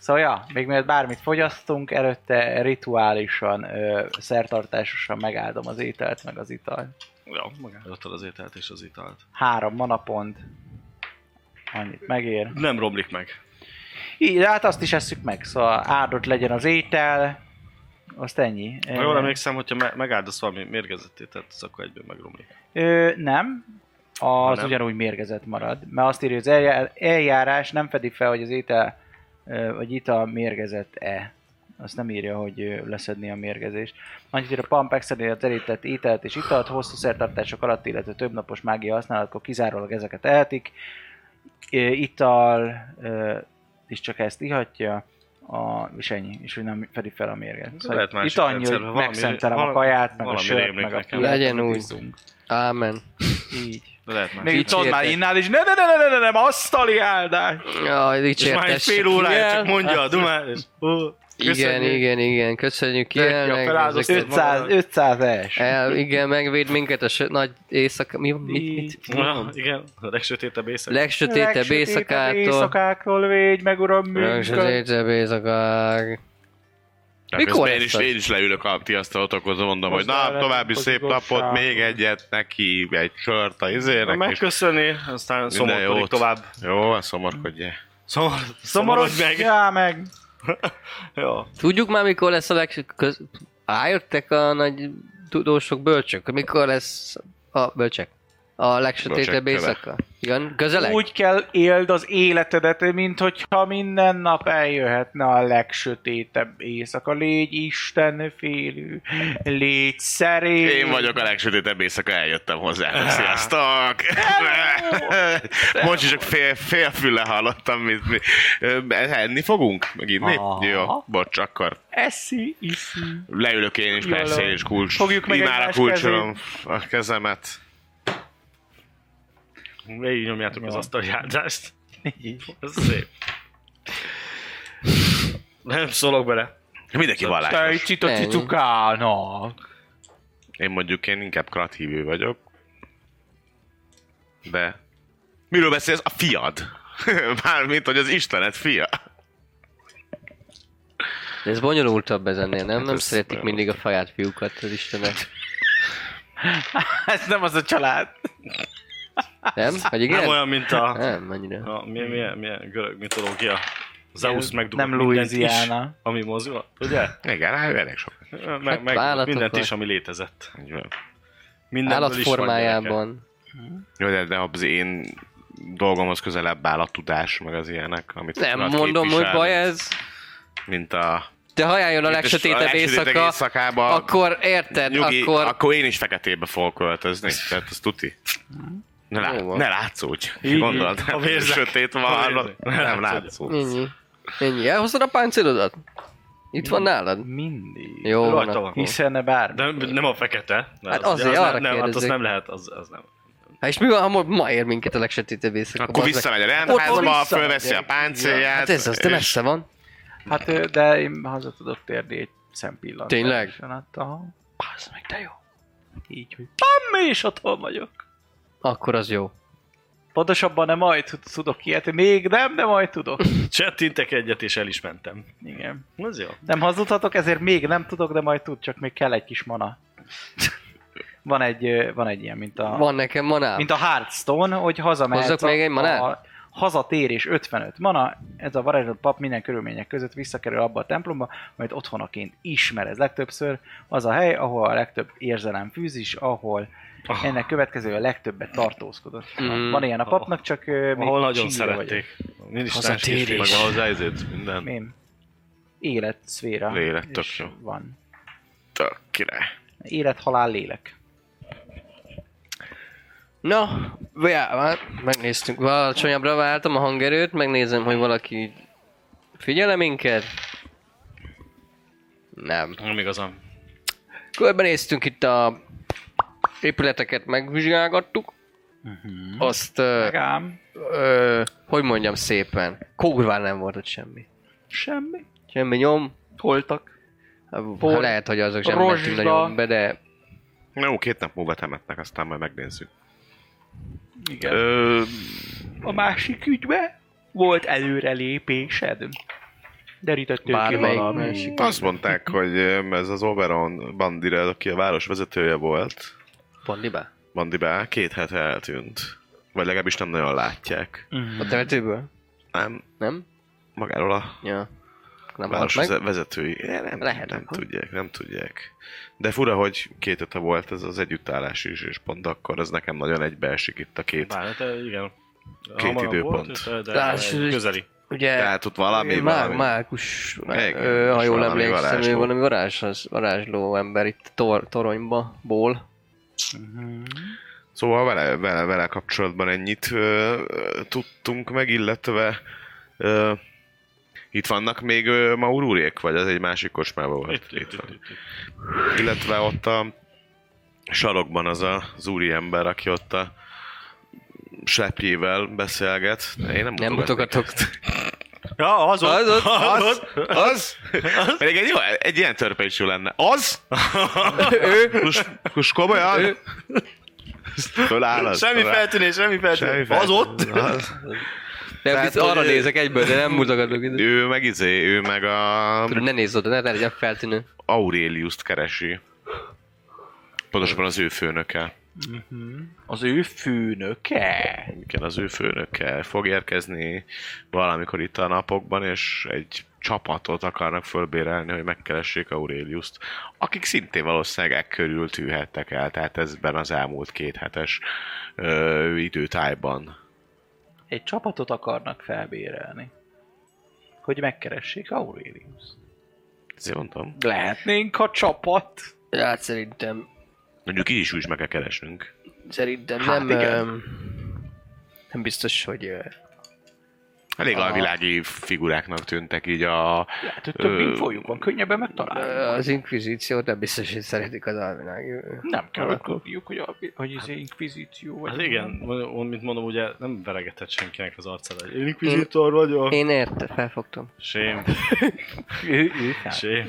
Speaker 3: Szóval ja, még mielőtt bármit fogyasztunk, előtte rituálisan, ö, szertartásosan megáldom az ételt, meg az italt.
Speaker 5: Jó, magállottad az ételt és az italt.
Speaker 3: Három manapont, annyit megér.
Speaker 5: Nem romlik meg.
Speaker 3: Így, de hát azt is esszük meg, szóval áldott legyen az étel, azt ennyi.
Speaker 5: Ha jól emlékszem, hogyha me- megáldasz valami mérgezett ételt, az akkor egyből megromlik.
Speaker 3: Ö, nem. Az
Speaker 5: nem?
Speaker 3: nem. ugyanúgy mérgezett marad. Mert azt írja, hogy az eljá- eljárás nem fedi fel, hogy az étel ö, vagy ital mérgezett-e. Azt nem írja, hogy ö, leszedni a mérgezést. Annyit ír a pampexedni az elített ételt és italt hosszú szertartások alatt, illetve többnapos mágia használatkor kizárólag ezeket ehetik. Ö, Ital ö, is csak ezt ihatja, a, és ennyi, és úgy nem fedi fel a mérget.
Speaker 5: lehet másik
Speaker 3: itt annyi,
Speaker 5: rendszerben,
Speaker 3: hogy
Speaker 5: valami-
Speaker 3: megszentelem a
Speaker 5: valami-
Speaker 3: kaját, meg a
Speaker 5: valami
Speaker 3: sört,
Speaker 5: rémlik
Speaker 3: meg a
Speaker 5: nekem.
Speaker 3: piát,
Speaker 2: Legyen
Speaker 3: amit
Speaker 2: úgy.
Speaker 3: iszunk.
Speaker 2: Ámen.
Speaker 3: Így.
Speaker 5: De lehet már.
Speaker 3: Még itt ott már
Speaker 2: Dicsértek.
Speaker 3: innál is, ne ne ne ne ne ne, nem, asztali áldás.
Speaker 2: Jaj,
Speaker 5: És már egy
Speaker 2: dicsértessük.
Speaker 5: fél órája
Speaker 2: Igen.
Speaker 5: csak mondja a dumát, és ó,
Speaker 2: Igen,
Speaker 5: köszönjük.
Speaker 2: igen, igen, köszönjük
Speaker 5: Neki a
Speaker 2: ilyen. meg
Speaker 5: feláldoztad
Speaker 2: ezeket.
Speaker 3: 500, 500 es.
Speaker 2: El, igen, megvéd minket a sö- nagy éjszaka... Mi, mit, mit?
Speaker 5: Na, igen, a legsötétebb éjszak.
Speaker 2: Legsötétebb éjszakától.
Speaker 3: Éjszakáktól védj meg, uram, működ.
Speaker 2: Legsötétebb éjszakák.
Speaker 6: Ja,
Speaker 2: Mikor
Speaker 6: közben én
Speaker 2: lesz
Speaker 6: is,
Speaker 2: az?
Speaker 6: én is leülök a ti asztalatokhoz, mondom, hogy
Speaker 3: Most
Speaker 6: na,
Speaker 3: elvettük
Speaker 6: további
Speaker 3: az
Speaker 6: szép napot,
Speaker 3: igazságot.
Speaker 6: még egyet neki, egy sört a
Speaker 5: Na,
Speaker 6: izének, és
Speaker 5: Megköszöni, aztán szomorkodik
Speaker 6: jót.
Speaker 5: tovább.
Speaker 6: jó, szomorkodj.
Speaker 5: Szomor,
Speaker 3: Szomorodj
Speaker 5: szomorodj meg.
Speaker 3: Já meg.
Speaker 5: Jó.
Speaker 2: Tudjuk már, mikor lesz a legs... Köz... Rájöttek a nagy tudósok bölcsök? Mikor lesz a bölcsek? A legsötétebb
Speaker 6: Bölcsek köve.
Speaker 2: éjszaka. Igen, közeleg?
Speaker 3: Úgy kell éld az életedet, mint hogyha minden nap eljöhetne a legsötétebb éjszaka. Légy Isten félű, légy szerény.
Speaker 6: Én vagyok a legsötétebb éjszaka, eljöttem hozzá. Sziasztok! Most is csak fél, fél fülle hallottam, mint mi. Ö, Enni fogunk? Meg inni?
Speaker 3: Aha.
Speaker 6: Jó, bocs, akkor
Speaker 3: Eszi, iszi.
Speaker 6: leülök én is,
Speaker 3: Jól
Speaker 6: persze,
Speaker 3: van.
Speaker 6: én is kulcs.
Speaker 3: Fogjuk meg
Speaker 6: Imára
Speaker 3: egymás
Speaker 6: kulcsolom a kezemet.
Speaker 5: Végig nyomjátok az
Speaker 3: Jó.
Speaker 5: asztali áldást.
Speaker 3: Így.
Speaker 5: Ez szép. Nem szólok bele.
Speaker 6: Mindenki vallásos.
Speaker 3: Tejcsit a
Speaker 2: Ennyi.
Speaker 3: cicukának.
Speaker 6: Én mondjuk én inkább krathívő vagyok. De... Miről beszélsz? A fiad. Mármint, hogy az Istenet fia.
Speaker 2: De ez bonyolultabb ez ennél, nem? Nem
Speaker 6: Hát ez
Speaker 2: szeretik mindig a faját fiúkat, az Istenet.
Speaker 3: Ez nem az a család.
Speaker 2: Nem? Vagy igen?
Speaker 5: Nem olyan, mint a...
Speaker 2: Nem, annyira.
Speaker 5: a milyen, milyen, milyen görög mitológia. Zeus megdúlt
Speaker 3: nem
Speaker 5: mindent is,
Speaker 3: Louisiana.
Speaker 5: ami mozgó, ugye?
Speaker 6: Igen, hát elég sok.
Speaker 5: Meg, meg
Speaker 2: vállatok
Speaker 5: mindent
Speaker 2: vagy.
Speaker 5: is, ami létezett.
Speaker 6: Így van.
Speaker 5: Mindenből is van gyereke.
Speaker 2: Állatformájában.
Speaker 6: Jó, de, de az én dolgomhoz közelebb áll a tudás, meg az ilyenek, amit
Speaker 2: Nem
Speaker 6: Vlad
Speaker 2: mondom, hogy
Speaker 6: képvisel,
Speaker 2: baj ez.
Speaker 6: Mint a...
Speaker 2: De ha eljön a legsötétebb éjszaka,
Speaker 6: éjszakába,
Speaker 2: akkor érted,
Speaker 6: nyugi, akkor...
Speaker 2: akkor...
Speaker 6: akkor... én is feketébe fogok költözni, tehát az tuti. Ne,
Speaker 2: Jó
Speaker 6: lát,
Speaker 2: van.
Speaker 6: ne látszódj,
Speaker 5: Így,
Speaker 6: gondolod,
Speaker 5: a vérzek.
Speaker 6: sötét van,
Speaker 5: A
Speaker 6: hallod?
Speaker 5: vérzek. Ne
Speaker 6: nem
Speaker 5: látszódj.
Speaker 6: látszódj.
Speaker 2: Ennyi. Ennyi. Elhoztad a páncélodat? Itt van nálad?
Speaker 3: Mindig.
Speaker 2: Jó van.
Speaker 5: Rajta van.
Speaker 2: akkor.
Speaker 3: Hiszen bármi.
Speaker 5: De nem a fekete. Nem,
Speaker 2: Hát
Speaker 5: az-
Speaker 2: azért,
Speaker 5: az nem-
Speaker 2: arra
Speaker 5: nem, hát az
Speaker 2: kérdezzük.
Speaker 5: nem lehet, az, az nem.
Speaker 2: Hát és mi van, ha ma- ma ér minket a legsötétebb éjszaka?
Speaker 6: Akkor
Speaker 2: bazd meg?
Speaker 6: visszamegy a
Speaker 2: Ott
Speaker 6: rendházba,
Speaker 3: visszamegy.
Speaker 6: fölveszi a páncélját.
Speaker 2: Hát ez az, de
Speaker 6: és-
Speaker 2: messze van.
Speaker 3: Hát, ö, de én haza tudok térni egy szempillantáson.
Speaker 2: Tényleg?
Speaker 3: át, aha.
Speaker 2: Bazd meg, de jó.
Speaker 3: Így, hogy pam, és otthon vagyok.
Speaker 2: Akkor az jó.
Speaker 3: Pontosabban nem majd tud- tudok ilyet, még nem, de majd tudok.
Speaker 5: Csettintek egyet, és el is mentem.
Speaker 3: Igen.
Speaker 5: Az jó.
Speaker 3: Nem hazudhatok, ezért még nem tudok, de majd tud, csak még kell egy kis mana. van egy, ö, van egy ilyen, mint a...
Speaker 2: Van nekem manám.
Speaker 3: Mint a Hearthstone, hogy hazamehetsz.
Speaker 2: Hozzak
Speaker 3: a-
Speaker 2: még egy manát?
Speaker 3: a- Hazatérés 55 mana, ez a varázsolt pap minden körülmények között visszakerül abba a templomba, majd otthonaként ismer ez legtöbbször. Az a hely, ahol a legtöbb érzelem fűz is, ahol
Speaker 5: Ah.
Speaker 3: ennek következő a legtöbbet tartózkodott.
Speaker 2: Mhm.
Speaker 3: Van ilyen a papnak, csak ö, még
Speaker 5: Ahol nagyon
Speaker 3: csíra vagyok.
Speaker 5: szerették. Minisztráns
Speaker 2: Hazatérés.
Speaker 5: kisfiú.
Speaker 6: Meg van hozzá ezért minden.
Speaker 3: Mém. Életszféra.
Speaker 6: Élet, tök
Speaker 3: is
Speaker 6: jó.
Speaker 3: Van.
Speaker 6: Tök király.
Speaker 3: Élet, halál, lélek.
Speaker 2: Na, já, hát megnéztük. Alacsonyabbra váltam a hangerőt, megnézem, hogy valaki figyele minket. Nem.
Speaker 5: Nem igazán.
Speaker 2: Körbenéztünk itt a épületeket, megvizsgálgattuk.
Speaker 6: Mhm.
Speaker 2: Uh-huh. Azt, ö,
Speaker 3: Megám.
Speaker 2: ö, hogy mondjam szépen, kurván nem volt ott semmi.
Speaker 3: Semmi.
Speaker 2: Semmi nyom,
Speaker 3: Holtak.
Speaker 2: Hú,
Speaker 3: Por-
Speaker 2: lehet, hogy azok sem mentünk
Speaker 3: rozsda.
Speaker 2: nagyon be, de
Speaker 6: Na jó, két nap múlva temetnek, aztán majd megnézzük.
Speaker 3: Igen.
Speaker 6: Ö,
Speaker 3: A másik ügybe volt előrelépésed. Derítettünk ki
Speaker 2: Bármelyik
Speaker 3: valami.
Speaker 2: másik.
Speaker 6: azt mondták, hogy ö, ez az Oberon bandira, aki a város vezetője volt,
Speaker 2: Pandibá.
Speaker 6: Bandibá két hete eltűnt. Vagy legalábbis nem nagyon látják.
Speaker 3: Mhm.
Speaker 2: A
Speaker 3: Hát
Speaker 2: temetőből?
Speaker 6: Nem,
Speaker 2: Nem?
Speaker 6: magáról a
Speaker 2: Ja. Nem
Speaker 6: város
Speaker 2: halt meg?
Speaker 6: veze- vezetői. Eh, Nem,
Speaker 2: Lehet,
Speaker 6: Lehet, nem
Speaker 2: akkor.
Speaker 6: tudják, nem tudják. De fura, hogy két hete volt ez az együttállás is, és pont akkor ez nekem nagyon egybeesik itt a két.
Speaker 5: Bár, hát eh, igen.
Speaker 6: Két
Speaker 5: Hamarabb
Speaker 6: időpont.
Speaker 5: Volt, de, de
Speaker 2: Láss, hogy-
Speaker 5: közeli.
Speaker 2: Ugye...
Speaker 6: Tehát ott valami,
Speaker 2: Már,
Speaker 6: valami.
Speaker 2: Márkus, már,
Speaker 6: Igen,
Speaker 2: ö, ha
Speaker 6: és
Speaker 2: jól
Speaker 6: valami
Speaker 2: emlékszem, ő
Speaker 6: varázsló.
Speaker 2: valami varázs, az, varázsló ember itt tor, toronyba, ból.
Speaker 6: Szóval vele, vele, vele kapcsolatban ennyit ö, ö, tudtunk meg, illetve ö, itt vannak még ö, Maururék, vagy az egy másik kocsmában volt?
Speaker 5: Itt, itt, itt, itt, itt.
Speaker 6: Illetve ott a sarokban az a az úri ember, aki ott a sepjével beszélget. Én nem,
Speaker 2: Nem mutogatok.
Speaker 5: Ja, az ott,
Speaker 2: Az ott,
Speaker 5: az
Speaker 2: az,
Speaker 5: ott.
Speaker 6: Az? Pedig egy, jó, egy ilyen törpe is jó lenne. Az?
Speaker 2: ő,
Speaker 6: Most, most komolyan?
Speaker 2: ő,
Speaker 6: Föláll az.
Speaker 5: Semmi
Speaker 6: föláll.
Speaker 5: feltűnés, semmi feltűnés.
Speaker 6: Semmi
Speaker 5: Az ott?
Speaker 6: feltűnés. Az.
Speaker 2: de
Speaker 6: Tehát,
Speaker 2: visz, arra
Speaker 6: hogy ő-
Speaker 2: nézek egyből, de nem mutogatok. ide.
Speaker 6: Ő meg izé, ő meg a
Speaker 2: Tudod, ne nézz oda, ne ne legyen feltűnő.
Speaker 6: Aurelius-t keresi. Pontosabban az ő főnöke.
Speaker 3: Az ő főnöke.
Speaker 6: Igen, az ő főnöke fog érkezni valamikor itt a napokban, és egy csapatot akarnak fölbérelni, hogy megkeressék Aureliuszt, akik szintén valószínűleg e körül tűhettek el, tehát ezben az elmúlt két hetes ö, időtájban.
Speaker 3: Egy csapatot akarnak felbérelni. Hogy megkeressék Aurelius.
Speaker 6: Ezért mondtam.
Speaker 3: Lehetnénk a csapat.
Speaker 2: Hát szerintem,
Speaker 6: Mondjuk így is úgy meg kell keresnünk.
Speaker 2: szerintem
Speaker 6: Hát
Speaker 2: nem,
Speaker 6: igen.
Speaker 2: öm, nem biztos, hogy ö,
Speaker 6: Elég
Speaker 2: Aha.
Speaker 6: alvilági figuráknak tűntek így a...
Speaker 3: Hát, hogy több
Speaker 6: Ö,
Speaker 3: mint folyunk van, könnyebben megtalálni.
Speaker 2: az inkvizíciót nem biztos, hogy szeretik az alvilág.
Speaker 3: Nem kell,
Speaker 2: Akkor-
Speaker 3: hogy tudjuk, hogy, a, hogy ez inkvizíció vagy.
Speaker 5: Hát igen, mond- mint mondom, ugye nem veregetett senkinek az arcára. Én inkvizítor vagyok.
Speaker 2: Én érte, felfogtam.
Speaker 5: Sém,
Speaker 3: Ő, ő fel.
Speaker 5: sém.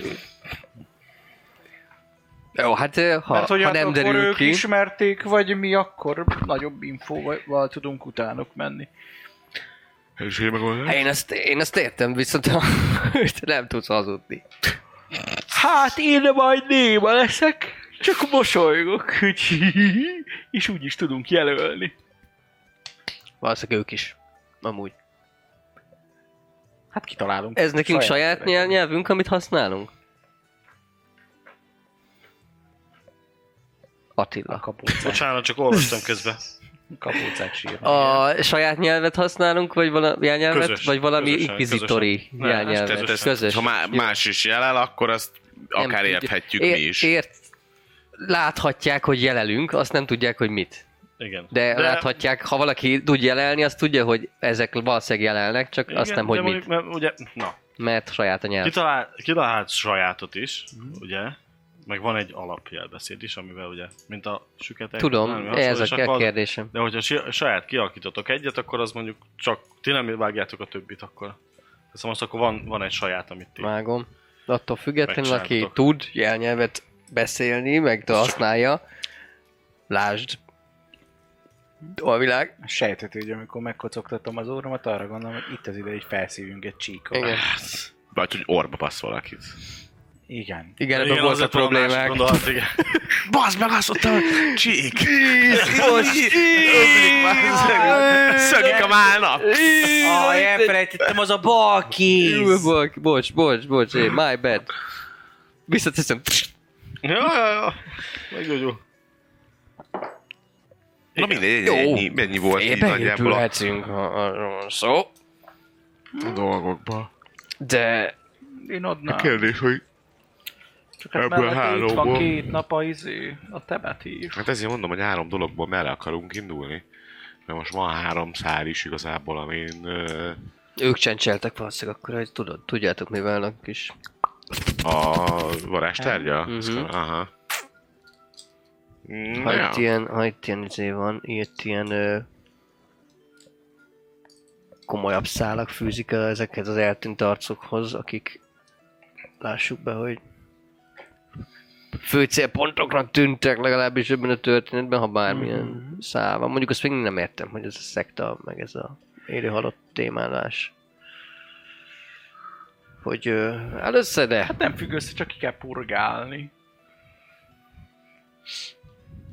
Speaker 2: Jó, hát ö, ha,
Speaker 3: Mert hogy
Speaker 2: ha
Speaker 3: hát
Speaker 2: nem
Speaker 3: akkor
Speaker 2: derül
Speaker 3: ők
Speaker 2: ki...
Speaker 3: ismerték, vagy mi, akkor nagyobb infóval tudunk utánok menni.
Speaker 6: És hogy meg
Speaker 2: Hát Én ezt, én ezt értem, viszont te nem tudsz hazudni.
Speaker 3: Hát én majd néma leszek, csak mosolygok, hogy hi-hi-hi, és úgy is tudunk jelölni.
Speaker 2: Valószínűleg ők is. Amúgy.
Speaker 3: Hát kitalálunk.
Speaker 2: Ez nekünk saját,
Speaker 3: nyelv.
Speaker 2: saját nyelvünk, amit használunk? Attila.
Speaker 3: Kapócák,
Speaker 5: Bocsánat, csak olvastam közben.
Speaker 3: kapócák sírnak.
Speaker 2: A saját nyelvet használunk, vagy valami jelnyelvet,
Speaker 5: Közös.
Speaker 2: vagy valami
Speaker 5: Közösen,
Speaker 2: inkvizitori
Speaker 5: közösen. Ne,
Speaker 2: jelnyelvet?
Speaker 6: ezt- ezt-
Speaker 2: Közös.
Speaker 6: Ha má- más is jelel, akkor azt
Speaker 2: Nem
Speaker 6: akár
Speaker 2: tudjuk.
Speaker 6: érthetjük
Speaker 2: Ér-
Speaker 6: mi is.
Speaker 2: Ért, láthatják, hogy jelelünk, azt nem tudják, hogy mit.
Speaker 5: Igen.
Speaker 2: De, láthatják, ha valaki tud jelelni, azt tudja, hogy ezek valószínűleg jelelnek, csak
Speaker 5: igen,
Speaker 2: azt nem, hogy
Speaker 5: de
Speaker 2: mit.
Speaker 5: mondjuk, Mert ugye, na,
Speaker 2: Mert saját a nyelv.
Speaker 5: Kitalál, kitalált sajátot is,
Speaker 2: Mhm.
Speaker 5: ugye? Meg van egy alapjelbeszéd is, amivel ugye, mint a süketek.
Speaker 2: Tudom,
Speaker 5: nem,
Speaker 2: ez
Speaker 5: az, és
Speaker 2: a
Speaker 5: akkor az-
Speaker 2: kérdésem.
Speaker 5: De hogyha si- saját kialakítotok egyet, akkor az mondjuk csak ti nem vágjátok a többit, akkor. Szóval most akkor van, van egy saját, amit ti.
Speaker 2: Vágom. Attól függetlenül, aki
Speaker 5: Megcsináltok.
Speaker 2: tud jelnyelvet beszélni, meg te használja, lásd. A világ.
Speaker 3: Sejthető, hogy amikor megkocogtattam az orromat, arra gondolom, hogy itt az ide, hogy felszívjunk egy csíkot.
Speaker 2: Igen,
Speaker 6: Vagy hogy orba passz valakit.
Speaker 3: Igen.
Speaker 2: igen, ebben volt a
Speaker 5: azért tudom, másik
Speaker 2: problémák.
Speaker 5: gondolat, igen.
Speaker 6: Bazd meg, azt mondta, csík!
Speaker 2: Szögik
Speaker 6: Szögik a málnap!
Speaker 3: Aj, elfelejtettem, az a bal kéz!
Speaker 2: Bocs, bocs, bocs, eh, my bad. Visszateszem.
Speaker 5: Ja, ja, ja. Meggyógyul.
Speaker 6: Na mindegy,
Speaker 2: Jó.
Speaker 6: ennyi, ennyi volt így nagyjából a
Speaker 2: Félbeépülhetünk, ha arról van szó.
Speaker 6: dolgokba.
Speaker 2: De
Speaker 3: Én adnám.
Speaker 6: Kérdés, hogy
Speaker 3: Csak hát
Speaker 6: Ebből
Speaker 3: mellette itt van
Speaker 6: háromból.
Speaker 3: két nap a, izé, a temetés.
Speaker 6: Hát ezért mondom, hogy három dologból merre akarunk indulni. Mert most van három szál is igazából, amin... ö,
Speaker 2: Ők csencseltek valószínűleg akkor, hogy tudod, tudjátok mi válnak is.
Speaker 6: A varázstárgya?
Speaker 2: Mhm.
Speaker 6: Uh-huh. Aha. Mm,
Speaker 2: Ha
Speaker 6: ja.
Speaker 2: itt ilyen, ha itt ilyen izé van, itt ilyen ö, komolyabb szálak fűzik el ezekhez az eltűnt arcokhoz, akik lássuk be, hogy fő célpontoknak tűntek legalábbis ebben a történetben, ha bármilyen mm-hmm. szál van. Mondjuk azt még nem értem, hogy ez a szekta, meg ez a élő halott témálás. Hogy ö, először de
Speaker 3: Hát nem függ össze, csak ki kell purgálni.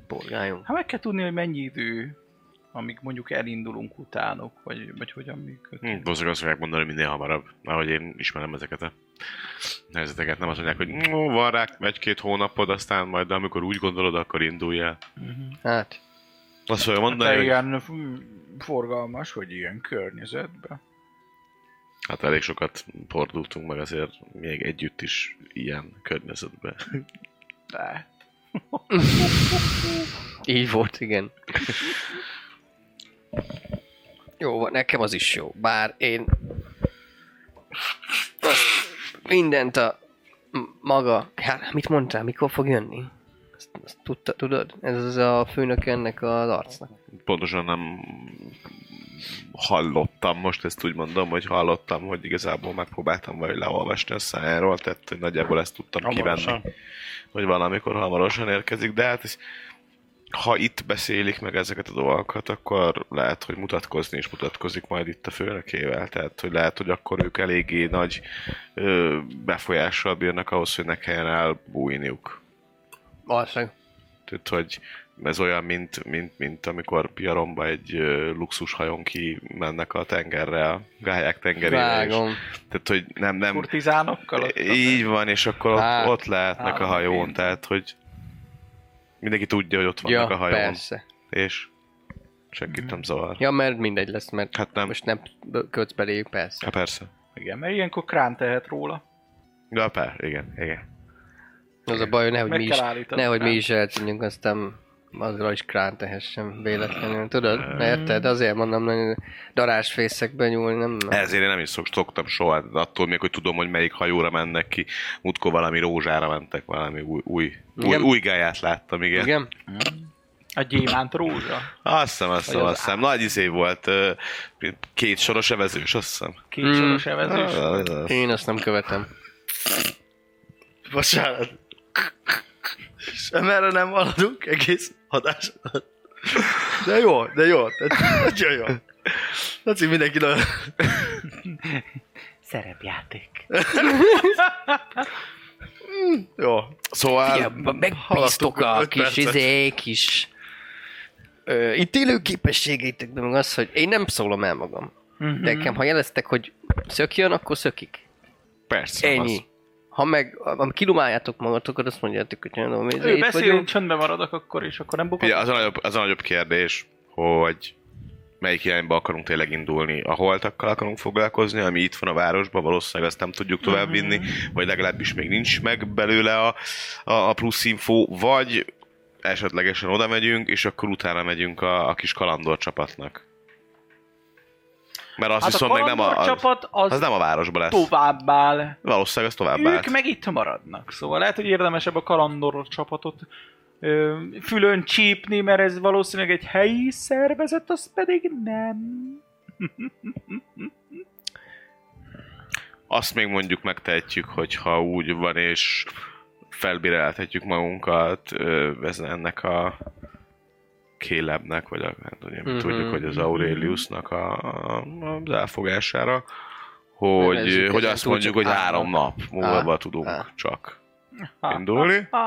Speaker 2: borgáljunk.
Speaker 3: Hát meg kell tudni, hogy mennyi idő, amíg mondjuk elindulunk utánok, vagy, vagy hogyan működik.
Speaker 6: Hm, Valószínűleg azt fogják mondani, hogy minél hamarabb, ahogy én ismerem ezeket a helyzeteket. Nem azt mondják, hogy "Ó, van rá egy-két hónapod, aztán majd amikor úgy gondolod, akkor indulj el.
Speaker 2: Hát,
Speaker 6: Azt fogja
Speaker 5: Hát
Speaker 3: De
Speaker 6: mondani, hogy
Speaker 3: ilyen fú, forgalmas, hogy ilyen környezetben.
Speaker 6: hát elég sokat fordultunk meg azért még együtt is ilyen környezetben.
Speaker 3: De.
Speaker 2: Így volt, igen. Jó van, nekem az is jó. Bár én mindent a m- maga... Hát, mit mondtál, mikor fog jönni? Azt, azt tudta, tudod? Ez az a főnök ennek az arcnak.
Speaker 6: Pontosan nem hallottam, most ezt úgy mondom, hogy hallottam, hogy igazából megpróbáltam vagy leolvasni a szájáról, tehát hogy nagyjából ezt tudtam kivenni.
Speaker 5: Hamarosan.
Speaker 6: hogy valamikor hamarosan érkezik, de hát ez, ha itt beszélik meg ezeket a dolgokat, akkor lehet, hogy mutatkozni is mutatkozik majd itt a főnökével, tehát hogy lehet, hogy akkor ők eléggé nagy ö, befolyással bírnak ahhoz, hogy ne kelljen elbújniuk.
Speaker 2: Valószínűleg.
Speaker 6: Tehát, hogy ez olyan, mint, mint, mint amikor Piaromba egy ö, luxushajón ki mennek a tengerre, a gályák tengerére. és-
Speaker 2: Vágom.
Speaker 6: Tehát, hogy nem, nem,
Speaker 3: Kurtizánokkal? ott-
Speaker 6: így van, és akkor ott,
Speaker 2: Hát,
Speaker 6: ott lehetnek a
Speaker 3: hát,
Speaker 6: hajón,
Speaker 3: én-
Speaker 6: tehát hogy mindenki tudja, hogy ott vannak a
Speaker 2: Ja,
Speaker 6: hajón,
Speaker 2: persze. Mhm.
Speaker 6: és senkit nem zavar.
Speaker 2: Ja, mert mindegy lesz, mert
Speaker 6: Hát nem.
Speaker 2: most nem b- kötsz beléjük, persze.
Speaker 6: Ja, persze.
Speaker 3: Igen, mert ilyenkor krán tehet róla.
Speaker 6: Ja, per, igen, igen.
Speaker 2: Az a baj, hogy nehogy
Speaker 3: Meg
Speaker 2: mi
Speaker 3: kell
Speaker 2: is,
Speaker 3: állítani.
Speaker 2: nehogy mi is eltűnjünk, aztán azzal is krán tehessem véletlenül, tudod?
Speaker 6: Ö.
Speaker 2: Érted? Azért mondom, hogy darásfészekbe nyúlni nem...
Speaker 6: Ezért én nem is szok, szoktam soha, de attól még, hogy tudom, hogy melyik hajóra mennek ki. Múltkor valami rózsára mentek, valami új, új, új,
Speaker 2: Igen.
Speaker 6: új gályát láttam, igen. igen.
Speaker 2: Igen?
Speaker 3: A gyémánt rózsa.
Speaker 6: Azt hiszem, azt hiszem,
Speaker 3: Vagy
Speaker 6: azt
Speaker 3: az
Speaker 6: hiszem. Nagy izé volt, ö, két soros evezős, azt hiszem.
Speaker 3: Két
Speaker 2: Mm.
Speaker 3: soros evezős.
Speaker 6: Ah.
Speaker 2: Én azt nem követem.
Speaker 5: Bocsánat. Semerre nem haladunk egész adás alatt. De jó, de jó. Tehát nagyon jó. Laci, mindenki nagyon...
Speaker 1: Szerepjáték.
Speaker 5: Hm, Jó.
Speaker 6: Szóval...
Speaker 2: Ja, megbíztok a
Speaker 5: Haladtunk
Speaker 2: kis
Speaker 5: öt percet.
Speaker 2: izé, kis... Ö, itt élő képességeitekben meg az, hogy én nem szólom el magam.
Speaker 3: Mhm.
Speaker 2: De nekem, ha jeleztek, hogy szökjön, akkor szökik.
Speaker 6: Persze.
Speaker 2: Ennyi. Ha meg ha kilumáljátok magatokat, azt mondjátok, hogy nem, mi
Speaker 3: Ő
Speaker 2: itt
Speaker 3: beszél, én
Speaker 2: vagyunk.
Speaker 3: csöndben maradok akkor, és akkor nem bukok.
Speaker 6: Ugye az a, nagyobb, az a nagyobb kérdés, hogy melyik irányba akarunk tényleg indulni. A holtakkal akarunk foglalkozni, ami itt van a városban, valószínűleg azt nem tudjuk továbbvinni, vagy legalábbis még nincs meg belőle a, a, a plusz info, vagy esetlegesen oda megyünk, és akkor utána megyünk a, a kis kalandor csapatnak. Mert az
Speaker 3: Hát
Speaker 6: viszont
Speaker 3: a
Speaker 6: meg nem a,
Speaker 3: kalandor
Speaker 6: az,
Speaker 3: csapat az,
Speaker 6: az nem a városba lesz.
Speaker 3: továbbáll.
Speaker 6: Valószínűleg az tovább
Speaker 3: Ők
Speaker 6: állt.
Speaker 3: meg itt maradnak. Szóval lehet, hogy érdemesebb a kalandor csapatot ö, fülön csípni, mert ez valószínűleg egy helyi szervezet, az pedig nem.
Speaker 6: Azt még mondjuk megtehetjük, hogyha úgy van, és felbírálhatjuk magunkat ö, ez ennek a Kélebnek, vagy a, hát ugye,
Speaker 2: Mhm.
Speaker 6: mm-hmm. tudjuk, hogy az Aureliusnak a, a, az elfogására, hogy,
Speaker 2: Nevezzük
Speaker 6: hogy
Speaker 2: ezen
Speaker 6: azt
Speaker 2: túl
Speaker 6: mondjuk,
Speaker 2: csak
Speaker 6: hogy három
Speaker 2: álnak.
Speaker 6: nap múlva
Speaker 2: Á,
Speaker 6: tudunk
Speaker 2: á.
Speaker 6: csak
Speaker 3: Ha,
Speaker 6: indulni.
Speaker 3: ha,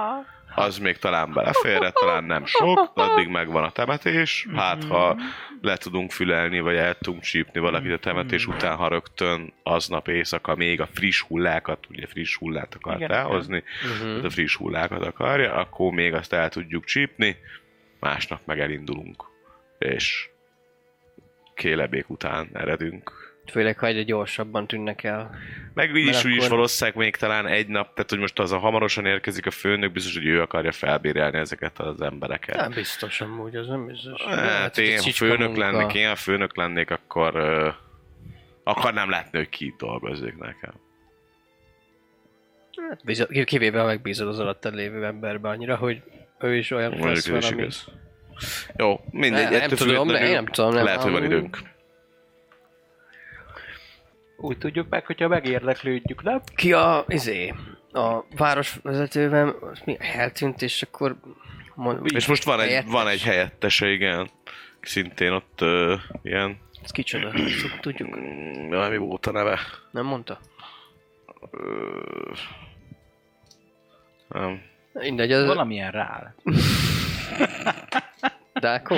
Speaker 3: ha.
Speaker 6: Az még talán beleférhet, talán nem sok, addig megvan a temetés, hát ha le tudunk fülelni, vagy el tudunk csípni valakit a temetés után, ha rögtön aznap éjszaka még a friss hullákat, ugye friss hullát akart
Speaker 3: Igen,
Speaker 6: elhozni,
Speaker 2: Mhm.
Speaker 6: tehát a friss hullákat akarja, akkor még azt el tudjuk csípni, másnap meg elindulunk, és kélebék után eredünk.
Speaker 2: Főleg, ha egyre gyorsabban tűnnek el.
Speaker 6: Meg így
Speaker 2: Mert
Speaker 6: is, úgy is
Speaker 2: akkor-
Speaker 6: valószínűleg még talán egy nap, tehát hogy most az a hamarosan érkezik a főnök, biztos, hogy ő akarja felbírálni ezeket az embereket.
Speaker 2: Nem biztos amúgy, az nem biztos.
Speaker 6: Hát
Speaker 2: ez
Speaker 6: én, ha
Speaker 2: csicska
Speaker 6: főnök
Speaker 2: munka.
Speaker 6: lennék, én ha főnök lennék, akkor ö, akarnám látni, hogy ki dolgozik nekem.
Speaker 2: Hát bízol- ki- Kivéve, ha megbízod az alattad lévő emberbe annyira, hogy ő is olyan
Speaker 6: Mondjuk
Speaker 2: lesz
Speaker 6: ez is
Speaker 2: valami.
Speaker 6: igaz. Jó, mindegy.
Speaker 2: Nem, nem tudom,
Speaker 6: ettől függetlenül
Speaker 2: nem, én nem tudom, nem.
Speaker 6: Lehet, hogy van időnk.
Speaker 3: Úgy tudjuk meg, hogyha megérdeklődjük, nem?
Speaker 2: Ki a, izé, a városvezetőben az mi eltűnt, és akkor mond,
Speaker 6: És most van egy,
Speaker 2: helyettes.
Speaker 6: van egy helyettese, igen. Szintén ott ö, ilyen...
Speaker 2: Ez kicsoda, Ezt tudjuk.
Speaker 6: mm, Valami volt a neve.
Speaker 2: Nem mondta?
Speaker 6: Ö, nem.
Speaker 2: Mindegy, az Valami.
Speaker 3: Valamilyen rál.
Speaker 2: Dákó?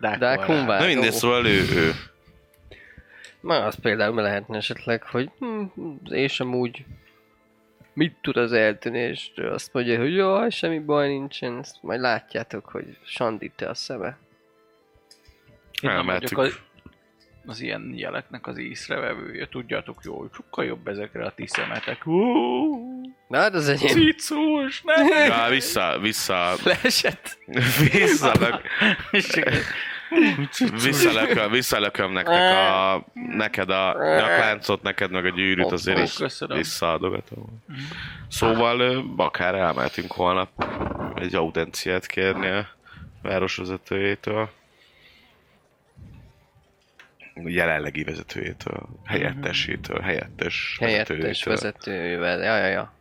Speaker 3: Dákon
Speaker 2: Dákon
Speaker 3: rál.
Speaker 6: Na mindegy,
Speaker 2: Vágó.
Speaker 6: szóval ő, ő.
Speaker 2: Na, az például be lehetne esetleg, hogy hm, és amúgy mit tud az eltűnéstől? Azt mondja, hogy jaj, semmi baj nincsen, ezt majd látjátok, hogy sandít-e a szeme.
Speaker 3: Én nem
Speaker 6: Elmehetünk.
Speaker 3: vagyok az, az ilyen jeleknek az észrevevője, tudjátok jól, hogy sokkal jobb ezekre a ti szemetek. Hú,
Speaker 2: Na, hát az enyém
Speaker 3: Cicus, ne!
Speaker 6: Ja, vissza, vissza,
Speaker 2: leesett.
Speaker 6: visszalök, visszalököm, visszalököm nektek a, neked a nyakláncot, neked meg a gyűrűt, azért
Speaker 3: Ó,
Speaker 6: is
Speaker 3: köszönöm.
Speaker 6: visszaadogatom. Szóval ö, akár elmehetünk holnap egy audenciát kérni a városvezetőjétől. Jelenlegi vezetőjétől, helyettesétől, helyettes
Speaker 2: Helyettes
Speaker 6: vezetőjétől.
Speaker 2: vezetővel, ja, ja, ja.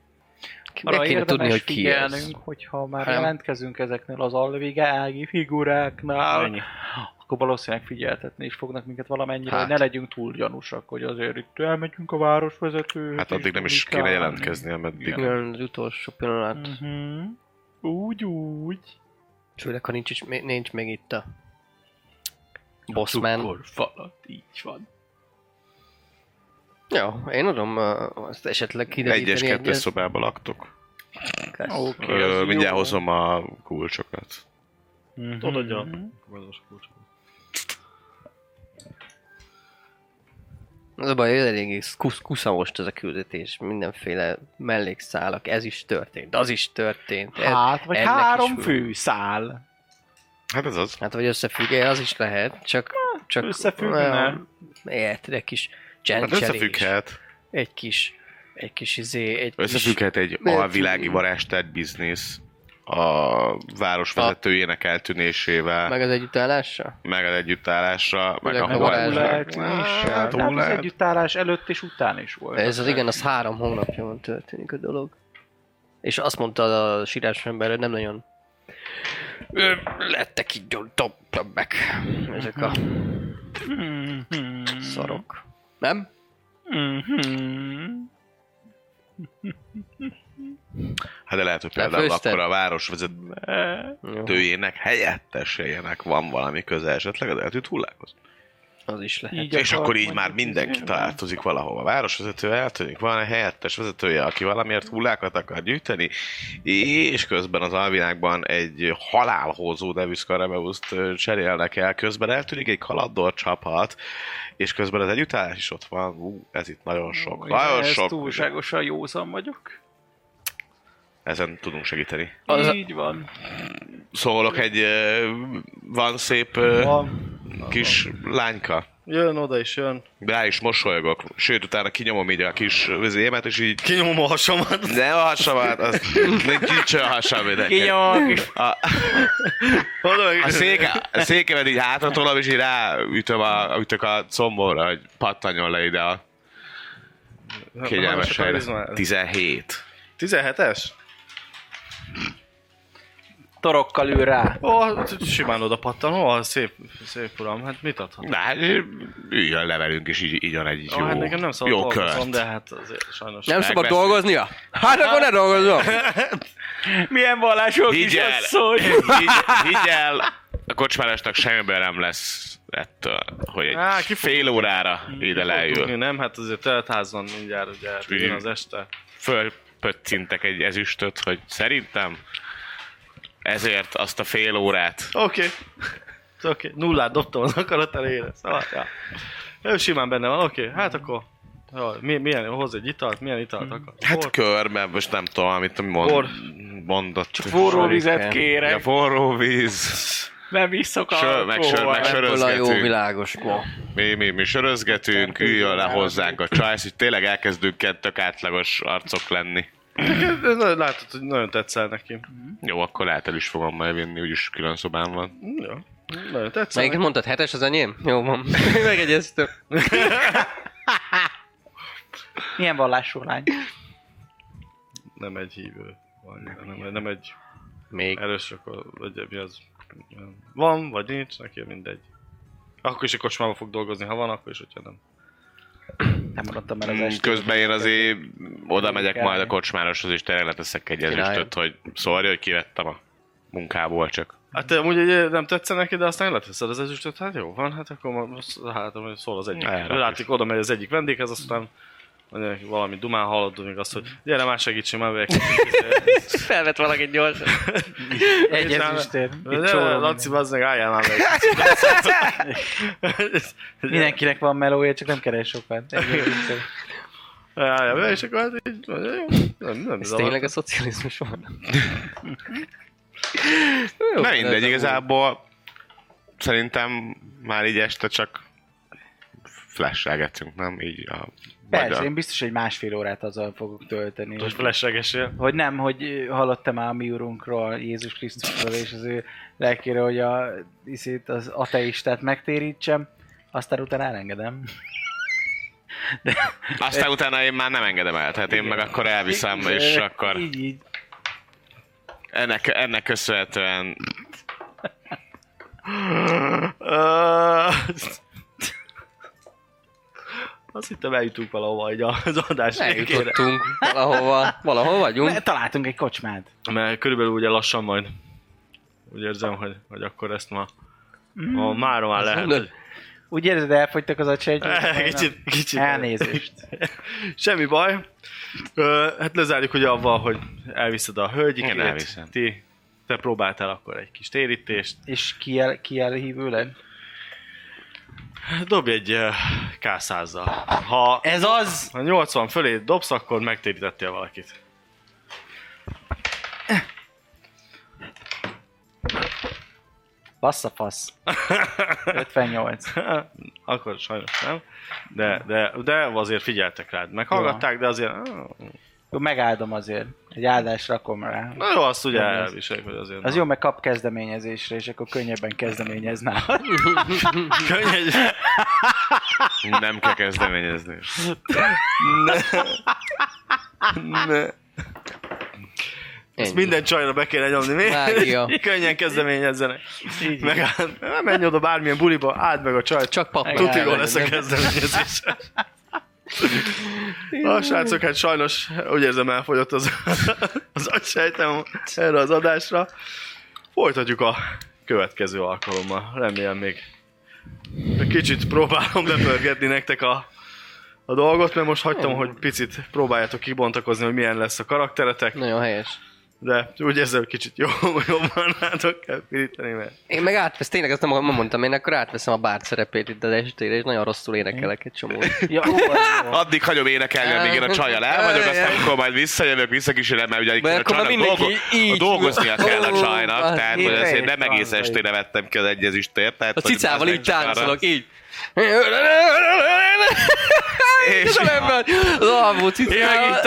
Speaker 2: Ki- Meg
Speaker 3: Arra
Speaker 2: kéne
Speaker 3: érdemes
Speaker 2: tudni, hogy ki ez. Hát.
Speaker 3: figyelnünk, hogyha már
Speaker 2: Hanem-
Speaker 3: jelentkezünk ezeknél az alvigági figuráknál,
Speaker 5: Ennyi.
Speaker 3: akkor valószínűleg figyeltetni is fognak minket valamennyire,
Speaker 2: Hát.
Speaker 3: hát. hogy ne legyünk túl gyanúsak, hogy azért itt elmegyünk a városvezetőhöz.
Speaker 6: Hát
Speaker 3: és
Speaker 6: addig nem is kéne
Speaker 3: kommunikálni.
Speaker 6: jelentkezni, ameddig
Speaker 2: Igen, az utolsó pillanat. Mm.
Speaker 3: Mhm. Úgy, úgy.
Speaker 2: Főleg, ha nincs, is, nincs még itt a bossman.
Speaker 3: falat, így van.
Speaker 2: Ja, én adom uh, azt esetleg kideríteni.
Speaker 6: egyes
Speaker 2: egy-
Speaker 6: kettes szobában laktok.
Speaker 2: Klassz.
Speaker 3: Oké. Okay,
Speaker 6: Ö, mindjárt hozom a kulcsokat.
Speaker 3: Mhm.
Speaker 5: Odaadja a gazdas kulcsot.
Speaker 2: Az a baj, hogy eléggé kusz, kusza most ez a küldetés, mindenféle mellékszálak, ez is történt, az is történt. Ez,
Speaker 3: Hát, vagy
Speaker 2: ennek is
Speaker 3: három
Speaker 2: fő-
Speaker 3: főszál.
Speaker 6: Hát ez az.
Speaker 2: Hát, vagy összefügg, eh, az is lehet, csak... csak
Speaker 3: összefüggne.
Speaker 2: Érted, egy kis
Speaker 6: Hát
Speaker 2: csencselés.
Speaker 6: összefügghet.
Speaker 2: Egy kis, egy kis izé, egy kis...
Speaker 6: Összefügghet egy
Speaker 2: Miért?
Speaker 6: alvilági varázstár biznisz a város vezetőjének eltűnésével, meg,
Speaker 2: Meg az együttállással?
Speaker 6: meg az együttállással, meg
Speaker 2: Főleg
Speaker 6: a
Speaker 2: meg
Speaker 3: Meg
Speaker 2: a
Speaker 3: a
Speaker 2: varázs-
Speaker 6: holdnak.
Speaker 3: hullámtűnéssel.
Speaker 6: Hát,
Speaker 3: Hát, az
Speaker 6: hullát.
Speaker 3: együttállás előtt és után is volt.
Speaker 2: Ez az igen, az három hónapja van történik a dolog. És azt mondta a sírás ember, hogy nem nagyon Ö, lettek így gyor- dobbabbek ezek a
Speaker 3: Mhm.
Speaker 2: szarok. Nem?
Speaker 3: Mhm.
Speaker 6: Hát de lehet, hogy például
Speaker 2: Lefőzted?
Speaker 6: akkor a város vezetőjének
Speaker 2: Jó,
Speaker 6: helyetteséjének van valami köze esetleg az eltűnt hullákhoz.
Speaker 2: az is lehet.
Speaker 3: Így
Speaker 6: És
Speaker 3: akar
Speaker 6: akkor így
Speaker 3: mondjuk
Speaker 6: már mindenki
Speaker 3: izé-
Speaker 6: találkozik valahova. A városvezető eltűnik, van egy helyettes vezetője, aki valamiért hullákat akar gyűjteni, és közben az alvilágban egy halálhozó nevű Scarabeuszt ö, cserélnek el, közben eltűnik egy kaladdor csapat, és közben az együttállás is ott van. Ú, ez itt nagyon sok,
Speaker 3: Ó,
Speaker 6: nagyon
Speaker 3: ehhez
Speaker 6: sok.
Speaker 3: túlságosan józan vagyok.
Speaker 6: Ezen tudunk segíteni.
Speaker 2: Az-
Speaker 3: Így van.
Speaker 6: Szólok egy, ö, van szép ö,
Speaker 5: Van,
Speaker 6: kis lányka.
Speaker 5: jön oda is jön.
Speaker 6: Rá is mosolygok, sőt, utána kinyomom így a kis vizémet, és így
Speaker 5: Kinyomom a hasamat.
Speaker 6: Ne a hasamat, az nincs a hasam neked.
Speaker 3: Kinyom,
Speaker 5: Oda meg-
Speaker 6: A, széke, a székemet így hátratolom, és így ráütöm a, ütök a combomra, hogy pattanjon le ide a kényelmes
Speaker 5: Hamarosan
Speaker 6: helyre.
Speaker 5: karizma-
Speaker 6: 17.
Speaker 5: 17-es?
Speaker 3: torokkal ül rá.
Speaker 5: Ó, hát simán oda pattan, ó, szép, szép uram, hát mit adhat?
Speaker 6: Na, hát üljön le velünk, és így igyon egy jó,
Speaker 5: Jó, hát nekem nem szabad
Speaker 6: jó
Speaker 5: dolgozom,
Speaker 6: kört.
Speaker 5: de hát azért sajnos.
Speaker 2: Nem szabad
Speaker 6: megbeszél-
Speaker 2: dolgoznia? Hát akkor ne dolgozom!
Speaker 3: Milyen vallások is
Speaker 6: Higgyel!
Speaker 3: asszony.
Speaker 6: Higy- Higgyel! A kocsmárosnak semmiben nem lesz ettől, hogy egy
Speaker 5: Á, ki fog-
Speaker 6: fél órára ide
Speaker 5: Fog tudni,
Speaker 6: leül.
Speaker 5: Nem, hát azért teltház van mindjárt, ugye, hát jön az este.
Speaker 6: Fölpöccintek egy ezüstöt, hogy szerintem ezért azt a fél órát
Speaker 5: Oké. Oké, nullát dobtam az akarat elére, szóval, ja. Ő simán benne van, oké, hát akkor jaj, mi, milyen, hoz egy italt, milyen italt akar?
Speaker 6: Hát körben, most nem tudom, amit mond,
Speaker 5: Por.
Speaker 6: mondott. Csak
Speaker 3: Forró vizet kérek,
Speaker 6: Ja, forró víz.
Speaker 3: nem iszok
Speaker 6: Sör, meg sör, meg
Speaker 3: alkoholt.
Speaker 2: Ebből a jó
Speaker 6: sörözgetünk.
Speaker 2: világos ma.
Speaker 6: Mi, mi, mi sörözgetünk, üljön le hozzánk a csajsz, hogy tényleg elkezdünk ilyen tök átlagos arcok lenni.
Speaker 5: Látod, hogy nagyon tetszel neki.
Speaker 6: Jó, akkor lehet el is fogom majd vinni, úgyis külön szobám van.
Speaker 5: Jó, nagyon tetszel
Speaker 2: Melyiket
Speaker 5: neki.
Speaker 2: mondtad? Hetes az enyém? Jó van. Megegyeztem.
Speaker 3: Milyen vallású lány?
Speaker 5: Nem egy hívő. Vagy, nem, nem egy
Speaker 2: Még.
Speaker 5: erős, akkor vagy mi az. Van, vagy nincs, neki mindegy. Akkor is a kocsmába fog dolgozni, ha van, akkor is, hogyha nem.
Speaker 3: Nem maradtam el az
Speaker 6: Mm,
Speaker 3: estét.
Speaker 6: Közben én azért oda megyek majd a kocsmároshoz, és tényleg leteszek egy
Speaker 2: Király.
Speaker 6: ezüstöt, hogy szólja, hogy kivettem a munkából csak.
Speaker 5: Hát
Speaker 3: Mhm.
Speaker 5: te amúgy egy, nem tetszel neki, de aztán leteszed az ezüstöt, hát jó van, hát akkor ma- most hát hogy szól az egyik.
Speaker 6: Ne, rakjuk.
Speaker 5: Látik, oda megy az egyik vendéghez, aztán mondja neki valami dumán hallod, még azt,
Speaker 3: Mhm.
Speaker 5: hogy gyere már segítsen, már vegyek.
Speaker 2: Felvett valakit gyorsan.
Speaker 3: Egy
Speaker 5: Egyes
Speaker 3: ezüstér. Itt
Speaker 5: Gyere,
Speaker 3: csórom
Speaker 5: Laci, bazd meg, álljál már meg.
Speaker 3: Mindenkinek van melója, csak nem keres sokan. Egy ilyen vicces.
Speaker 5: Álljál meg, és akkor hát így, mondja, jó, nem, nem
Speaker 2: Ez
Speaker 5: zavar.
Speaker 2: tényleg a szocializmus van. Jó,
Speaker 6: Na mindegy,
Speaker 2: ez a-
Speaker 6: igazából szerintem már így este csak flashelgetünk, nem? Így a
Speaker 3: Persze,
Speaker 6: magyar-
Speaker 3: én biztos, hogy másfél órát azzal fogok tölteni.
Speaker 5: Most flashegesél.
Speaker 3: Hogy nem, hogy ö, hallottam ám mi úrunkról, Jézus Krisztusról és az ő lelkére, hogy a, iszit, az ateistát megtérítsem, aztán utána elengedem.
Speaker 6: Aztán utána én már nem engedem el, tehát én meg akkor elviszem, és
Speaker 3: Ö,
Speaker 6: akkor
Speaker 3: Így, így.
Speaker 6: ennek, ennek köszönhetően
Speaker 5: Ö, Azt hittem eljutunk valahova így az adás végére.
Speaker 2: Eljutottunk valahova. Valahol vagyunk.
Speaker 3: Le- Találtunk egy kocsmát.
Speaker 5: Mert körülbelül ugye lassan majd úgy érzem, hogy, hogy akkor ezt ma, ma mára már lehet.
Speaker 2: mondod?
Speaker 5: hogy-
Speaker 3: Úgy érzed, elfogytak az agysejt?
Speaker 5: Kicsit, kicsit.
Speaker 3: Elnézést.
Speaker 5: Semmi baj. Ö, hát lezárjuk ugye avval, hogy elviszed a
Speaker 6: Én
Speaker 5: hölgyikét.
Speaker 6: elviszem.
Speaker 5: Ti, te próbáltál akkor egy kis térítést.
Speaker 3: És ki, el, ki elhívő lett?
Speaker 5: Dobj egy uh, kászázzal. Ha,
Speaker 3: Ez az!
Speaker 5: ha 80 fölé dobsz, akkor megtérítettél valakit.
Speaker 3: Bassza fasz. 58.
Speaker 5: Akkor sajnos nem. De, de, de azért figyeltek rád. Meghallgatták, de azért...
Speaker 3: Jó, megáldom azért. Egy áldást rakom rá.
Speaker 5: Na jó, azt ugye elviselik, hogy azért...
Speaker 3: Az jó, meg kap kezdeményezésre, és akkor könnyebben kezdeményez nálad.
Speaker 5: Könnyed.
Speaker 6: nem kell kezdeményezni.
Speaker 5: Ezt
Speaker 2: Ennyi.
Speaker 5: minden csajra be kéne nyomni, mi?
Speaker 2: Mágia.
Speaker 5: Könnyen kezdeményezzenek.
Speaker 3: Így.
Speaker 5: Meg, áll- menj oda bármilyen buliba, áld meg a csajt.
Speaker 2: Csak papír.
Speaker 5: Tuti
Speaker 2: kell
Speaker 5: jól lesz a
Speaker 2: vennem.
Speaker 5: kezdeményezés. A srácok, hát sajnos úgy érzem elfogyott az, az agysejtem erre az adásra. Folytatjuk a következő alkalommal. Remélem még egy kicsit próbálom lepörgetni nektek a, a dolgot, mert most hagytam, hogy picit próbáljátok kibontakozni, hogy milyen lesz a karakteretek,
Speaker 2: Nagyon helyes.
Speaker 5: de úgy érzem, hogy kicsit jó, jobban rátok kell pirítani, mert
Speaker 2: Én meg átvesz, tényleg ezt nem ma mondtam, én akkor átveszem a bár szerepét itt az estére, és nagyon rosszul énekelek egy csomó.
Speaker 3: Ja, ó, az jó.
Speaker 6: Addig hagyom énekelni, amíg én a csajjal el vagyok, aztán amikor majd visszajövök, visszakísérem, mert ugye itt a
Speaker 2: akkor már
Speaker 6: csajnak
Speaker 2: mindenki
Speaker 6: dolgo-
Speaker 2: így-
Speaker 6: a dolgoznia kell
Speaker 2: Ó, hát
Speaker 6: a
Speaker 2: az
Speaker 6: csajnak, tehát hogy
Speaker 3: híres
Speaker 6: azért nem egész
Speaker 3: hangzai.
Speaker 6: estére vettem ki az egyezüstért. Tehát,
Speaker 2: A
Speaker 6: Hát, hogy
Speaker 2: cicával így
Speaker 6: az nem csak arra-
Speaker 2: táncolok, így.
Speaker 6: És-
Speaker 2: És a ember, az alvó cicával.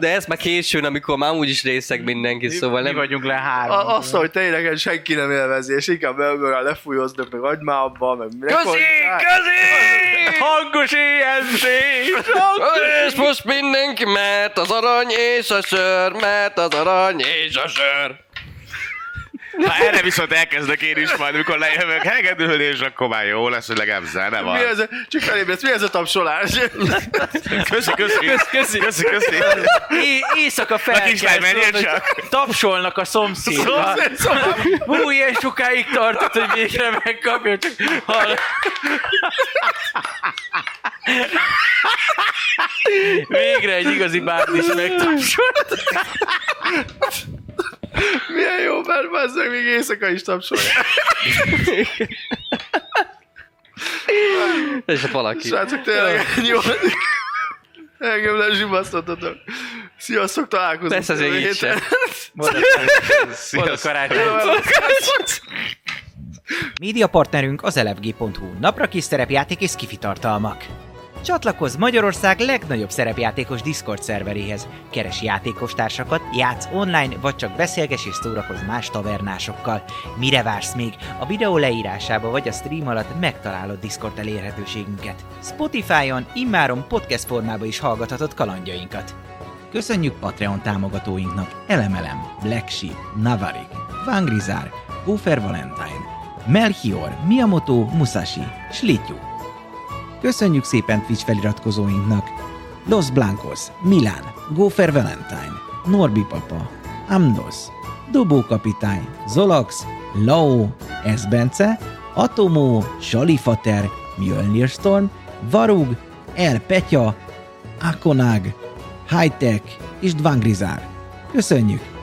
Speaker 2: De ez már későn, amikor már úgyis részeg mindenki, szóval
Speaker 3: Mi
Speaker 2: nem
Speaker 3: vagyunk le három.
Speaker 5: A, azt, hogy tényleg senki nem élvezi, és inkább elmőrrel lefújóznak, meg agymába, meg
Speaker 2: Közi! Közi!
Speaker 3: Hangos ENC!
Speaker 2: És most mindenki, mert az arany és a sör, mert az arany és a sör.
Speaker 6: Na, erre viszont elkezdek én is majd, amikor lejövök hegedülni, és akkor már jó lesz, hogy legalább zene van.
Speaker 5: Mi ez? a- Csak felébredsz, mi ez a tapsolás?
Speaker 6: Köszi, köszi, köszi, köszi, köszi.
Speaker 3: Éjszaka
Speaker 6: Na kislány, menjél
Speaker 3: felkelt,
Speaker 6: csak.
Speaker 3: tapsolnak a szomszédba. Hú, ilyen sokáig tartott, hogy végre megkapja, csak hall. Végre egy igazi bárd is megtapsolt.
Speaker 5: Milyen jó, mert bazzeg, még éjszaka is tapsolja.
Speaker 2: És hát valaki.
Speaker 8: Srácok, tényleg ennyi volt. Engem lezsimasztottatok. Sziasztok, találkozunk.
Speaker 2: Lesz azért
Speaker 8: jövő
Speaker 2: így
Speaker 8: héten.
Speaker 2: sem.
Speaker 3: Boldog karácsony!
Speaker 1: Média partnerünk az elefg.hu, napra kis szerepjáték és skifi tartalmak. Csatlakozz Magyarország legnagyobb szerepjátékos Discord szerveréhez. Keres játékostársakat, játsz online, vagy csak beszélges és szórakozz más tavernásokkal. Mire vársz még? A videó leírásába vagy a stream alatt megtalálod Discord elérhetőségünket. Spotify-on immáron podcast formában is hallgathatod kalandjainkat. Köszönjük Patreon támogatóinknak Elemelem, Black Sheep, Navarik, Vangrizár, Gófer Valentine, Melchior, Miyamoto, Musashi, Slityu. Köszönjük szépen Twitch feliratkozóinknak! Los Blancos, Milán, Gófer Valentine, Norbi Papa, Amnos, Dobó Kapitány, Zolax, Lao, Esbence, Atomó, Salifater, Mjölnir Storm, Varug, El Petya, Akonag, Hightech és Dvangrizár. Köszönjük!